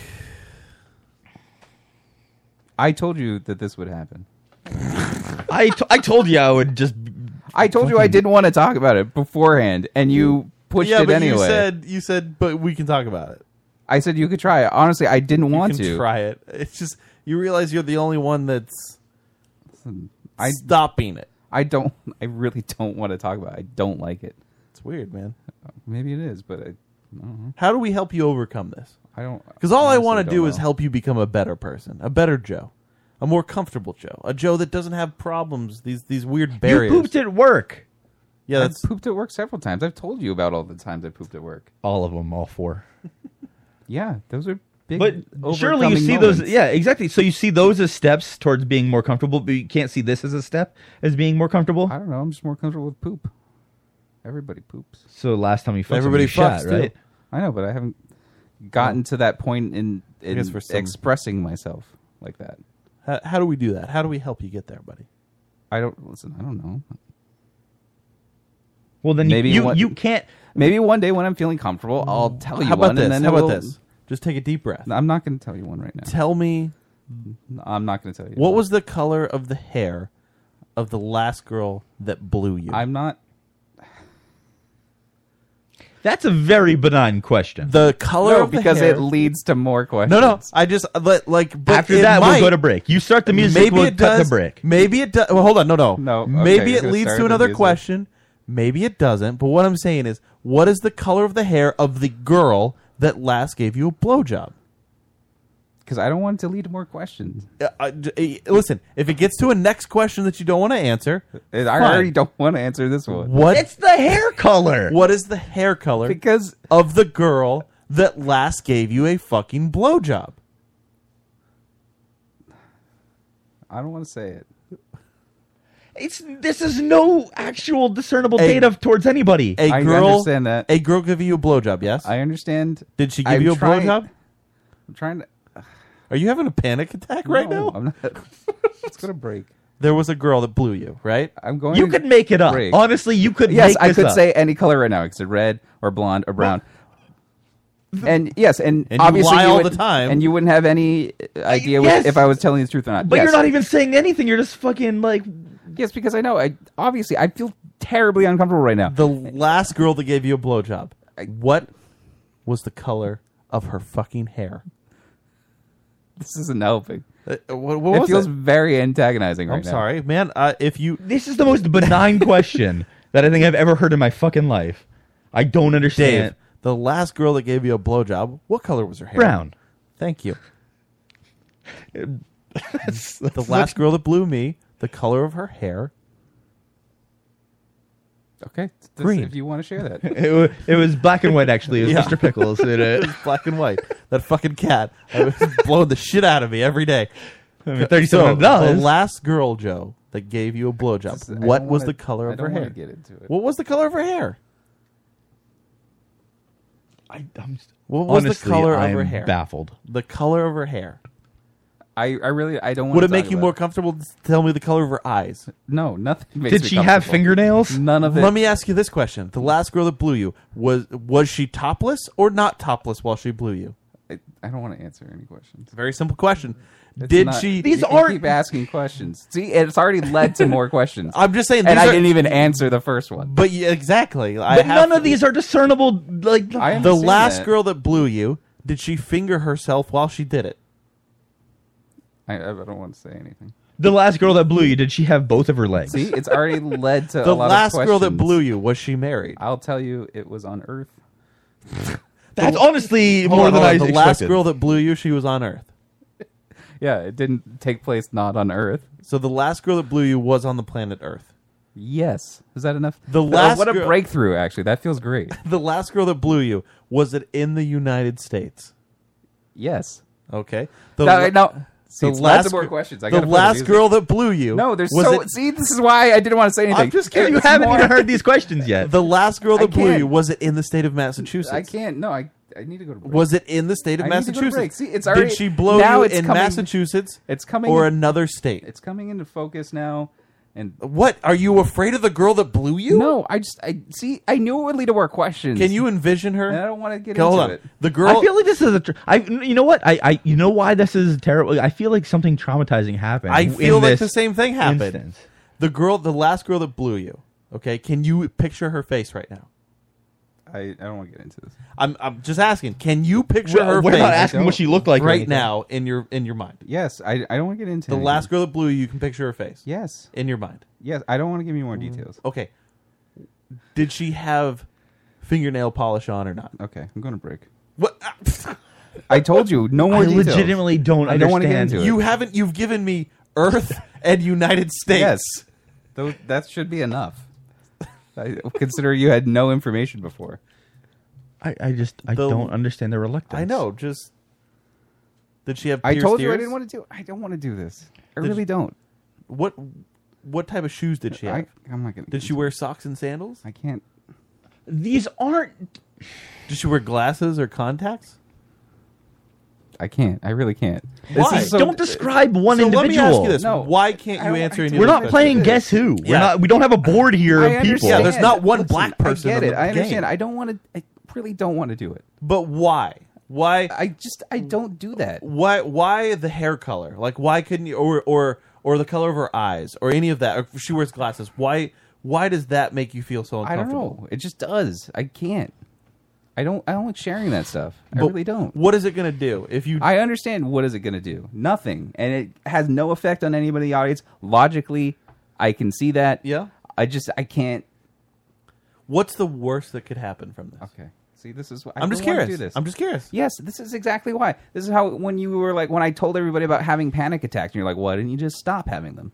I told you that this would happen. I, t- I told you I would just I told you I didn't want to talk about it beforehand, and you pushed yeah, it but anyway. you said you said, but we can talk about it. I said you could try it. Honestly, I didn't You want can to. try it. It's just you realize you're the only one that's I stopping it. I don't. <laughs> I really don't want to talk about. it. I don't like it. It's weird, man. Maybe it is, but I, How do we help you overcome this? I don't because all I honestly want to don't do is know. help you become a better person, a better Joe, a more comfortable Joe, a Joe that doesn't have problems. These these weird barriers. pooped at work. Yeah, I that's pooped at work several times. I've told you about all the times I pooped at work. All of them, all four. Yeah, those are big. But surely you overcoming see those. moments. Yeah, exactly. So you see those as steps towards being more comfortable, but you can't see this as a step as being more comfortable. I don't know. I'm just more comfortable with poop. Everybody poops. So last time you fucked Everybody somebody, you fucks, shot, too. right? I know, but I haven't gotten to that point in, in guess for some- expressing myself like that. how, how do we do that? How do we help you get there, buddy? I don't listen. I don't know. Well, then Maybe you, what- you can't. Maybe one day when I'm feeling comfortable, I'll tell you How about one. this? And then How it about will- this? Just take a deep breath. I'm not going to tell you one right now. Tell me I'm not going to tell you. what was the color of the hair of the last girl that blew you? I'm not. That's a very benign question. the color No, of the because hair. it leads to more questions. no, no. I just let like but After it that, might- we'll go to break. You start the music. maybe we'll it cut does. the break. Maybe it does. Well, hold on. No, no. No, okay, maybe you're it gonna leads start to with another music. question. Maybe it doesn't. But what I'm saying is, what is the color of the hair of the girl that last gave you a blowjob? because I don't want it to lead to more questions. Uh, uh, d- uh, listen, if it gets to a next question that you don't want to answer, And I fine. already don't want to answer this one What? It's the hair color. <laughs> what is the hair color because of the girl that last gave you a fucking blowjob? I don't want to say it. It's this is no actual discernible A- data towards anybody. A I girl understand that. a girl gave you a blowjob. Yes. I understand. Did she give I'm you a trying- blowjob? I'm trying to. Are you having a panic attack right No, now? I'm not. <laughs> Let's go to break. There was a girl that blew you, right? I'm going. you could make it up. break. Honestly, you could. Yes, make I this could up. say any color right now. I could say red or blonde or brown. and yes, and, And you obviously lie all would- the time. and you wouldn't have any idea yes. which- if I was telling the truth or not. But Yes. you're not even saying anything. You're just fucking like. Yes, because I know. I obviously I feel terribly uncomfortable right now. <laughs> The last girl that gave you a blowjob. What was the color of her fucking hair? this isn't helping. Uh, what, what it was feels it? very antagonizing right I'm now. sorry, man. Uh, if you This is the most <laughs> benign question that I think I've ever heard in my fucking life. I don't Dave, understand. the last girl that gave you a blowjob, what color was her hair? <laughs> Brown. Thank you. the last girl that blew me, the color of her hair. Okay, this- Green. If you want to share <laughs> that, It, wa- it was black and white actually. It was Yeah. Mr. Pickles. It, <laughs> uh, Black and <laughs> white. That fucking cat. I was <laughs> blowing the shit out of me every day. I mean, thirty-seven So, hundred the dollars. last girl, Joe, that gave you a blowjob, I don't what was the wanna- color I of don't her wanna hair? get into it. What was the color of her hair? I, I'm, What was the honestly, color of I'm her hair? Baffled. The color of her hair. I, I really I don't. want Would to it make talk you about more comfortable to tell me the color of her eyes? No, nothing. Makes Did me she have comfortable. fingernails? None of it. Let me ask you this question: The last girl that blew you was was she topless or not topless while she blew you? I, I don't want to answer any questions. Very simple question. It's Did not- she? These you can aren't- keep asking questions. See, it's already led <laughs> to more questions. I'm just saying. These and I are- didn't even answer the first one. <laughs> But yeah, exactly. I But have- none of these are discernible. Like I The understand last that. girl that blew you, did she finger herself while she did it? I, I don't want to say anything. the last girl that blew you, did she have both of her legs? See, it's already led to <laughs> a The lot last of questions. girl that blew you was she married? I'll tell you, it was on Earth. That's honestly Hold more on, than hold I on. The expected. last girl that blew you, she was on Earth. Yeah, it didn't take place not on Earth. So the last girl that blew you was on the planet Earth. Yes, is that enough? The Oh, last what a girl- breakthrough! Actually, that <laughs> feels great. The last girl that blew you was it in the United States? Yes. Okay. The now, la- now see, the it's led to last more gr- questions. I the gotta put last music- girl that blew you. No, there's was so. it- see, this is why I didn't want to say anything. I'm just kidding. you It's haven't more- even heard these questions yet. the last girl I that blew can't. you was it in the state of Massachusetts? I can't. No, I I need to go to break. Was it in the state of I need to go to Massachusetts? break. See, it's already- Did she blow now you it's in coming- Massachusetts? it's coming- or another state. it's coming into focus now, and What are you afraid of the girl that blew you? no, I just I see. I knew it would lead to more questions. Can you envision her? And I don't wanna get Go- hold into on. it. The girl. I feel like this is a. Tr- I you know what I, I you know why this is terrible. I feel like something traumatizing happened. I in feel like this the same thing happened. instance. The girl, the last girl that blew you. Okay, can you picture her face right now? I, I don't want to get into this. I'm, I'm just asking. Can you picture We're, her we're face not asking what she looked like or right anything. now in your in your mind? Yes, I, I don't want to get into The anything. last girl that blew you, you can picture her face Yes, in your mind. Mm. yes. I don't want to give you more details. Okay, did she have fingernail polish on or not. Okay, I'm going to break. <laughs> What? <laughs> I told you, no more I details. legitimately don't I don't want to get understand. into it. You haven't. You've given me <laughs> Earth and United States. Yes. Tho- that should be enough. I consider you had no information before. I, I just I The- don't understand the reluctance. I know. Just did she have? I pierced told you I ears? didn't want to do I don't want to do this. I Did- really don't. What? What type of shoes did she have? I, I'm not going to. did she wear socks and sandals? I can't. These aren't. Did she wear glasses or contacts? I can't. I really can't. Why? uh, This is so- don't describe one so let me individual. ask you this: No. Why can't I you don't- answer I any? don't- We're of these not questions? playing Guess Who. Yeah. We're not, we don't have a board here I of people. understand. Yeah, there's not one Listen, black person I get in it. the I understand. game. I don't want to. I really don't want to do it. But why? Why? I just. I don't do that. why why the hair color like why couldn't you or or or the color of her eyes or any of that or if she wears glasses why why does that make you feel so I don't uncomfortable know. It just does. I can't. I don't. I don't like sharing that stuff. I But really don't. what is it going to do if you I understand what is it going to do? Nothing, and it has no effect on anybody in the audience. Logically, I can see that. Yeah. I just. I can't. what's the worst that could happen from this Okay. See, this is. I i'm just don't wanna curious Do this. i'm just curious Yes, this is exactly why. This is how when you were like when I told everybody about having panic attacks, and you're like, "Why didn't you just stop having them?"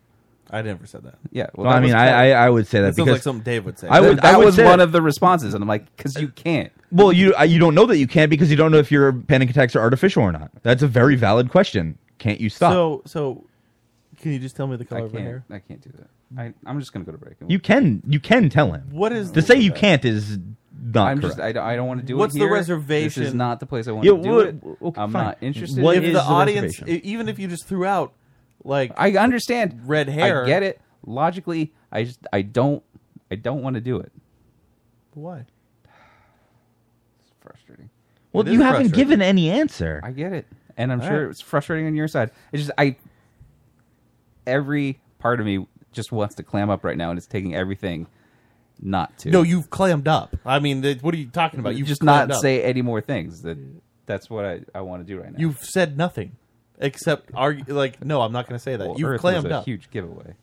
i never said that Yeah, well, No, I that was mean, clever. I, I I would say that that sounds like because something dave would say I would- that, that was say one that. of the responses, and I'm like, because you can't. well, you I- you don't know that you can't because you don't know if your panic attacks are artificial or not. That's a very valid question. Can't you stop? so so can you just tell me the color I of her can't. hair I can't do that. I, I'm just gonna go to break. you can you can tell him. what is to say you can't is not I'm correct. just. I don't, I don't want to do What's it. the here. reservation? This is not the place I want Yeah, to do what- it. okay, I'm not fine. interested. What in if it. is the the audience reservation? e- even if you just threw out like I understand Red hair. I get it. Logically, I just. I don't. I don't want to do it. why It's frustrating. well, it is you haven't frustrating. given any answer. I get it, and I'm All sure right. it's frustrating on your side. It's just I. Every part of me just wants to clam up right now, and it's taking everything not to. no you've clammed up i mean th- what are you talking about you you've just not clammed up. say any more things. That that's what I, I want to do right now. You've said nothing except argue like no, I'm not going to say that. Well, You've Earth clammed was a up. huge giveaway.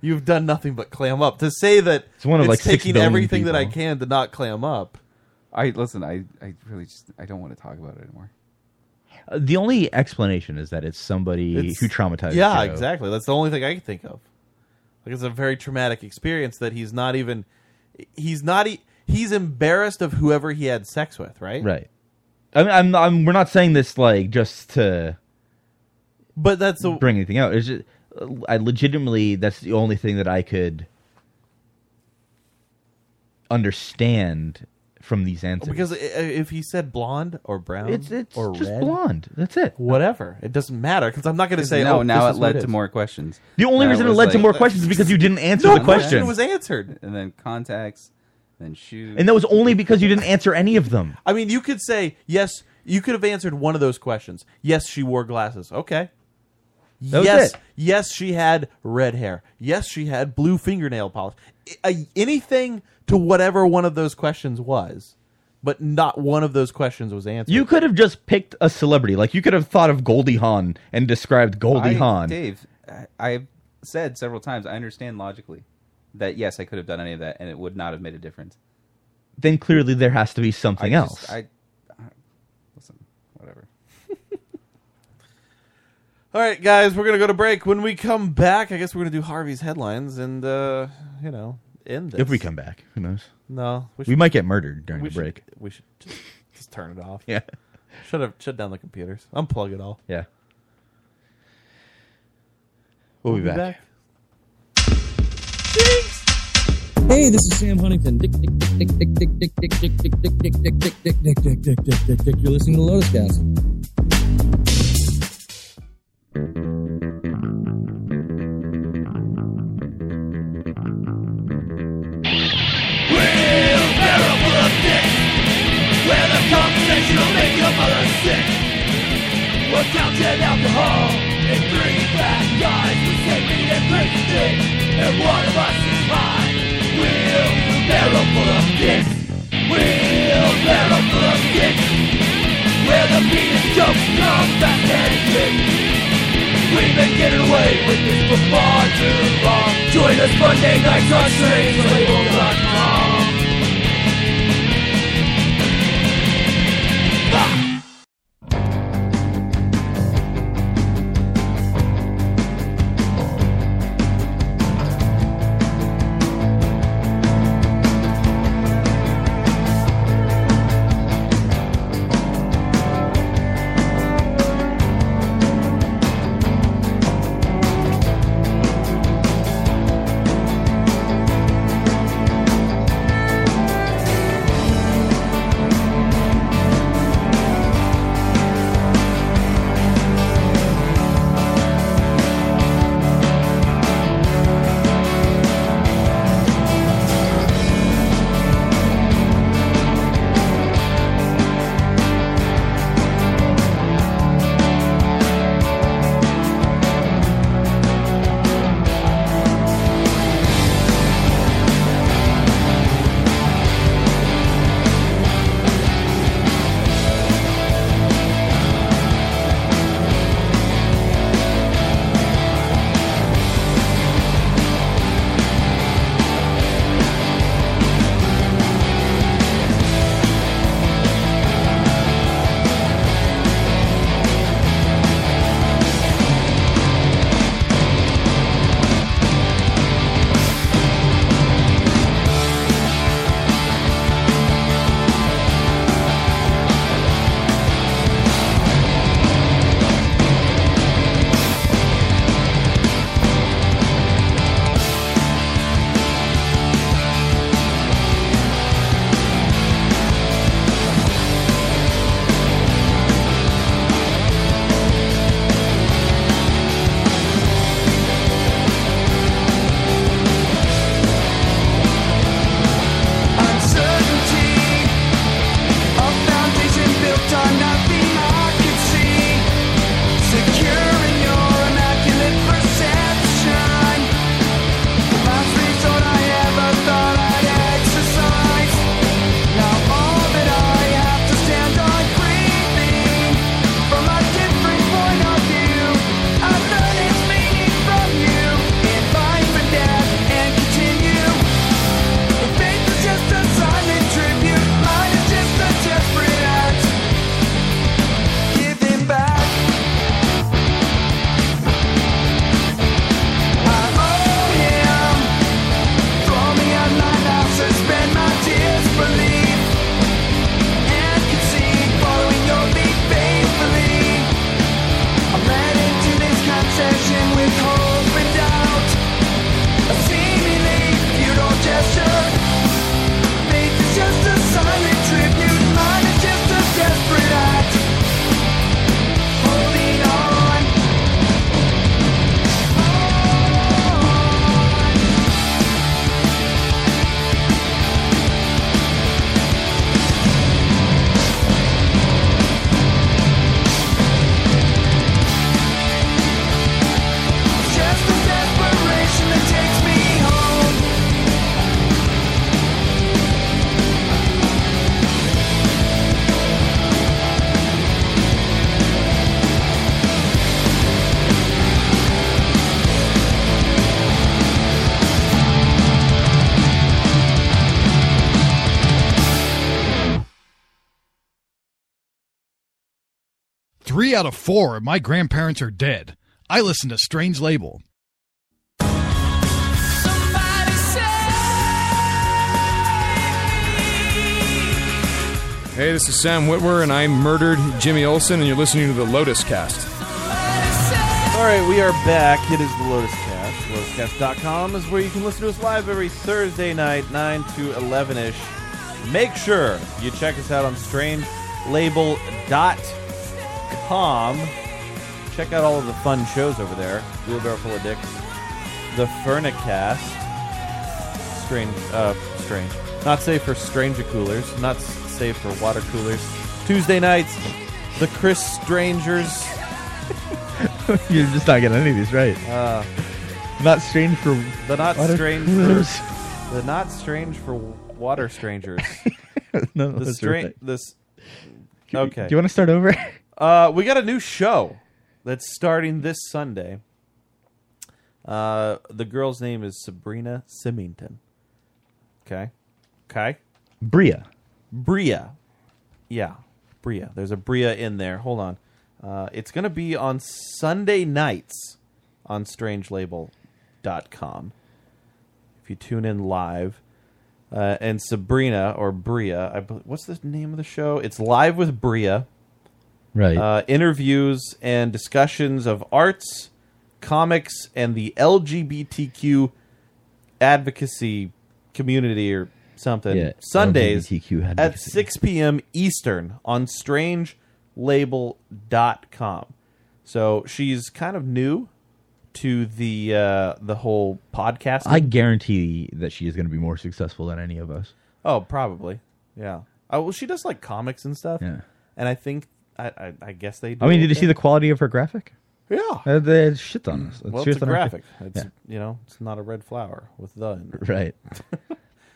You've done nothing but clam up. To say that It's one of, like, six taking billion everything that I people. can to not clam up. I listen. I, I really just I don't want to talk about it anymore. Uh, The only explanation is that it's somebody It's- who traumatized. Yeah, Joe. exactly. That's the only thing I can think of. Like it's a very traumatic experience that he's not even he's not e- he's embarrassed of whoever he had sex with, right? Right. I mean, I'm, I'm we're not saying this like just to But that's the bring anything out. It's just, uh, I legitimately that's the only thing that I could understand from these answers. because i- if he said blonde or brown it's it's or just red, blonde. That's it. whatever, it doesn't matter because I'm not going to say no. oh, now this it is what led is. to more questions. The only Now reason it was led to like- more questions is because you didn't answer No the question. was answered. and then contacts, then shoes, and that was only because you didn't answer any of them. I mean, you could say yes. You could have answered one of those questions. Yes, she wore glasses. Okay. was yes, it. yes, she had red hair. Yes, she had blue fingernail polish. I- I- anything to whatever one of those questions was, but not one of those questions was answered. You could have just picked a celebrity. Like you could have thought of Goldie Hawn and described Goldie I, Hawn. Dave, I, I've said several times. I understand logically that yes, I could have done any of that, and it would not have made a difference. Then clearly there has to be I something else. Just, I, I- listen, whatever. All right, guys, we're gonna go to break. When we come back, I guess we're gonna do Harvey's headlines and uh, you know end this. if we come back, who knows? no, we, should, We might get murdered during we the should- break. we should just, just turn it off. Yeah. Shut up! Shut down the computers. Unplug it all. Yeah. We'll, be, back. Hey, this is Sam Huntington. Dick, dick, dick, dick, dick, dick, dick, dick, dick, dick, dick, dick, dick, dick, dick, dick, dick, dick, dick, dick. You're listening to Lotus Cast. Three out of four of my grandparents are dead. I listen to Strange Label. Hey, this is Sam Whitwer, and I murdered Jimmy Olsen, and you're listening to the Lotus Cast. All right, we are back. It is the Lotus Cast. LotusCast.com is where you can listen to us live every Thursday night, 9 to 11 ish. Make sure you check us out on strangelabel.com. Check out all of the fun shows over there Wheelbarrow Full of Dicks, The Furnicast, Strange, uh, Strange. Not safe for Strange Coolers, not s- safe for water coolers. Tuesday nights, The Chris Strangers. You're just not getting any of these right. Uh, not strange for The not water strange. <laughs> coolers. <laughs> For, the not strange for water strangers. No, the that's stra- right. This. Do you- Okay. do you wanna start over? Uh, we got a new show that's starting this Sunday. Uh, the girl's name is Sabrina Symington. Okay. Okay. Bria. Bria. Yeah, Bria. There's a Bria in there. Hold on. Uh, it's going to be on Sunday nights on strangelabel.com. If you tune in live. Uh, and Sabrina or Bria, I bel what's the name of the show? It's Live with Bria. Right. Uh, interviews and discussions of arts, comics, and the LGBTQ advocacy community or something. Yeah, Sundays LGBTQ at 6 p.m. Eastern on strangelabel.com. So she's kind of new to the uh, the whole podcast. I guarantee that she is going to be more successful than any of us. Oh, probably. Yeah. Oh, well, she does like comics and stuff. Yeah. And I think I I, I guess they. Do I mean, did it you see there. the quality of her graphic? Yeah. Uh, they shit on us. Well, shit it's a on our- graphic. It's Yeah. you know, it's not a red flower with the. in it. <laughs> Right.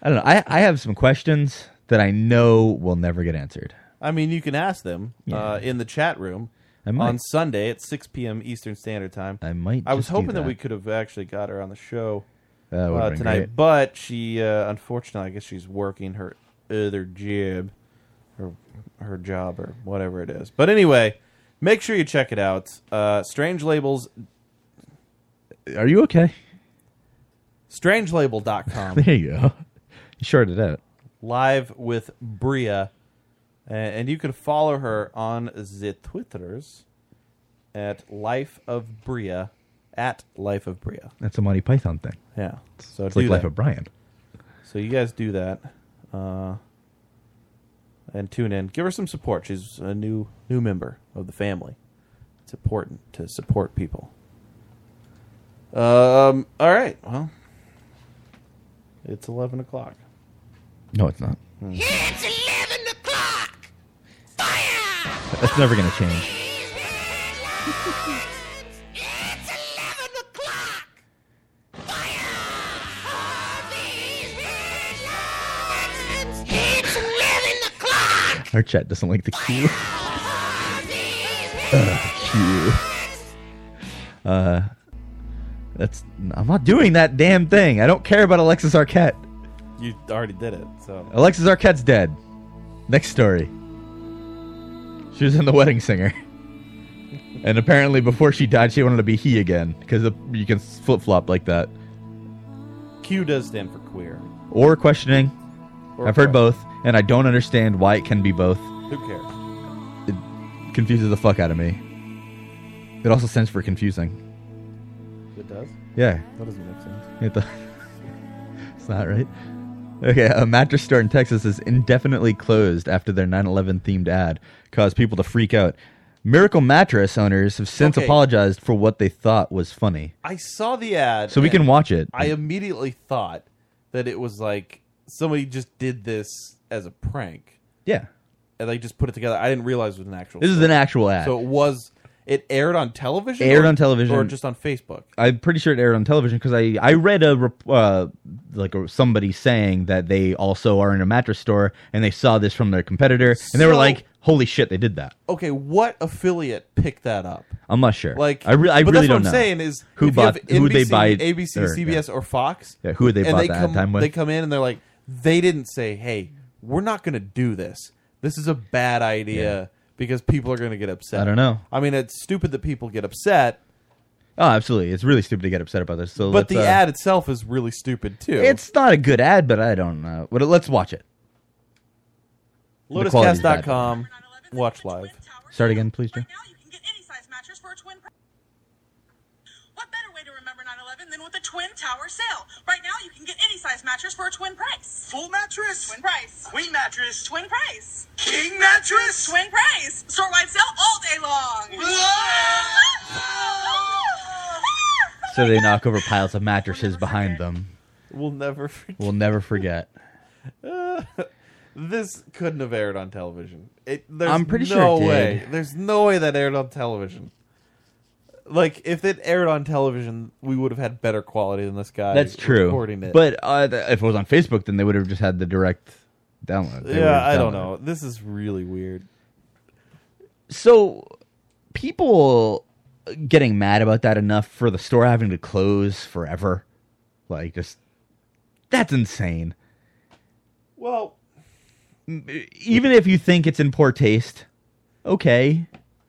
I don't know. I, I have some questions that I know will never get answered. I mean, you can ask them Yeah. uh, in the chat room I might. on Sunday at 6 p.m. Eastern Standard Time. I might. I was just do hoping that. that. we could have actually got her on the show That would've uh, been tonight, great. but she uh, unfortunately, I guess she's working her other job, or her job, or whatever it is. But anyway, make sure you check it out. Uh, Strange Labels, Are you okay? <laughs> strangelabel.com. There you go. You shorted out. live with Bria, A- and you can follow her on the Twitters at Life of Bria, at Life of Bria. That's a Monty Python thing. Yeah. So it's do like Life that. of Brian. So you guys do that, uh, and tune in. Give her some support. She's a new new member of the family. It's important to support people. Um. All right. Well, it's eleven o'clock. No, it's not. It's 11 o'clock. That's never going to change. It's 11 o'clock. Our chat doesn't like <laughs> the cue. Ugh, cue. Uh, that's. I'm not doing that damn thing. I don't care about Alexis Arquette. You already did it. So Alexis Arquette's dead. Next story. She was in The Wedding Singer. and apparently, before she died, she wanted to be he again because you can flip flop like that. Q does stand for queer. Or questioning. Or I've heard que- both, and I don't understand why it can be both. Who cares? It confuses the fuck out of me. It also stands for confusing. It does. Yeah. That doesn't make sense. It do- <laughs> it's not right. Okay, a mattress store in Texas is indefinitely closed after their 9 11 themed ad caused people to freak out. Miracle mattress owners have since Okay. apologized for what they thought was funny. I saw the ad, So we can and watch it. I immediately thought that it was like somebody just did this as a prank. Yeah. and they just put it together. I didn't realize it was an actual. This is story. an actual ad. So it was. It aired on television. Aired or- on television. or just on Facebook. I'm pretty sure it aired on television because I, I read a rep- uh, like a, somebody saying that they also are in a mattress store and they saw this from their competitor and they were So- like, "Holy shit, they did that." Okay, what affiliate picked that up? I'm not sure. Like I, re- I but really that's what don't I'm know. saying is who if you have bought who they NBC, buy ABC, or- yeah. CBS, or Fox. Yeah, who would they and bought they that come, time with? They come in and they're like, they didn't say, "Hey, we're not going to do this. This is a bad idea. because people are going to get upset. I don't know. I mean, it's stupid that people get upset, Oh, absolutely. It's really stupid to get upset about this. So, but let's, the uh, ad itself is really stupid too. It's not a good ad, but I don't know. But let's watch it. The quality's bad. Lotuscast.com. Watch live. Start again, please, Joe. than with a twin tower sale. Right now, you can get any size mattress for a twin price. Full mattress, twin price. Queen mattress, twin price. King mattress, twin price. Store wide sale all day long. <laughs> So they knock over piles of mattresses behind them. We'll never <laughs> forget. We'll never forget. <laughs> This couldn't have aired on television. It, there's I'm pretty sure no it did. way. There's no way that aired on television. Like if it aired on television, we would have had better quality than this guy. That's Recording true. it, But uh, th- if it was on Facebook, then they would have just had the direct download. They would yeah, have I don't downloaded. know. This is really weird. So people getting mad about that enough for the store having to close forever, like just that's insane. Well, Even if you think it's in poor taste, okay,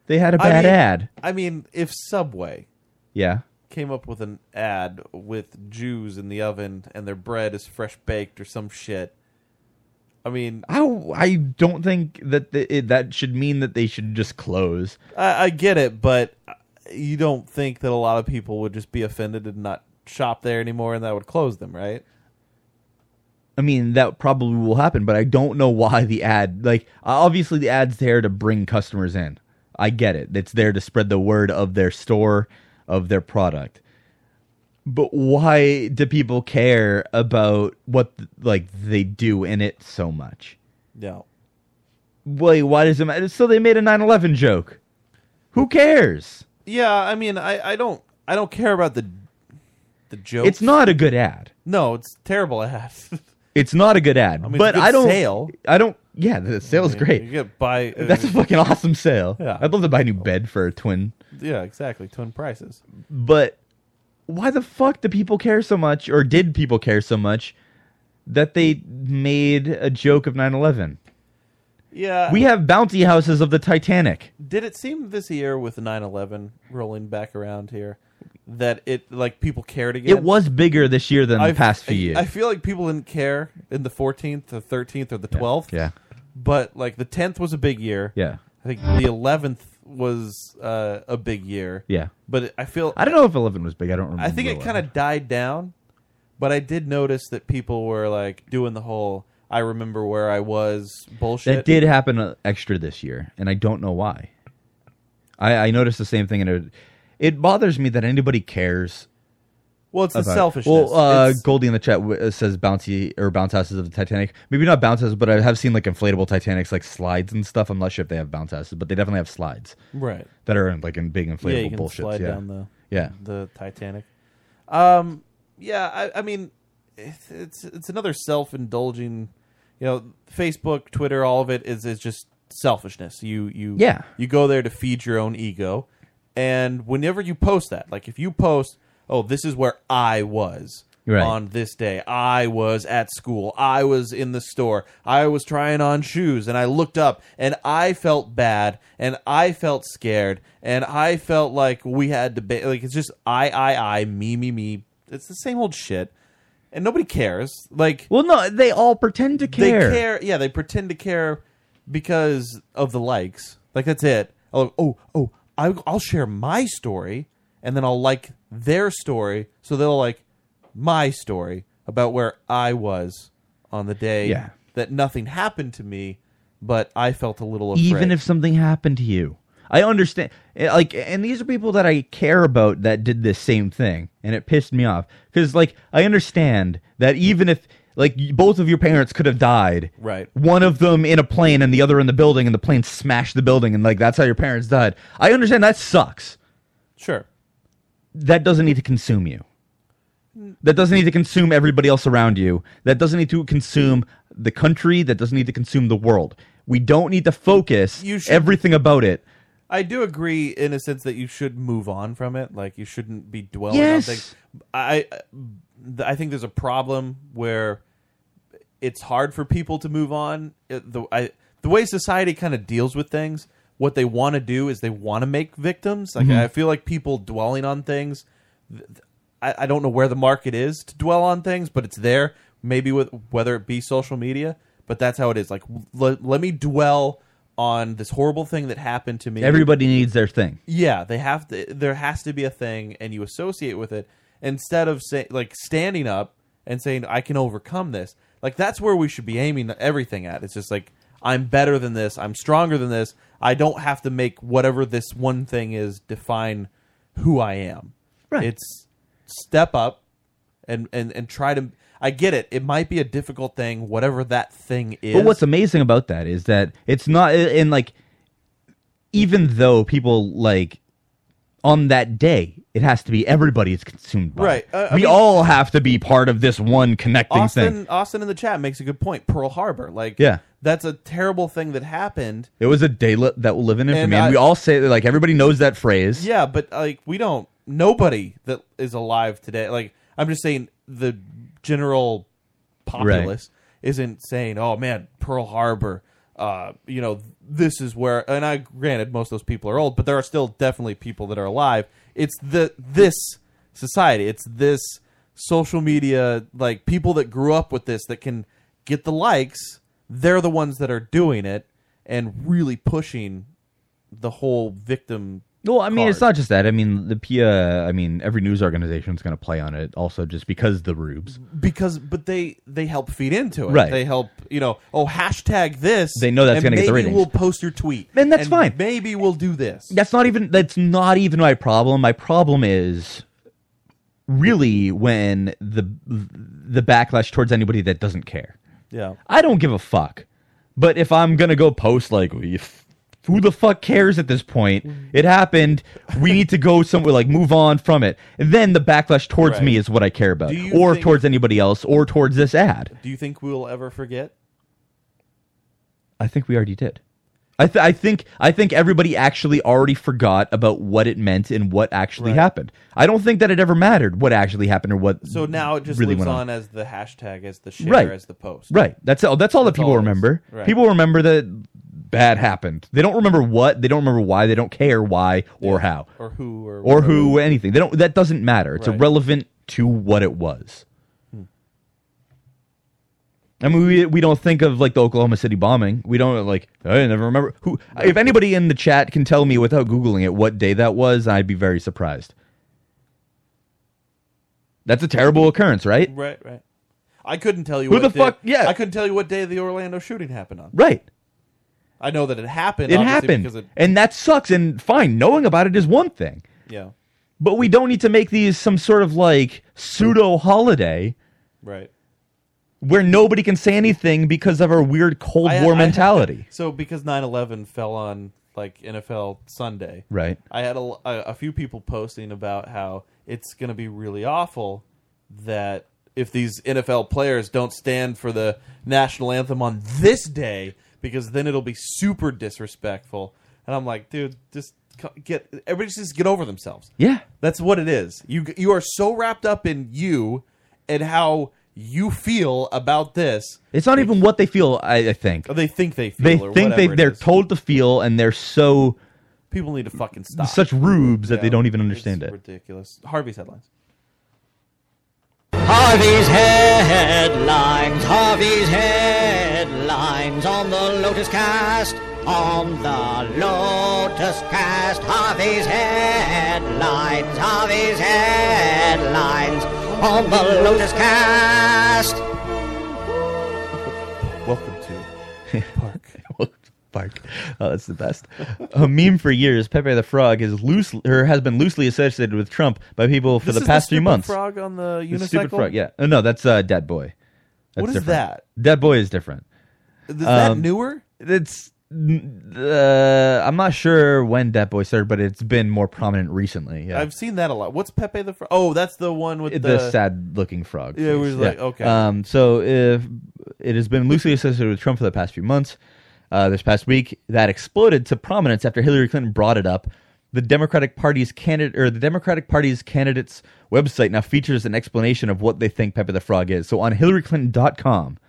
they had a I bad mean- ad. I mean, if Subway Yeah. came up with an ad with Jews in the oven and their bread is fresh baked or some shit, I mean, I, I don't think that the, it, that should mean that they should just close. I, I get it, but you don't think that a lot of people would just be offended and not shop there anymore, and that would close them, right? I mean, that probably will happen, but I don't know why the ad, like, obviously the ad's there to bring customers in. I get it. It's there to spread the word of their store, of their product. But why do people care about what, like, they do in it so much? No. Wait, why does it matter? So they made a 9 11 joke. Who cares? Yeah, I mean, I, I don't, I don't care about the the joke. It's not a good ad. No, it's terrible ad. <laughs> It's not a good ad. I mean, it's a but good I don't. sale. I don't. Yeah, the sale's I mean, great. You get uh, buy. <laughs> That's a fucking awesome sale. Yeah. I'd love to buy a new bed for a twin. Yeah, exactly. Twin prices. But why the fuck do people care so much, or did people care so much, that they made a joke of 9 11? Yeah. We have bounty houses of the Titanic. Did it seem this year with 9/11 rolling back around here that it like people cared again? It was bigger this year than I- the past few I- years. I feel like people didn't care in the 14th, the 13th, or the 12th. yeah. But like the 10th was a big year. Yeah. I think the 11th was uh, a big year. Yeah. But I feel I don't know Mm-hmm. if 11 was big. I don't remember. I think it kind of died down, but I did notice that people were like doing the whole "I remember where I was" bullshit. That did happen uh, extra this year, and I don't know why. I, I noticed the same thing, and it, it bothers me that anybody cares. Well, it's the about- selfishness. Well, uh, It's- Goldie in the chat w- uh, says bouncy or bounce houses of the Titanic. Maybe not bounce houses, but I have seen like inflatable Titanics, like slides and stuff. I'm not sure if they have bounce houses, but they definitely have slides, Right. That are in, like in big inflatable yeah, you can bullshits. slide yeah, down the yeah. the Titanic. Um, yeah, I, I mean, it's it's- it's another self indulging. You know, Facebook, Twitter, all of it is is just selfishness. You you Yeah. you go there to feed your own ego, and whenever you post that, like if you post, oh, this is where I was. Right. On this day, I was at school. I was in the store. I was trying on shoes and I looked up and I felt bad and I felt scared and I felt like we had to ba- like it's just I I I me me me. It's the same old shit. And nobody cares. Like Well, no, they all pretend to care. They care. Yeah, they pretend to care because of the likes. Like that's it. Oh, oh, oh I, I'll share my story, and then I'll like their story, so they'll like my story about where I was on the day Yeah. that nothing happened to me, but I felt a little afraid. even if something happened to you. I understand. eh, Like, and these are people that I care about that did this same thing, and it pissed me off because, like, I understand that even if like y- both of your parents could have died, Right. One of them in a plane and the other in the building, and the plane smashed the building, and like that's how your parents died. I understand that sucks. sure, That doesn't need to consume you. That doesn't need to consume everybody else around you. That doesn't need to consume the country. That doesn't need to consume the world. We don't need to focus You should- everything about it I do agree in a sense that you should move on from it. Like you shouldn't be dwelling Yes. on things. I I think there's a problem where it's hard for people to move on. It- the I, the way society kind of deals with things, what they want to do is they want to make victims. Like Mhm. Mm-hmm. I feel like people dwelling on things. th- th- I, I don't know where the market is to dwell on things, but it's there. Maybe with whether it be social media, but that's how it is. Like l- let me dwell on this horrible thing that happened to me. Everybody needs their thing. Yeah, they have to. There has to be a thing, and you associate with it instead of say like standing up and saying I can overcome this. Like that's where we should be aiming everything at. It's just like I'm better than this. I'm stronger than this. I don't have to make whatever this one thing is define who I am. Right. It's step up and and and try to. I get it. It might be a difficult thing, whatever that thing is. But what's amazing about that is that it's not and like even though people like on that day it has to be everybody is consumed by. it. Right, uh, I we mean- all have to be part of this one connecting Austin thing. Austin in the chat makes a good point. Pearl Harbor, like Yeah. that's a terrible thing that happened. It was a day li- that will live in infamy. And And, I- we all say like everybody knows that phrase. Yeah, but like we don't. Nobody that is alive today. Like I'm just saying, the general populace isn't saying, "Oh man, Pearl Harbor." Uh, you know, this is where. And I granted, most of those people are old, but there are still definitely people that are alive. It's the this society. It's this social media. Like people that grew up with this that can get the likes. They're the ones that are doing it and really pushing the whole victim Well, I mean, it's not just that. I mean, the PIA, I mean, every news organization is going to play on it also just because the rubes. because but they they help feed into it Right. they help you know oh hashtag this They know that's and gonna get the maybe ratings. we'll post your tweet And that's fine. maybe we'll do this That's not even that's not even my problem. My problem is really when the the backlash towards anybody that doesn't care. Yeah. I don't give a fuck. But if I'm going to go post like if- who the fuck cares at this point? It happened. We need to go somewhere like move on from it. And then the backlash towards Right. me is what I care about Do you or think- towards anybody else or towards this ad. do you think we'll ever forget I think we already did. I, th- I think I think everybody actually already forgot about what it meant and what actually happened. I don't think that it ever mattered what actually happened or what. so now it just really lives went on as the hashtag as the share right as the post Right. That's all. That's all that people all it is. remember. Right. People remember that bad happened. They don't remember what. They don't remember why. They don't care why or how Or who or who anything. They don't. That doesn't matter. It's irrelevant to what it was. Hmm. I mean, we, we don't think of like the Oklahoma City bombing. We don't like. I never remember who. If anybody in the chat can tell me without googling it what day that was, I'd be very surprised. That's a terrible occurrence, right? right right i couldn't tell you Who what the day- fuck- yeah. i couldn't tell you what day the orlando shooting happened on Right. i know that it happened It obviously, happened, because it, and that sucks. And fine, knowing about it is one thing. yeah But we don't need to make these some sort of like pseudo holiday right where nobody can say anything because of our weird Cold I- War I- mentality. <laughs> so because 9-11 fell on like NFL Sunday, Right. I had a, l- a- a few people posting about how it's going to be really awful that if these NFL players don't stand for the national anthem on this day, because then it'll be super disrespectful. And I'm like, dude, just co- get everybody just get over themselves. Yeah. That's what it is. You you are so wrapped up in you and how you feel about this. It's not even what they feel. I, I think They think they feel. they or think they whatever it they're is. told to feel, and they're so People need to fucking stop. such rubes that they Yeah, don't even understand it's it. Ridiculous. Harvey's headlines. Harvey's headlines, Harvey's headlines on the Lotus Cast, on the Lotus Cast, Harvey's headlines, Harvey's headlines on the Lotus <laughs> Cast. Welcome to Park. Park. Oh, that's the best. A meme for years. Pepe the Frog is loose or has been loosely associated with Trump by people for This the is past the few stupid months. frog on the The stupid unicycle? frog. Yeah. Oh, no, that's uh, Dead Boy. That's What is different. Um, that? Dead Boy is different. Is that newer? It's. n- Uh, I'm not sure when Dead Boy started, but it's been more prominent recently. Yeah. I've seen that a lot. What's Pepe the Frog? Oh, that's the one with the, the, sad looking frog. Yeah, it face. was like, okay. Um, so if it has been loosely associated with Trump for the past few months. Uh, this past week, that exploded to prominence after Hillary Clinton brought it up. The Democratic Party's candidate or the Democratic Party's candidates website now features an explanation of what they think Pepper the Frog is. So on HillaryClinton.com,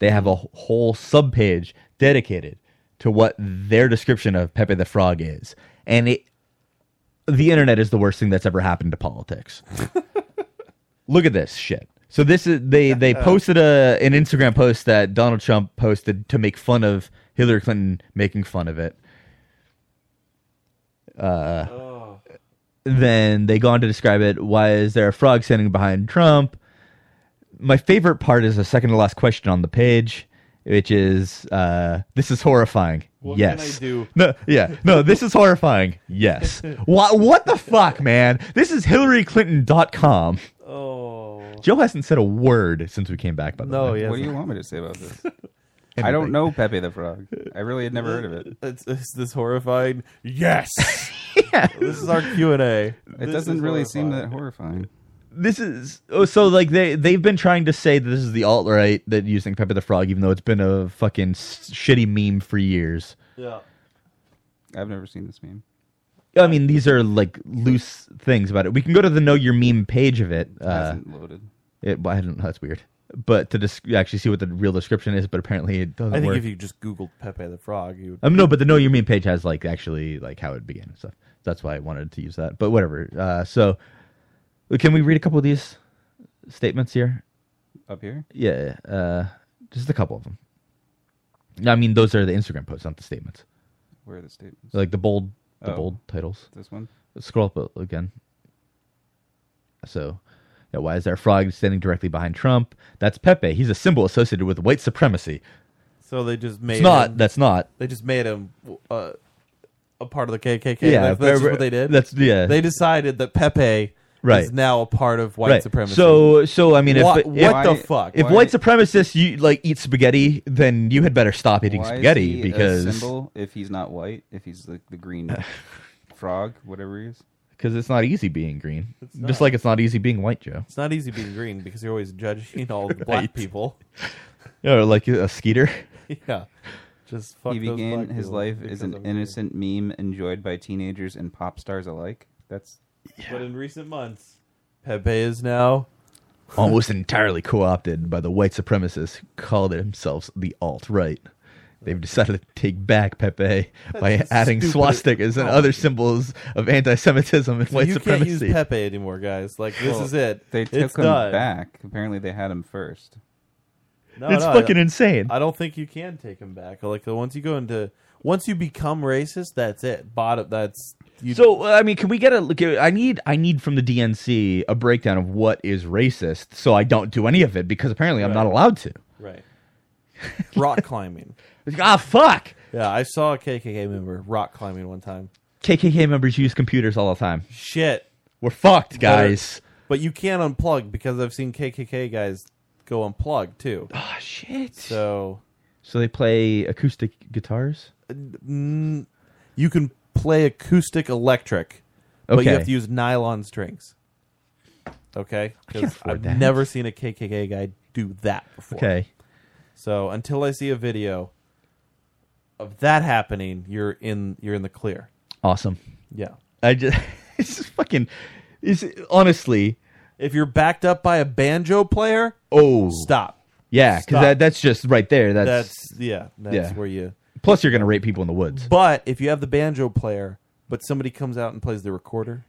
they have a wh- whole subpage dedicated to what their description of Pepe the Frog is, and it, the internet is the worst thing that's ever happened to politics. Look at this shit. So this is they they posted a an Instagram post that Donald Trump posted to make fun of Hillary Clinton making fun of it. Uh, Oh. Then they go on to describe it. Why is there a frog standing behind Trump? My favorite part is the second to last question on the page, which is uh, this is horrifying. What yes. can I do? No, yeah. No, this is horrifying. <laughs> Yes. what what the fuck, man? This is HillaryClinton.com. Oh. Joe hasn't said a word since we came back, by the No, way. he What do you want me to say about this? I don't Anything. know Pepe the Frog. I really had never heard of it. It's, it's this horrifying. <laughs> Yes. This is our Q and A. It doesn't really seem that horrifying. This is oh, so like they they've been trying to say that this is the alt right that using Pepper the Frog, even though it's been a fucking s- shitty meme for years. Yeah. I've never seen this meme. I mean, these are like loose things about it. We can go to the Know Your Meme page of it. Uh, hasn't loaded. It, well, I don't know. That's weird. But to dis- actually see what the real description is, but apparently it doesn't I think work. if you just Googled Pepe the Frog, you would. Um, no, but the Know Your Meme page has like actually like how it began and stuff. That's why I wanted to use that. But whatever. Uh, so, uh, can we read a couple of these statements here? Up here? Yeah, uh, just a couple of them. I mean, those are the Instagram posts, not the statements. Where are the statements? Like the bold, the Oh. bold titles. This one? Scroll up a- again. So, yeah, why is there a frog standing directly behind Trump? That's Pepe. He's a symbol associated with white supremacy. So they just made. It's not. him- That's not. They just made him uh, a part of the KKK. Yeah, That- that's just but- what they did. that's- yeah. They decided that Pepe Right. is now a part of white right. supremacy. So, so I mean, if what, if- what the fuck? If white supremacists you like eat spaghetti, then you had better stop eating Why is spaghetti he a because symbol if he's not white, if he's like the <laughs> green frog, whatever he is. because it's not easy being green. not. Just like it's not easy being white, Joe. it's not easy being green because you're always judging <laughs> all the black Right. people. <laughs> Or like a skeeter. <laughs> Yeah. Just fuck he those began black his people life because as an of- innocent meme enjoyed by teenagers and pop stars alike. That's But in recent months, Pepe is now. almost entirely co-opted by the white supremacists who call themselves the alt-right. They've decided to take back Pepe by That's adding stupid. swastikas and other symbols of anti-Semitism and So white you can't supremacy. use Pepe anymore, guys. Like this Well, is it. They took it's him done. back. Apparently, they had him first. No, It's no, I fucking don't- insane. I don't think you can take him back. Like the once you go into once you become racist, that's it. Bottom. That's you. So uh, I mean, can we get a look? at- I need I need from the DNC a breakdown of what is racist, so I don't do any of it because apparently I'm not allowed to. right. Rock climbing. Ah, fuck. Yeah, I saw a KKK member rock climbing one time. KKK members use computers all the time. Shit. We're fucked, But, guys. uh, but you can't unplug because I've seen KKK guys go unplug <laughs> too. Oh shit. So So they play acoustic guitars. mm, you can play acoustic electric, but you Okay. have to use nylon strings. Okay, can't because afford I've that. never seen a KKK guy do that before. Okay. so until I see a video of that happening, you're in you're in the clear. Awesome. Yeah. I just <laughs> it's just fucking is honestly If you're backed up by a banjo player, oh stop. yeah Stop. because that that's just right there that's, That's- yeah, that's where you- plus you're gonna rape people in the woods But if you have the banjo player, but somebody comes out and plays the recorder,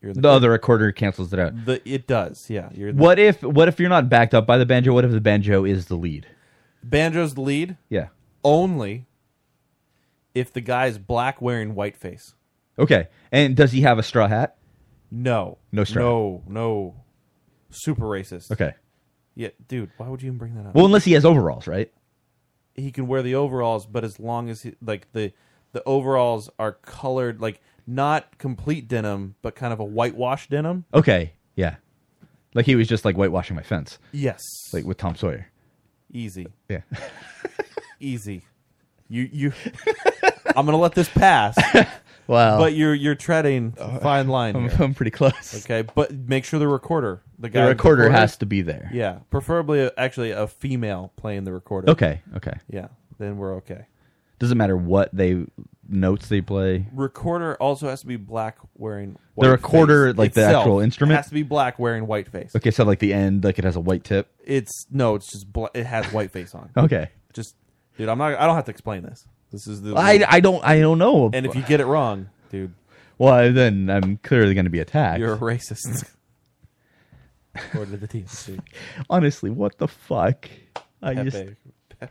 you're in the, the, clear. other recorder cancels it out The- it does. Yeah, you're in the- what if what if you're not backed up by the banjo what if the banjo is the lead Banjo's the lead. Yeah. Only if the guy's black wearing whiteface. okay and does he have a straw hat No. No straw. No, no. Super racist. Okay. Yeah, dude, why would you even bring that up? well unless he has overalls right he can wear the overalls, but as long as he like the the overalls are colored like not complete denim, but kind of a whitewashed denim. okay yeah like he was just like whitewashing my fence Yes. like with Tom Sawyer Easy. <laughs> Yeah. Easy. You you <laughs> I'm gonna let this <laughs> pass. Wow. But you're you're treading a fine line. Uh, I'm- here. I'm pretty close. Okay, but make sure the recorder the The guy with recorder has to be there. Yeah. Preferably a, actually a female playing the recorder. Okay, okay. Yeah. Then we're okay. doesn't matter what they notes they play Recorder also has to be black wearing white the recorder face like the itself. actual It instrument has to be black wearing white face. Okay, so like the end, like it has a white tip. It's no, it's just bla- it has white face on. <laughs> Okay. Just dude, I'm not I don't have to explain this. This is the. I, I don't I don't know. And if you get it wrong, dude, well then I'm clearly going to be attacked. you're a <laughs> racist. According to the TNC. Honestly, what the fuck? I Pepe. just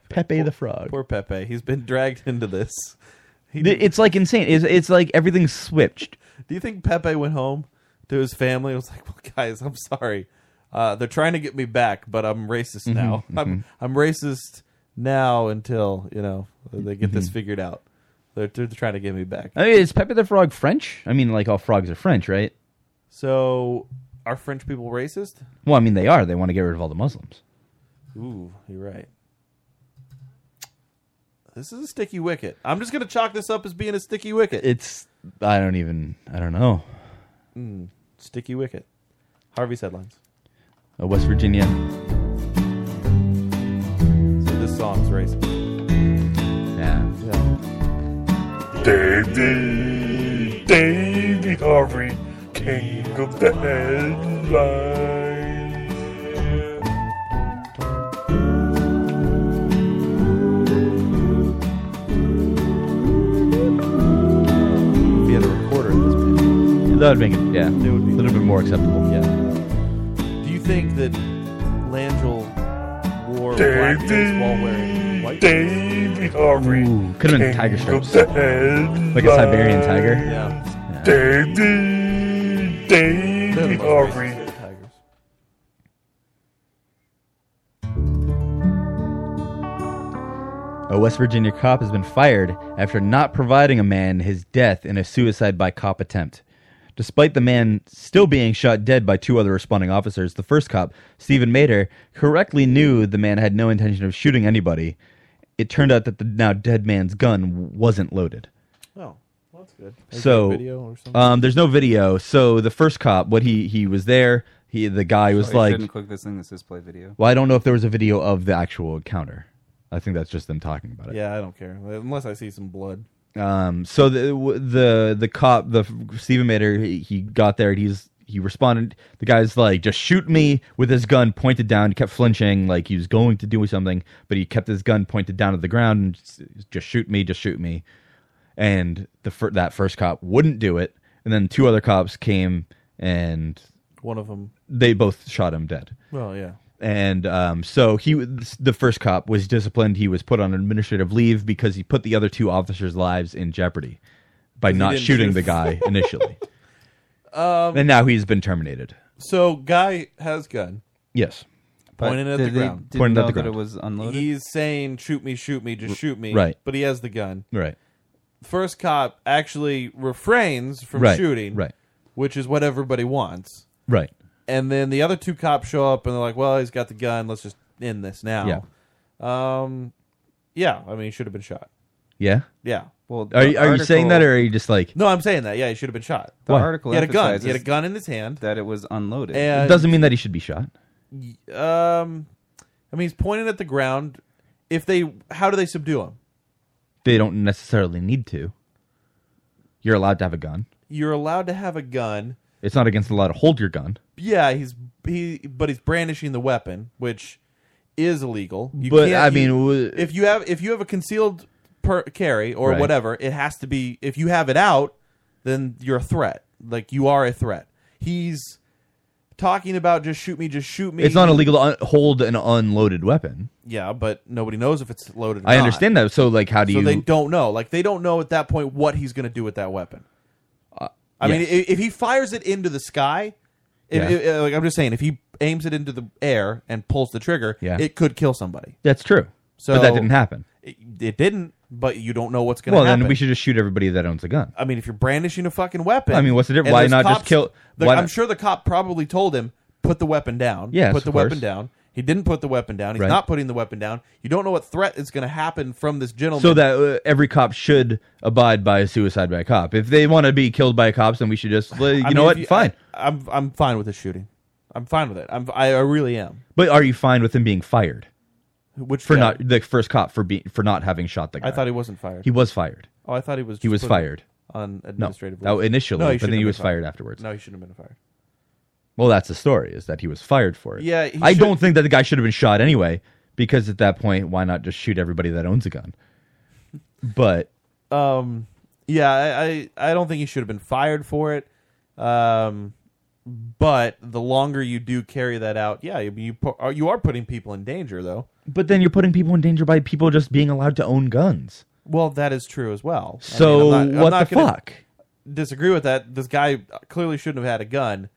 Pepe the Frog. Poor Pepe. He's been dragged into this. He- Th- It's like insane. It's, it's like everything's switched. Do you think Pepe went home to his family and was like, "Well, guys, I'm sorry. Uh, they're trying to get me back, but I'm racist Mhm, now. I'm I'm racist now until you know they get this Mhm. figured out. They're, they're trying to get me back. I mean, is Pepe the Frog French? I mean, like all frogs are French, right? So, are French people racist? Well, I mean they are. They want to get rid of all the Muslims. Ooh, you're right. This is a sticky wicket. I'm just gonna chalk this up as being a sticky wicket. It's I don't even I don't know. Mm, sticky wicket. Harvey's headlines. Uh, West Virginia. So this song's racist. Oh, Yeah. Davy, Davy Harvey, king of the headlines. If you had a recorder at this point. That would make it yeah. It would be a little bit more acceptable. Yeah. Do you think that Langell wore black Davy, pants while wearing white? Davy Harvey, Ooh, could have been king tiger of stripes. the headlines. Like a Siberian tiger. Yeah. Davy, Davy They're the most Harvey. racist of tigers. A West Virginia cop has been fired after not providing a man his death in a suicide by cop attempt. Despite the man still being shot dead by two other responding officers, the first cop, Stephen Mater, correctly knew the man had no intention of shooting anybody. It turned out that the now dead man's gun wasn't loaded. Oh, well, that's good. Is so there a video or something? um, there's no video. So the first cop, what he he was there. He the guy was So I like, shouldn't click this thing that says play video. well, I don't know if there was a video of the actual encounter. I think that's just them talking about it. yeah, I don't care unless I see some blood. Um, so the w- the the cop, the Stephen Mater, he, he got there and he's he responded. The guy's like, "Just shoot me!" with his gun pointed down. He kept flinching, like he was going to do something, but he kept his gun pointed down to the ground and s- just shoot me, just shoot me. And the fir- that first cop wouldn't do it, and then two other cops came and One of them. they both shot him dead. Well, yeah. And um, so he, was- the first cop, was disciplined. He was put on administrative leave because he put the other two officers' lives in jeopardy by 'Cause he not didn't shooting shoot. <laughs> the guy initially. Um, and now he's been terminated. so guy has gun. Yes. But pointing at did the they- ground. didn't Pointed at know the that ground. it was unloaded? He's saying, "Shoot me, shoot me, just shoot me." right. But he has the gun. Right. First cop actually refrains from Right, shooting. right. Which is what everybody wants. Right. And then the other two cops show up and they're like, "Well, he's got the gun. Let's just end this now." Yeah. Um. Yeah. I mean, he should have been shot. Yeah. Yeah. Well, Are you, are you saying that, or are you just like No, I'm saying that. Yeah, he should have been shot. The Why? article He had a gun. He had a emphasizes gun in his hand. that it was unloaded. And it doesn't mean that he should be shot? Um, I mean, he's pointing at the ground. If they, how do they subdue him? They don't necessarily need to. You're allowed to have a gun. You're allowed to have a gun. It's not against the law to hold your gun. Yeah, he's he, but he's brandishing the weapon, which is illegal. But, I mean, you- w- if you have if you have a concealed per, carry or Right. whatever, it has to be. If you have it out, then you're a threat. Like you are a threat. He's talking about just shoot me, just shoot me. It's not illegal to un- hold an unloaded weapon. Yeah, but nobody knows if it's loaded. Or I not. understand that. So, like, how do so you? they don't know. Like they don't know at that point what he's going to do with that weapon. I mean, Uh, yes. if, if he fires it into the sky, if, Yeah. if- uh, like I'm just saying, if he aims it into the air and pulls the trigger, Yeah. it could kill somebody. That's true. So but that didn't happen. It, it didn't. But you don't know what's going to Well, happen. then we should just shoot everybody that owns a gun. I mean, if you're brandishing a fucking weapon, I mean, what's the difference? and Why there's not just kill- the- why I'm not- sure the cop probably told him put the weapon down. Yes, put the of course. weapon down. He didn't put the weapon down. He's Right. not putting the weapon down. You don't know what threat is going to happen from this gentleman. So that uh, every cop should abide by a suicide by a cop. If they want to be killed by a cop, then we should just, like, you I know mean, what, if you- fine. I, am I'm fine with the shooting. I'm fine with it. I'm I, I really am. but are you fine with him being fired? Which for guy? not the first cop for being for not having shot the guy? I thought he wasn't fired. He was fired. Oh, I thought he was. He just was put fired on No. administrative. Oh, leave. initially, No, but then shouldn't he have was been fired afterwards. No, he shouldn't have been fired. Well, that's the story is that he was fired for it. Yeah, he I should- don't think that the guy should have been shot anyway because at that point, why not just shoot everybody that owns a gun? But um, yeah, I, I I don't think he should have been fired for it. Um, but the longer you do carry that out, yeah, you you, pu- are- you are putting people in danger though. but then you're putting people in danger by people just being allowed to own guns. Well, that is true as well. So what gonna the fuck? Disagree with that. This guy clearly shouldn't have had a gun.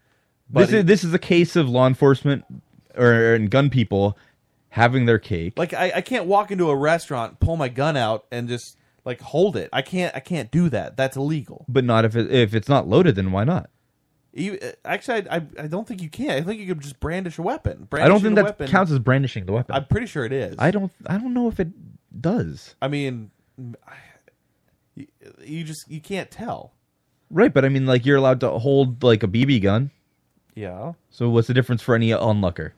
But This is this is a case of law enforcement or and gun people having their cake. like I, I can't walk into a restaurant, pull my gun out, and just like hold it. I can't I can't do that. That's illegal. But not if it, if it's not loaded, then why not? You, uh, actually, I, I I don't think you can. I think you could just brandish a weapon. I don't Brandishing think a that weapon- counts as brandishing the weapon. I'm pretty sure it is. I don't I don't know if it does. I mean, I- you, you just you can't tell. Right, but I mean like you're allowed to hold like a BB gun. Yeah. So what's the difference for any onlooker?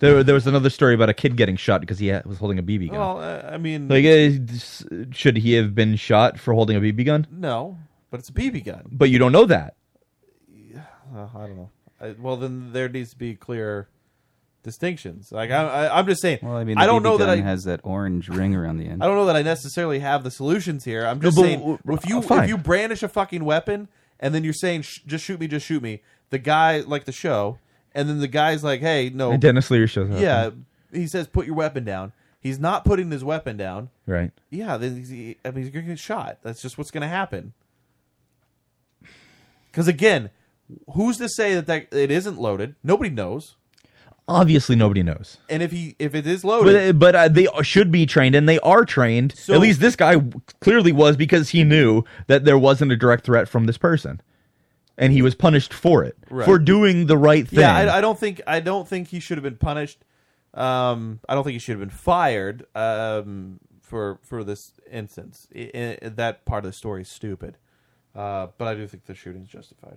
There there was another story about a kid getting shot because he ha- was holding a BB gun. Well, uh, I mean, like uh, s- should he have been shot for holding a BB gun? no, but it's a BB gun. But you don't know that. Uh, I don't know. I, well, then there needs to be clear distinctions. Like I, I I'm just saying. Well, I mean, I the don't BB know that gun I has that orange ring around the end. I don't know that I necessarily have the solutions here. I'm just No, but saying w- if you if fine. you brandish a fucking weapon and then you're saying Sh- just shoot me, just shoot me. The guy like the show, and then the guy's like, hey, no. And Dennis Leary shows up. Yeah, he says put your weapon down. He's not putting his weapon down. Right. Yeah, then he's- he- I mean, he's going to get shot. That's just what's going to happen. Because again, who's to say that, that it isn't loaded? Nobody knows. Obviously nobody knows. And if he if Oh, it is But, loaded, uh, but uh, they should be trained, and they are trained. So- At least this guy w- clearly was because he knew that there wasn't a direct threat from this person, and he was punished for it Right. for doing the right thing. Yeah, I, I don't think I don't think he should have been punished. Um, I don't think he should have been fired. Um, for for this instance, I- I- that part of the story is stupid. Uh, but I do think the shooting's justified.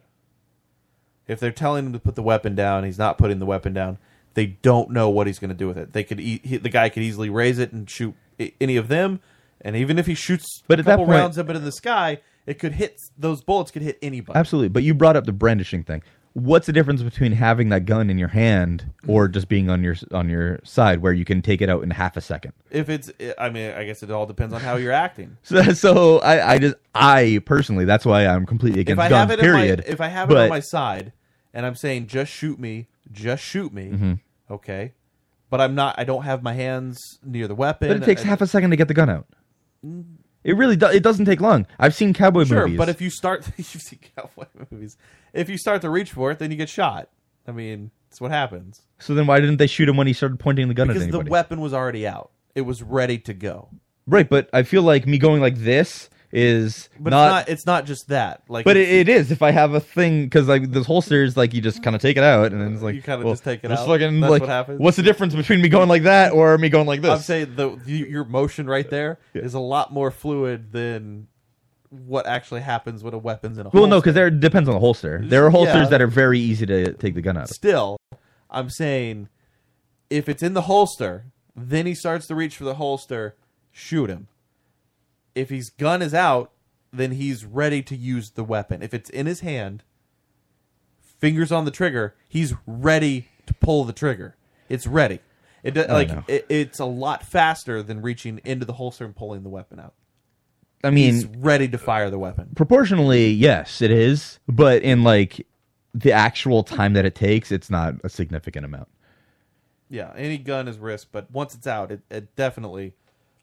If they're telling him to put the weapon down, he's not putting the weapon down. They don't know what he's going to do with it. They could e- he, the guy could easily raise it and shoot i- any of them. And even if he shoots But a at that couple point- rounds up into the sky, it could hit those bullets could hit anybody. Absolutely. But you brought up the brandishing thing. What's the difference between having that gun in your hand or just being on your on your side where you can take it out in half a second? <laughs> If it's, I mean, I guess it all depends on how you're acting. So, so I, I just I personally that's why I'm completely against if I guns. have it period. In my, if I have it on But- my side and I'm saying just shoot me, just shoot me, Mhm. okay, but I'm not. I don't have my hands near the weapon. but it takes I- half a second to get the gun out. Mm. It really do, it doesn't take long. I've seen cowboy sure, movies. but if you start, <laughs> you see cowboy movies. If you start to reach for it, then you get shot. I mean, that's what happens So then why didn't they shoot him when he started pointing the gun at because the anybody? weapon was already out. It was ready to go. right, but I feel like me going like this is But not, it's not. It's not just that. Like, but it, it's- it is if I have a thing because like this whole series, like you just kind of take it out and then it's like You kinda well, just take it this out. Fucking, That's like, what happens. What's the difference between me going like that or me going like this? I'm saying the y- your motion right there is a lot more fluid than what actually happens when a weapon's in a well, no, holster. because there it depends on the holster. There are holsters Yeah. that are very easy to take the gun out. of. Still, I'm saying if it's in the holster, then he starts to reach for the holster, shoot him. If his gun is out, then he's ready to use the weapon. If it's in his hand, fingers on the trigger, he's ready to pull the trigger. It's ready. It do, don't like know. it, it's a lot faster than reaching into the holster and pulling the weapon out. I mean, he's ready to fire the weapon. Proportionally, yes, it is, but in like the actual time that it takes, it's not a significant amount. Yeah, any gun is risk, but once it's out, it, it definitely,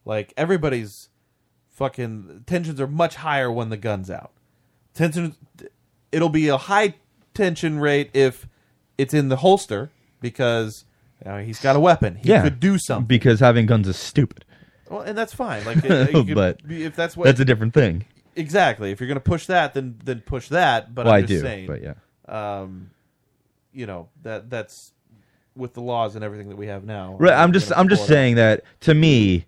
like everybody's, fucking tensions are much higher when the gun's out. Tension, it'll be a high tension rate if it's in the holster because you know, he's got a weapon. He yeah, could do something. because having guns is stupid. Well, and that's fine. Like, it- <laughs> it could but be- if that's what that's a different thing. Exactly. If you're gonna push that, then then push that. But Well, I'm I just do, saying. but yeah. Um, you know that that's with the laws and everything that we have now. Right, we're I'm just gonna I'm just pull it out. saying that to me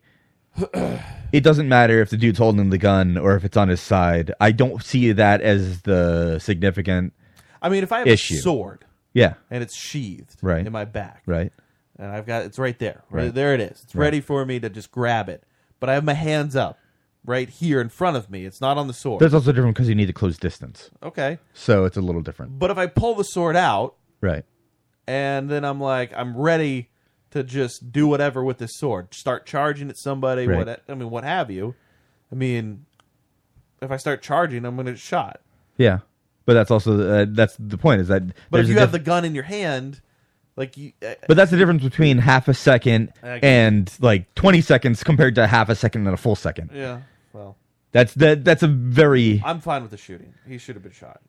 it doesn't matter if the dude's holding the gun or if it's on his side. I don't see that as the significant I mean, if I have issue. a sword, Yeah. and it's sheathed Right. in my back, Right. and I've got it's right there, right, Right. there it is. It's Right. ready for me to just grab it, but I have my hands up right here in front of me. It's not on the sword. That's also different because you need to close distance. Okay. So it's a little different. But if I pull the sword out, Right. and then I'm like, I'm ready to just do whatever with this sword, start charging at somebody, Right. what I mean, what have you. I mean, if I start charging, I'm going to get shot. Yeah, but that's also uh, that's the point. Is that But there's if a you have diff- the gun in your hand, like you, uh, But that's the difference between half a second I get it. and like 20 seconds compared to half a second and a full second. Yeah, well. That's that. That's a very. I'm fine with the shooting. He should have been shot.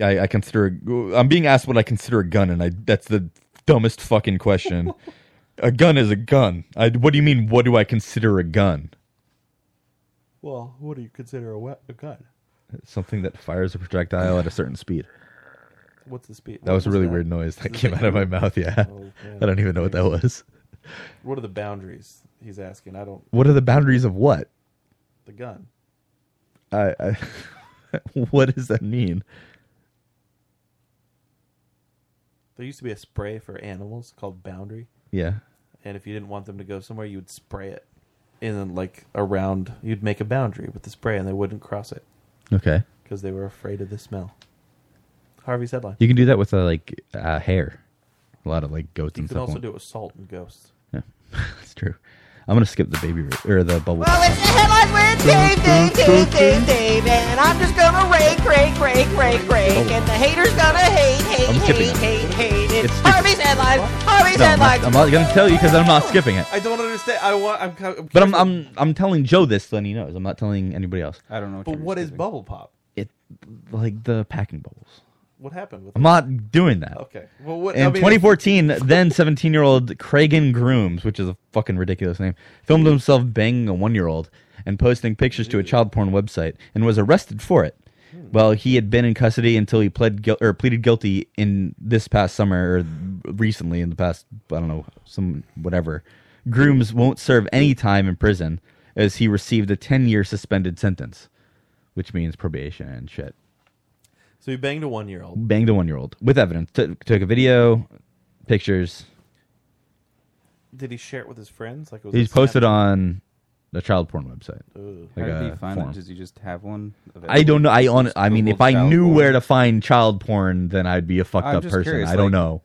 I, I consider. I'm being asked what I consider a gun, and I that's the dumbest fucking <laughs> question. a gun is a gun. I, what do you mean? What do I consider a gun? Well, what do you consider a, we- a gun? Something that fires a projectile at a certain speed. What's the speed? That was a really weird noise that came out of my mouth. Yeah, <laughs> I don't even know what that was. What are the boundaries? He's asking. I don't. What are the boundaries of what? The gun. I, I <laughs> what does that mean? There used to be a spray for animals called Boundary. Yeah. And if you didn't want them to go somewhere, you would spray it, and then like around, you'd make a boundary with the spray, and they wouldn't cross it. Okay. Because they were afraid of the smell. Harvey's headline. You can do that with uh, like uh, hair. A lot of like goats You and can stuff. also won't- do it with salt and ghosts. Yeah, <laughs> that's true. I'm gonna skip the baby ra- or the bubble. Well, it's the headline with Dave, Dave, Dave, Dave, Dave, and I'm just gonna rake, rake, rake, rake, rake, and the haters gonna hate, hate, Oh. I'm skipping hate, it. hate, hate. It's It's stupid. Harvey's headlines. Harvey's No, I'm, headlines. not, I'm not gonna tell you because I'm not skipping it. I don't understand. I want. I'm. kind of- But I'm I'm I'm telling Joe this, so then he knows. I'm not telling anybody else. I don't know. But what is bubble pop? It like the packing bubbles. What happened with? I'm not doing that. Okay. Well, <laughs> what- In I mean- 2014, then 17 year old Cragen Grooms, which is a fucking ridiculous name, Hmm. filmed himself banging a one year old and posting pictures to a child porn website and was arrested for it. Hmm. Well, he had been in custody until he pled guil- or pleaded guilty in this past summer or recently in the past, I don't know, some whatever. Grooms won't serve any time in prison as he received a 10 year suspended sentence, which means probation and shit So you banged a one-year-old. banged a one year old with evidence. Took took a video, pictures. Did he share it with his friends? Like it was He's a posted Snapchat? on the child porn website. Ooh. Like How did a you find forum. it? Does he just have one? I don't know. I on. Just I mean, if Google I child knew porn? where to find child porn, then I'd be a fucked I'm up just person. curious, I don't like, know.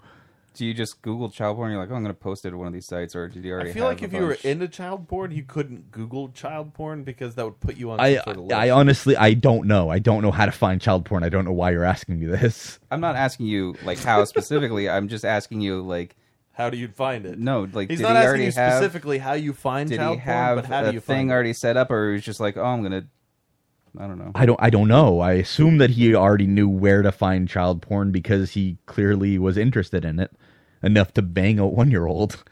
Do you just Google child porn? You're like, oh, I'm going to post it to one of these sites, or did you already? I feel have like a if you were bunch? into child porn, you couldn't Google child porn because that would put you on. I some sort of I list. honestly I don't know. I don't know how to find child porn. I don't know why you're asking me this. I'm not asking you like how specifically. I'm just asking you like how do you find it? No, like He's did not he asking already you have- specifically how you find Did child he have porn, but how a do you thing find already set up, or he was just like, oh, I'm gonna, I don't know. I don't I don't know. I assume that he already knew where to find child porn because he clearly was interested in it enough to bang a one year old.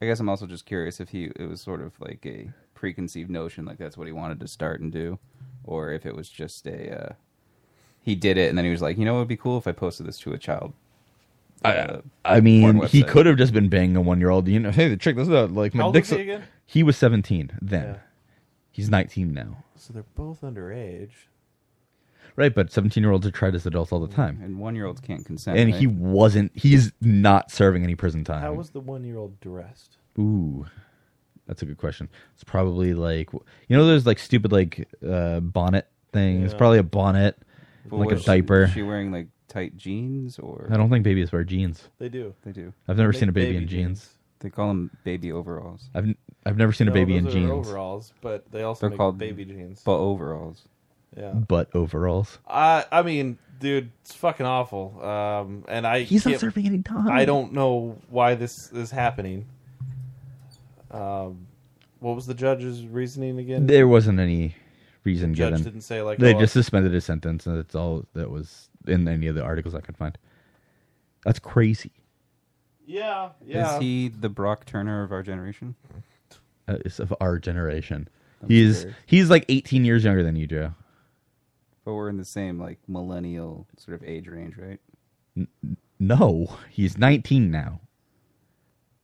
I guess I'm also just curious if he it was sort of like a preconceived notion, like that's what he wanted to start and do, or if it was just a uh, he did it and then he was like, you know, it would be cool if I posted this to a child. uh, I porn mean, he website." could have just been banging a one year old. You know, hey, check this out. Like my How old dick's. was he again? he was seventeen then. Yeah. He's nineteen now. So they're both underage. Right, but seventeen year olds are tried as adults all the time. And one year olds can't consent. And right? he wasn't. He's not serving any prison time. How was the one-year-old dressed? Ooh, that's a good question. It's probably like you know those like stupid like uh, bonnet thing. It's Yeah. probably a bonnet, But like a was she- diaper. was she wearing like tight jeans or? I don't think babies wear jeans. They do. They do. I've never seen a baby, in jeans. They call them baby overalls. I've I've never seen a No, baby in those are jeans. Overalls, but they also They're make called baby jeans. But overalls. Yeah. Butt overalls. I I mean, dude, it's fucking awful. Um, and I He's not can't- serving any time. I don't know why this is happening. Um, what was the judge's reasoning again? There wasn't any reason judge given. didn't say, like, they oh, just suspended his sentence, and that's all that was in any of the articles I could find. That's crazy. Yeah, yeah. Is he the Brock Turner of our generation? Uh, it's of our generation. I'm He's scared. he's like 18 years younger than you, Joe. But we're in the same like millennial sort of age range, right? N- no, he's 19 now.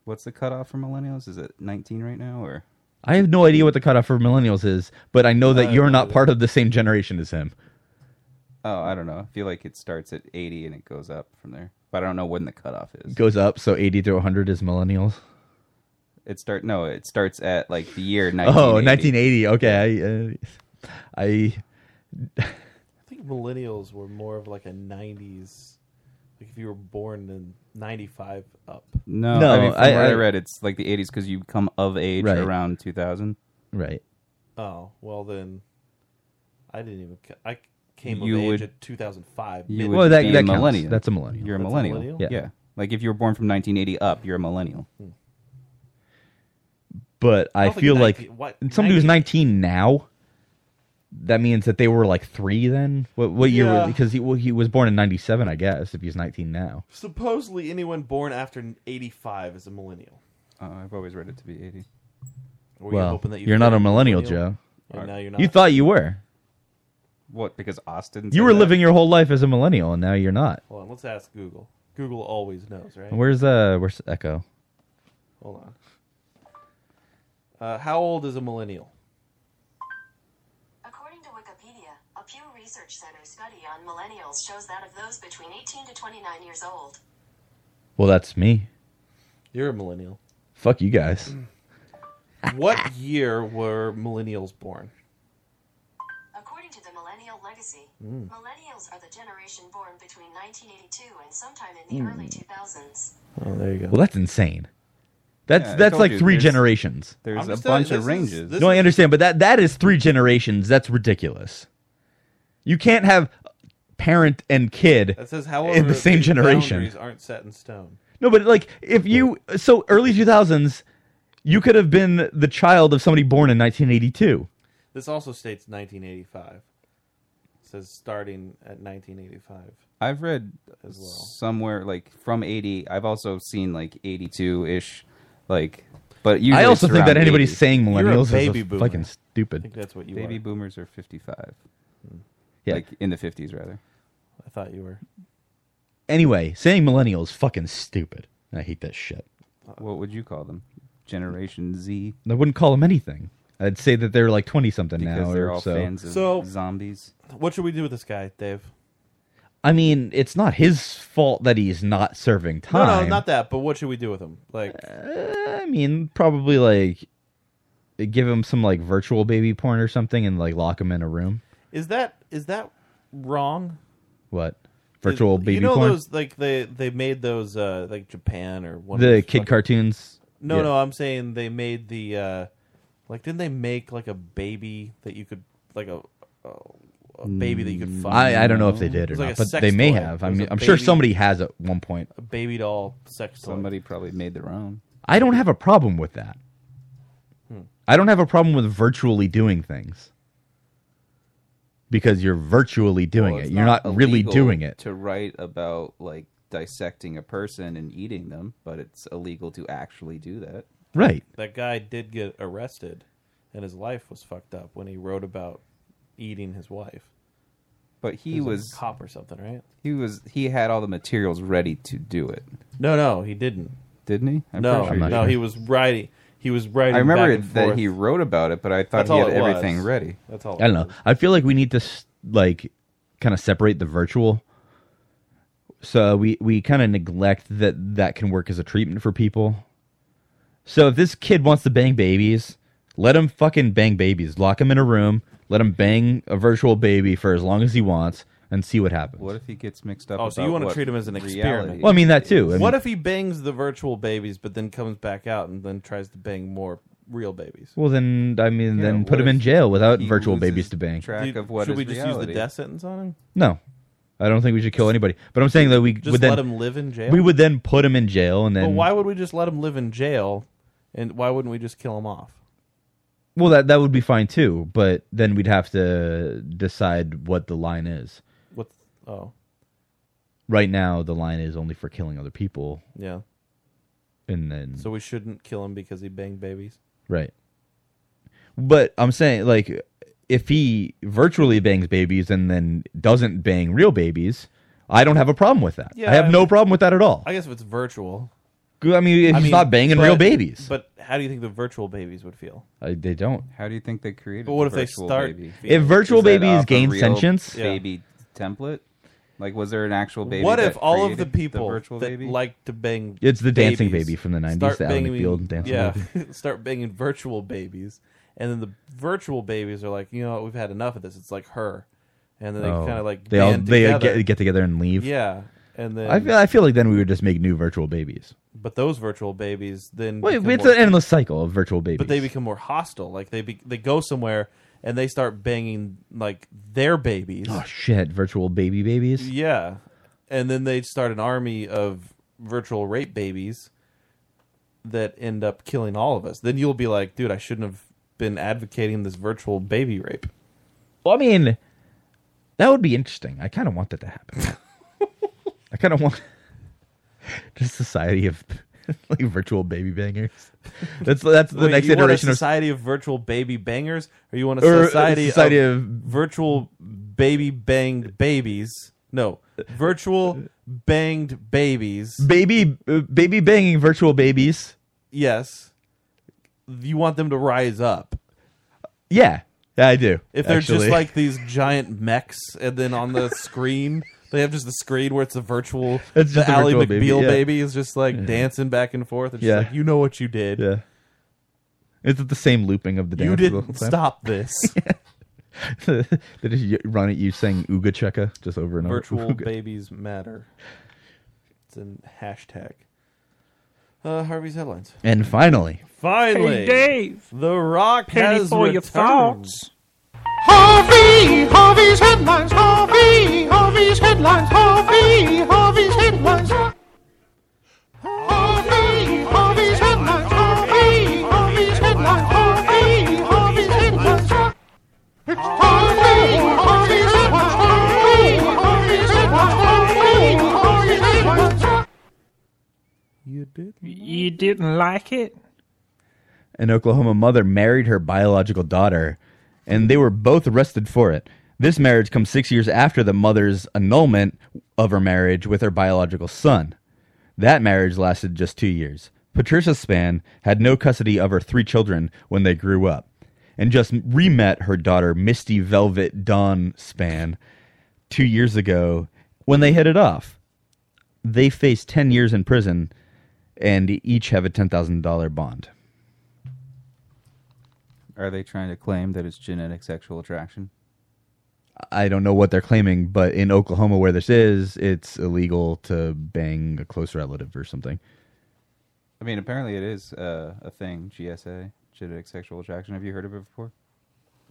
What's the cutoff for millennials? Is it 19 right now, or I have no idea what the cutoff for millennials is, but I know that I you're don't not either. part of the same generation as him. oh, I don't know. I feel like it starts at 80 and it goes up from there. But I don't know when the cutoff is. Goes up, so 80 to 100 is millennials. It start no, it starts at like the year 1980. <laughs> Oh, 1980. Okay, I, uh, I I think millennials were more of like a '90s. Like if you were born in '95 up. No, No, I mean, from I- what I, I- read, it's like the 80s because you come of age Right. around 2000. Right. Oh well, then I didn't even. ca- I came You of would- age at 2005. You mid- would be a millennial. You're a That's millennial. Yeah. Like if you were born from 1980 up, you're a millennial. But I, I don't think feel 90 like what, somebody who's 19 now. That means that they were like three then. What what year? Yeah. was Because he well, he was born in 97, I guess. If he's 19 now. Supposedly, anyone born after 85 is a millennial. Uh, I've always read it to be 80. Were well, are not a millennial, Joe. And now you're You not. thought you were. What? Because Austin. You were living your whole life as a millennial, and now you're not. Hold on, let's ask Google. Google always knows, right? Where's uh where's Echo? Hold on. Uh, how old is a millennial? According to Wikipedia, a Pew Research Center study on millennials shows that of those between 18 to 29 years old, Well, that's me. You're a millennial. Fuck you guys. <clears throat> what year were millennials born? According to the Millennial Legacy, Mm. millennials are the generation born between 1982 and sometime in the Mm. early 2000s. Oh, there you go. Well, that's insane. That's Yeah, I that's told like you, three there's- generations. there's I'm a just telling bunch you, of this is- ranges. this no, is- I understand, but that that is three generations. That's ridiculous. You can't have parent and kid That says however in the same generation. boundaries aren't set in stone. No, but like if you so early 2000s, you could have been the child of somebody born in 1982. This also states 1985. It says starting at 1985. I've read somewhere like from 80. I've also seen like 82 ish, like. But usually I also it's think that around anybody's 80. saying millennials is a fucking I stupid. think that's what you Baby are. boomers are 55. Yeah. Like in the 50s, rather. I thought you were. Anyway, saying millennial is fucking stupid. I hate that shit. What would you call them? Generation Z? I wouldn't call them anything. I'd say that they're like 20 something now. Because they're or all so. fans of So- zombies. What should we do with this guy, Dave? I mean, it's not his fault that he's not serving time. No, no, not that. But what should we do with him? Like, I mean, probably like give him some like virtual baby porn or something and like lock him in a room. is that is that wrong? What? Virtual Is- baby You know porn? those like they they made those uh like Japan or one of the those kid fuck- cartoons. No, Yeah. no, I'm saying they made the uh like didn't they make like a baby that you could like a a- a baby that you could fuck? I, I don't know if they It did or was like not, a but sex they may toy. have. It I was mean, a I'm sure baby- somebody has at one point. a baby doll sex toy. Somebody probably made their own. I don't have a problem with that. Hmm. I don't have a problem with virtually doing things because you're virtually doing Well, it. it's You're not, really illegal doing it. To write about like dissecting a person and eating them, but it's illegal to actually do that. Right. That guy did get arrested, and his life was fucked up when he wrote about eating his wife. But he a was- cop or something, right? He was he had all the materials ready to do it. No, no, he didn't. Didn't he? I'm no, pretty sure he no, did. he was writing. He was writing. I remember back and that forth. he wrote about it, but I thought That's he all had it was. everything ready. That's all. I don't know. I feel like we need to s- like kind of separate the virtual. So we we kind of neglect that that can work as a treatment for people. So if this kid wants to bang babies, let him fucking bang babies. Lock him in a room, let him bang a virtual baby for as long as he wants, and see what happens. What if he gets mixed up? Oh, so about you want to what treat him as an reality experiment? Well, I mean, that too. I what mean- if he bangs the virtual babies, but then comes back out and then tries to bang more real babies? Well, then I mean, Yeah, then what put him if in jail without he virtual loses babies to bang. track Dude, of what should is we just use reality. the death sentence on him? No, I don't think we should kill anybody. But I'm saying that we Just would then let him live in jail? We would then put him in jail, and then Well, why would we just let him live in jail? And why wouldn't we just kill him off? Well, that that would be fine too, but then we'd have to decide what the line is. What? Oh, Right now, the line is only for killing other people, yeah. and then So we shouldn't kill him because he banged babies. right. But I'm saying, like, if he virtually bangs babies and then doesn't bang real babies, I don't have a problem with that. Yeah, I have I- no problem with that at all. I guess if it's virtual. I mean, if he's not banging real but- babies, But how do you think the virtual babies would feel? I, they don't. How do you think they created? But what the if they virtual start Baby? If virtual Is that babies off a gain real sentience- Yeah. baby template. Like, was there an actual baby? What if that all of the created people virtual that baby? like to bang? It's the dancing babies baby from the 90s, start the Alan banging- McBeal dancing Yeah, <laughs> start banging virtual babies, and then the virtual babies are like, you know, what, we've had enough of this. It's like her, and then they Oh. kind of like they all band they uh, together. get get together and leave. Yeah, and then I feel I feel like then we would just make new virtual babies. but those virtual babies then Wait, become it's more- an endless cycle of virtual babies. but they become more hostile. Like they be, they go somewhere and they start banging like their babies. oh shit, virtual baby babies. Yeah, and then they start an army of virtual rape babies that end up killing all of us. Then you'll be like, dude, I shouldn't have been advocating this virtual baby rape. Well, I mean, that would be interesting. I kind of want that <laughs> to happen. I kind of want <laughs> just society of <laughs> like virtual baby bangers. That's that's the Wait, next you want iteration a of society of virtual baby bangers, or you want Or a a society, society of, of- virtual baby banged babies? No, virtual banged babies. baby uh, baby banging virtual babies. Yes, you want them to rise up. Yeah, yeah, I do. If they're actually. just like these giant mechs, and then on <laughs> the screen they have just the screen where it's a virtual. It's just the a Ally virtual McBeal baby, yeah. is just like dancing back and forth. It's Yeah. just like you know what you did. <laughs> Yeah. It's the same looping of the dance. You the didn't whole time. stop this. <laughs> they just y- run at you saying "Ooga Checka" just over and over. <laughs> Virtual Ooga. babies matter. It's a hashtag. Uh, Harvey's headlines. And finally, Hey, Finally, Dave. The Rock Penny has for your returned. thoughts. Harvey, Harvey's headlines, Harvey, Harvey's headlines, Harvey, Harvey's headlines. Harvey, Harvey's headlines, Harvey, Harvey's headlines, Harvey, Harvey's headlines. It's Harvey, Harvey's headlines, Harvey, Harvey's headlines, Harvey, Harvey's headlines. You did. You didn't like it. an Oklahoma mother married her biological daughter, and they were both arrested for it. This marriage comes six years after the mother's annulment of her marriage with her biological son. That marriage lasted just two years. Patricia Span had no custody of her three children when they grew up, and just re met her daughter, Misty Velvet Dawn Span, two years ago when they hit it off. They face 10 years in prison and each have a $10,000 bond. Are they trying to claim that it's genetic sexual attraction? I don't know what they're claiming, but in Oklahoma where this is, it's illegal to bang a close relative or something. I mean, apparently it is uh, a thing. GSA, genetic sexual attraction. Have you heard of it before?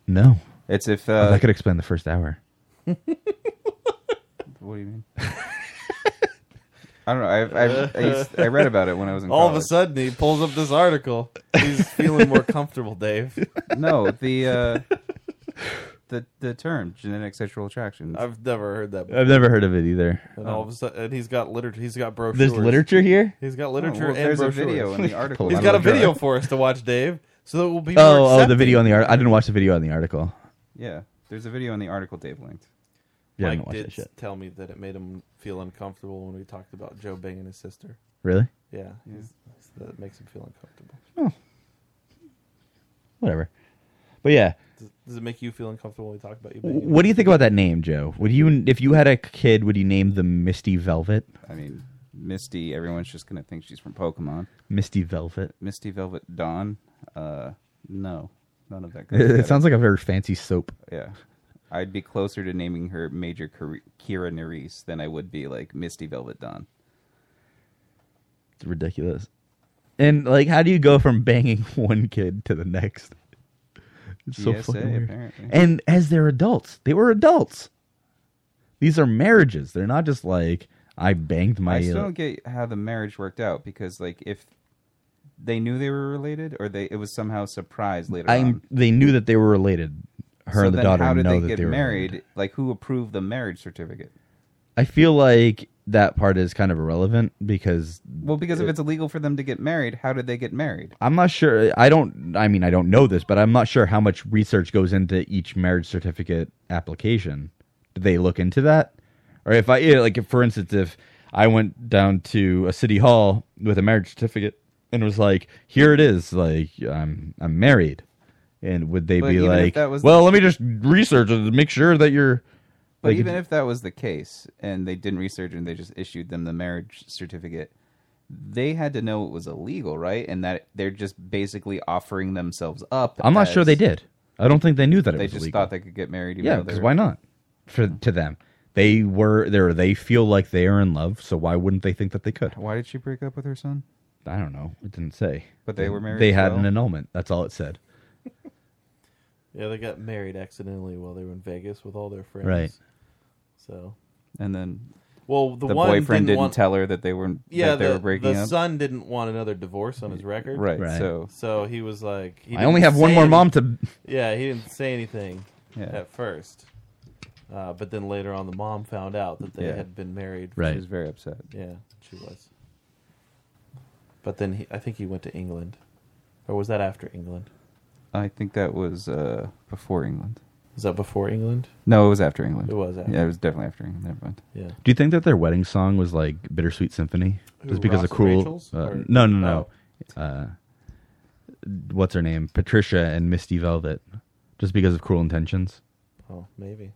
No. It's if Oh, uh, that could explain the first hour. What do you mean? <laughs> I don't know. I've, I've, I, used, I read about it when I was in Oh, All of a college. sudden, he pulls up this <laughs> article. He's feeling more comfortable, Dave. no, the <laughs> uh, the the term genetic sexual attraction. I've never heard <laughs> that. I've never heard of it either. And all of a sudden, and he's got literature. He's got brochures. Oh. There's literature here? He's got literature well, and there's a brochures. video in the <laughs> article. he's Pull got out a of the video drawer. for us to watch, Dave. So that will be. more Oh, oh, the accepting. video on the art. I didn't watch the video on the article. Yeah, there's a video in the article Dave linked. Yeah, I Mike didn't watch did that shit. tell me that it made him feel uncomfortable when we talked about Joe banging his sister. Really? Yeah, he's- that makes him feel uncomfortable. Whatever. But yeah, Does, does it make you feel uncomfortable when we talk about you? W- Banging what do you think about that name, Joe? Would you, if you had a kid, would you name them Misty Velvet? I mean, Misty. Everyone's just gonna think she's from Pokemon. Misty Velvet. Misty Velvet Dawn. Uh, no, none of that. goes It, <laughs> <laughs> it together. sounds like a very fancy soap. Yeah. I'd be closer to naming her Major Kira Kira Nerys than I would be like Misty Velvet Dawn. It's ridiculous. And like, how do you go from banging <laughs> one kid to the next? It's so GSA, fucking weird. apparently. And as they're adults, they were adults. These are marriages. They're not just like I banged my. uh, I still don't get how the marriage worked out because like if they knew they were related or they it was somehow surprised later I. on. They knew that they were related. Her So and the then daughter how did know they that get they were. married? Like who approved the marriage certificate? I feel like that part is kind of irrelevant because Well, because if it- it's illegal for them to get married, how did they get married? I'm not sure. I don't. I mean, I don't know this, but I'm not sure how much research goes into each marriage certificate application. Do they look into that, or if I yeah, like, if, for instance, if I went down to a city hall with a marriage certificate and was like, "Here it is," like I'm I'm married, and would they But be even if like, that was- "Well, let me just research it to make sure that you're." But like, even if that was the case and they didn't research and they just issued them the marriage certificate, they had to know it was illegal, right? And that they're just basically offering themselves up. I'm not sure as- they did. I don't think they knew that it They was just illegal. thought they could get married. Even yeah, though they because were- why not? For to them, They were there. They feel like they are in love, so why wouldn't they think that they could? Why did she break up with her son? I don't know. It didn't say. But they were married They as had well? an annulment. That's all it said. Yeah, they got married accidentally while they were in Vegas with all their friends. Right. So And then Well, the, the one boyfriend didn't want- tell her that they were- yeah, that they the, were breaking the up? son didn't want another divorce on his record, Right, Right. so- so he was like, he I didn't only have one say more any- mom to- Yeah, he didn't say anything Yeah. at first, uh, but then later on, the mom found out that they Yeah. had been married. She Right. was very upset. Yeah, she was. But then he, I think he went to England, or was that after England? I think that was uh, before England. Was that before England? No, it was after England. It was Yeah, after. it was definitely after England. Never mind. Yeah. Do you think that their wedding song was like "Bittersweet Symphony"? Who, Just because Ross and of cool? Rachel's? Uh, Or- Oh. no, no, no. Uh, what's her name? Patricia and Misty Velvet. Just because of Cruel Intentions. Oh, maybe.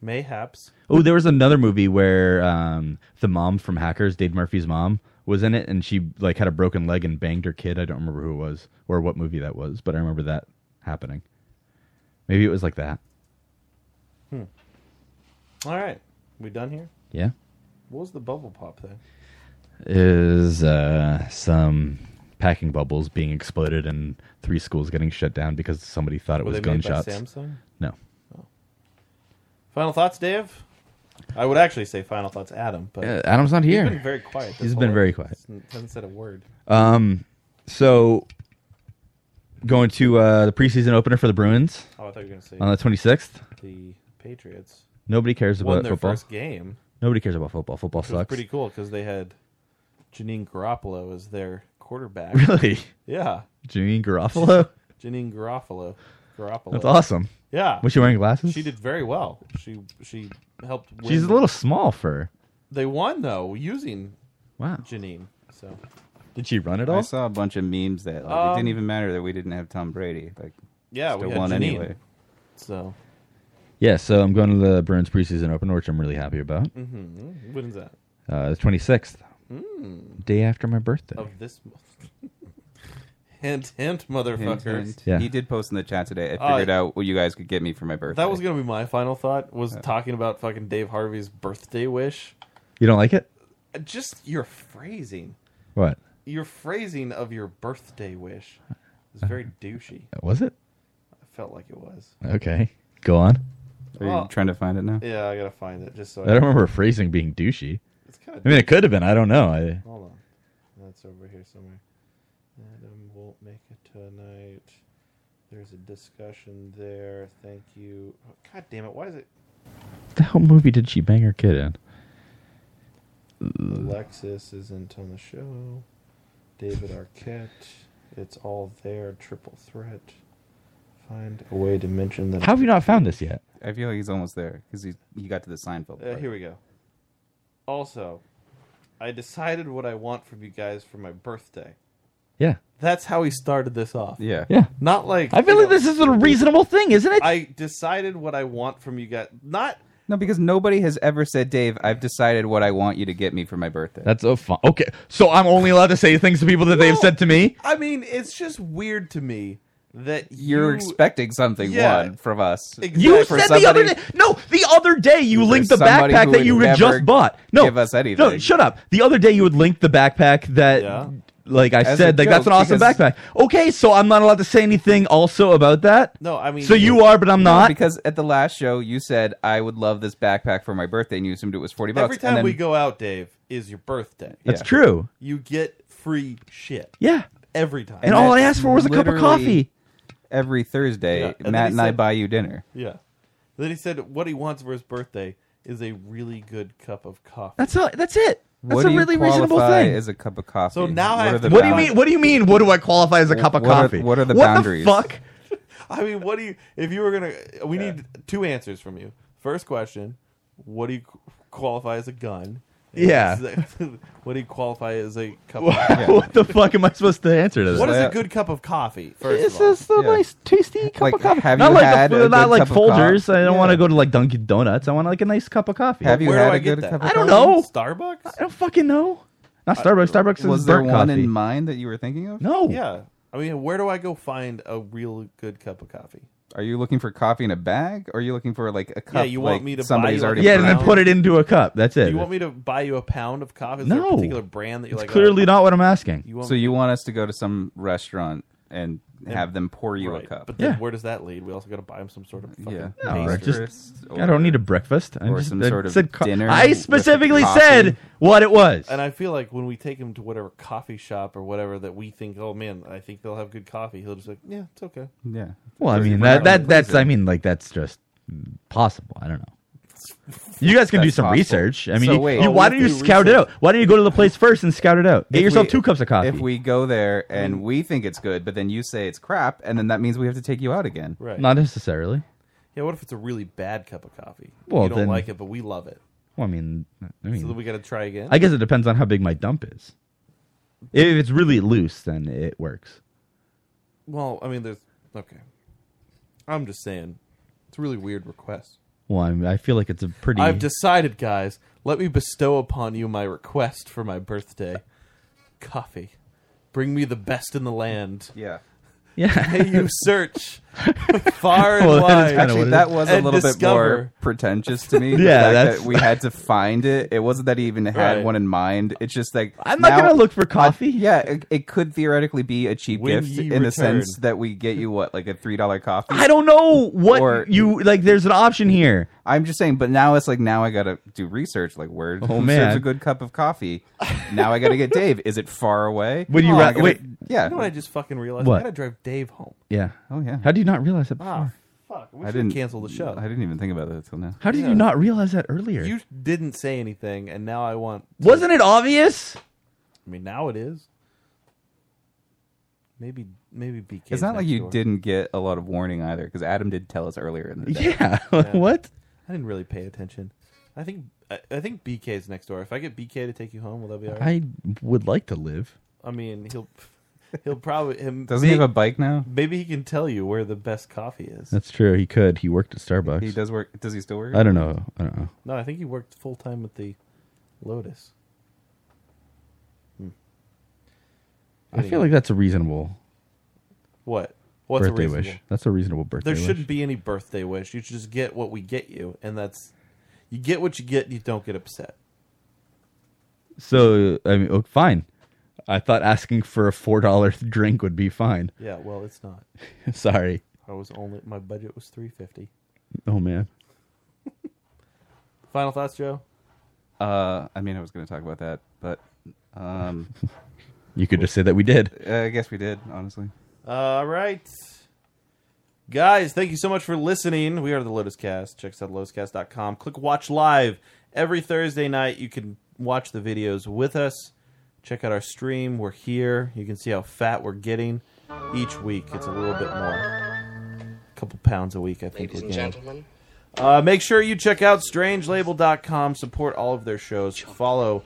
Mayhaps. Oh, there was another movie where um, the mom from Hackers, Dade Murphy's mom, was in it, and she like had a broken leg and banged her kid. I don't remember who it was or what movie that was, but I remember that happening. Maybe it was like that. All right, we done here. Yeah. What was the bubble pop thing? Is uh, some packing bubbles being exploded and three schools getting shut down because somebody thought it Were was they made by gunshots. Samsung? No. Final thoughts, Dave. I would actually say final thoughts, Adam. But Yeah, Adam's not here. He's been very quiet. this He's been whole- very quiet. Hasn't said a word. Um, so going to uh, the preseason opener for the Bruins. Oh, I thought you were gonna say on the twenty sixth. The Patriots. Nobody cares won about their football. first game. Nobody cares about football. Football Which was sucks. <laughs> pretty cool because they had Janine Garoppolo as their quarterback. Really? Yeah. Janine Garofalo. Janine Garofalo. Garoppolo. That's awesome. Yeah. Was she wearing glasses? She did very well. She she helped. Win. She's a little small for. They won though using wow Janine. So Did she run it I all? saw a bunch of memes that like, it Um, didn't even matter that we didn't have Tom Brady. Like, yeah, still we had won Janine. anyway. So Yeah, so I'm going to the Bruins preseason opener, which I'm really happy about. mhm. when is that? Uh, the 26th, Mm. day after my birthday. Of this month. <laughs> hint, hint, motherfuckers. Yeah. He did post in the chat today. I Oh, figured out what you guys could get me for my birthday. That was gonna be my final thought. Was talking about fucking Dave Harvey's birthday wish. You don't like it? Uh, Just your phrasing. What? Your phrasing of your birthday wish is <laughs> very douchey. Was it? I felt like it was. Oh, Okay, go on. Are you trying to find it now? Yeah, I gotta find Uh, it just so. I don't remember phrasing being douchey. It's kinda I mean, douchey. it could have been. I don't know. I, Hold on, that's over here somewhere. Adam won't make it tonight. There's a discussion there. Thank you. Oh, God damn it! Why is it what the hell movie did she bang her kid in? Alexis isn't on the show. David Arquette. It's all there. Triple threat. Find a way to mention that. How have you not found this yet? I feel like he's almost there because he he got to the Seinfeld. Uh, here we go. Also, I decided what I want from you guys for my birthday. Yeah. That's how he started this off. Yeah. Yeah. Not like I feel like this is a reasonable thing, isn't it? I decided what I want from you guys. Not No, because nobody has ever said, Dave, I've decided what I want you to get me for my birthday. That's so fun. Okay, so I'm only allowed to say things to people that they've said to me. I mean, it's just weird to me that You're you- expecting something, Yeah. one, from us. You For said the other day. somebody- No, the other day you linked the somebody backpack who that you would had never just bought. No, give us anything. No, shut up. The other day you would link the backpack that, like I As said, a like that's an joke, awesome because- backpack. Okay, so I'm not allowed to say anything also about that. No, I mean- So you are, but I'm No, not. because at the last show you said I would love this backpack for my birthday, and you assumed it was forty bucks. Every time and then, we go out, Dave, is your birthday. That's Yeah. true. You get free shit. Yeah. Every time. And all I asked for was a cup of literally coffee. every Thursday, Yeah, and then Matt he and I said- buy you dinner. Yeah. Then he said what he wants for his birthday is a really good cup of coffee. That's all. That's it. That's What a do you really reasonable qualify thing. as a cup of coffee? So now I are have the what do you boundaries? mean? What do you mean? What do I qualify as a cup of What are- coffee? what are the what boundaries? The fuck? I mean, what do you? If you were gonna, we need two answers from you. First question: What do you qu- qualify as a gun? And Yeah. se- <laughs> what do you qualify as a cup? of <laughs> coffee? what the fuck am I supposed to answer to this? What is a good cup of coffee? First It's of all, just a nice, tasty cup Like, of coffee. have not you like had a, a f- not good like cup of Folgers. coffee? I don't Yeah. want to go to like Dunkin' Donuts. I want like a nice cup of coffee. Have you Where do had I a get good that? cup of I don't coffee? know. Starbucks. I don't fucking know. Not Starbucks. Starbucks is Was there burnt one coffee. in mind that you were thinking of? No. Yeah. I mean, where do I go find a real good cup of coffee? Are you looking for coffee in a bag? Or are you looking for like a cup? you want like, me to buy somebody's you a already yeah, and then brewed? put it into a cup. That's Do it. you want me to buy you a pound of coffee? Is there No. a particular brand that you're It's like? clearly oh, not what I'm asking. You want so you want us to go to some restaurant and have them pour you right. a cup? But then where does that lead? We also got to buy him some sort of fucking Yeah. No, I pastry. just I don't need a breakfast. I or just, some I sort of said co- dinner I with specifically coffee. said what it was. And I feel like when we take him to whatever coffee shop or whatever that we think, oh man, I think they'll have good coffee. He'll just like, yeah, it's okay. Yeah. Well, I There's mean no that, that reason. that's I mean like that's just possible. I don't know. You guys can do That's some possible. research. I mean, So you, wait. you- Oh, why we don't you have to do scout it research. out? Why don't you go to the place first and scout it out? Get If yourself we- two cups of coffee. If we go there and we think it's good, but then you say it's crap, and then that means we have to take you out again. Right. Not necessarily. Yeah, what if it's a really bad cup of coffee? Well, you don't then- like it, but we love it. Well, I mean, I mean, so then we got to try again. I guess it depends on how big my dump is. If it's really loose, then it works. Well, I mean, there's okay. I'm just saying, it's a really weird request. Well, I, mean, I feel like it's a pretty. I've decided, guys. Let me bestow upon you my request for my birthday: coffee. Bring me the best in the land. Yeah. <laughs> Yeah. May you search far and Well, that wide. is kinda Actually, what it that is. was a and little bit more discover- pretentious to me. <laughs> The Yeah, fact that's- that we had to find it. It wasn't that he even had Right. one in mind. It's just like <laughs> I'm not now- gonna look for coffee. yeah, it, it could theoretically be a cheap When gift ye in return. the sense that we get you what like a three dollar coffee. I don't know what Or- you like. There's an option here. I'm just saying, but now it's like now I gotta do research. Like where Oh, who serves man. a good cup of coffee? Now I gotta get Dave. Is it far away? Would you I ra- gotta- wait. Yeah. You know what I just fucking realized? What? I got to drive Dave home. Yeah. Oh yeah. How do you not realize that? Ah, Oh. Before? fuck. We I should didn't cancel the show. I didn't even think about that until now. How did Yeah. you not realize that earlier? You didn't say anything, and now I want. Wasn't it obvious? I mean, now it is. Maybe, maybe BK. It's not like you didn't get a lot of warning either, because Adam did tell us earlier in the <laughs> day. <laughs> Yeah. what? I didn't really pay attention. I think I, I think BK's next door. If I get BK to take you home, will <laughs> that be all right? I would like to live. I, mean, he'll he'll probably <laughs> him. Doesn't he have a bike now? Maybe he can tell you where the best coffee is. That's true. He could. He worked at Starbucks. He does work. Does he still work? I don't know. I don't know. No, I think he worked full time with the Lotus. Hmm. I feel like that's a reasonable What? What's birthday a reasonable? wish. That's a reasonable birthday there wish. shouldn't be any birthday wish. You should just get what we get you, and that's you get what you get. and You don't get upset. So I mean, oh, fine. I thought asking for a four dollar <laughs> drink would be fine. <laughs> Yeah, well, it's not. Sorry. I was only my budget was three fifty. Oh man. Final thoughts, Joe. Uh, I mean, I was going to talk about that, but um, You could just say that we did. uh, I guess we did. Honestly, All right. Guys, thank you so much for listening. We are the Lotus Cast. Check us out at lotuscast.com. Click watch live every Thursday night. You can watch the videos with us. Check out our stream. We're here. You can see how fat we're getting each week. It's a little bit more. A couple pounds a week, I think. Ladies we're and gaining. gentlemen. Uh, make sure you check out strangelabel.com. Support all of their shows. Follow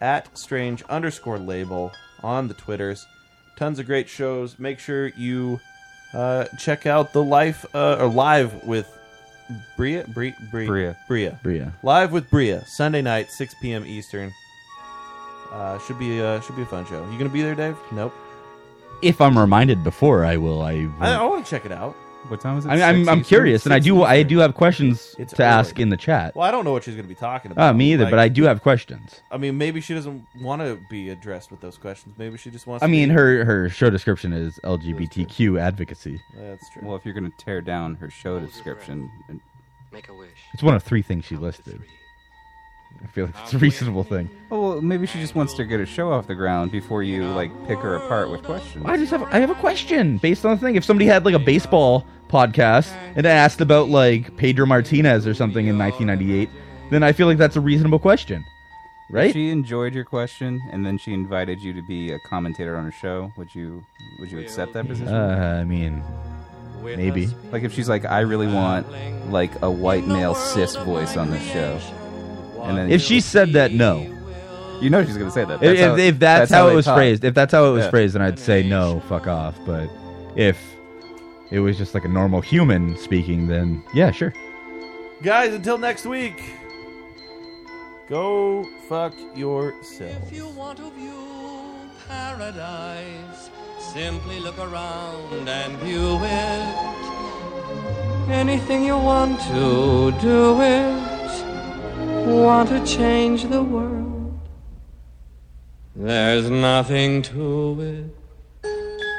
at strange underscore label on the Twitters. Tons of great shows. Make sure you uh, check out the life uh, or live with Bria, Bria, Bria, Bria. Bria, Bria. Live with Bria Sunday night, 6 p.m. Eastern. Uh, should be uh, should be a fun show. You gonna be there, Dave? Nope. If I'm reminded before, I will. I. Will. I, I want to check it out. what time is it? I mean, I'm, Six I'm Eastern? curious, and I Six do I Eastern. do have questions It's to early. ask in the chat. Well, I don't know what she's gonna be talking about. Uh, me either, Like, but I do have questions. I mean, maybe she doesn't want to be addressed with those questions. Maybe she just wants. I to mean, be- her her show description is LGBTQ advocacy. That's true. Well, if you're going to tear down her show description, and Make a wish. It's one of three things she listed. I feel like it's a reasonable thing. oh, well, maybe she just wants to get a show off the ground before you like pick her apart with questions. I just have I have a question based on the thing. If somebody had like a baseball podcast and I asked about like Pedro Martinez or something in 1998, then I feel like that's a reasonable question, right? She enjoyed your question, and then she invited you to be a commentator on her show. Would you Would you accept that position? Uh, I mean, maybe. Like if she's like, I really want like a white male cis voice on this show, and then If she said that, no. you know she's gonna say that. If, if, if that's, how, they it was talk. phrased, if that's how it was Yeah. phrased, then I'd say no, fuck off. But if it was just like a normal human speaking, then yeah, sure. Guys, until next week, go fuck yourself. If you want to view paradise, simply look around and view it. Anything you want to do it. Want to change the world. There's nothing to it.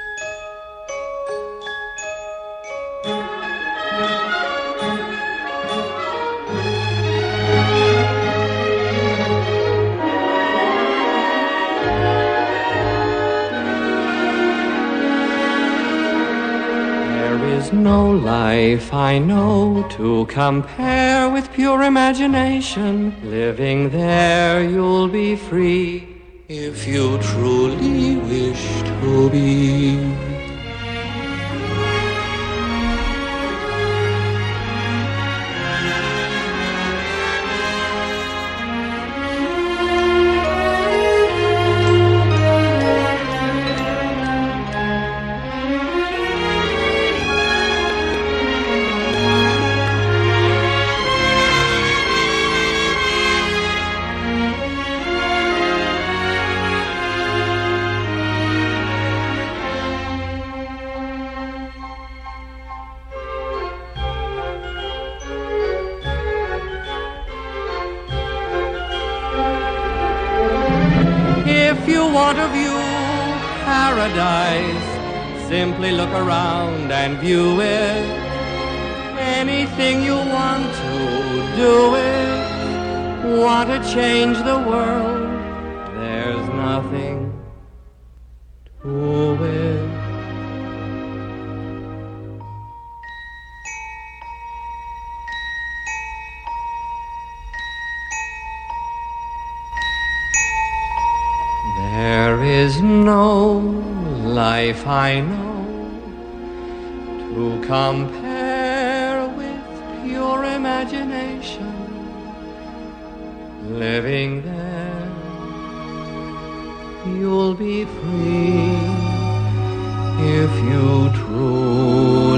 There is no life I know to compare with pure imagination. Living there, you'll be free if you truly wish to be. If you want to view paradise, simply look around and view it. Anything you want to do it. Want to change the world? There's nothing to it. There is no life I know to compare with pure imagination. Living there, you'll be free if you truly.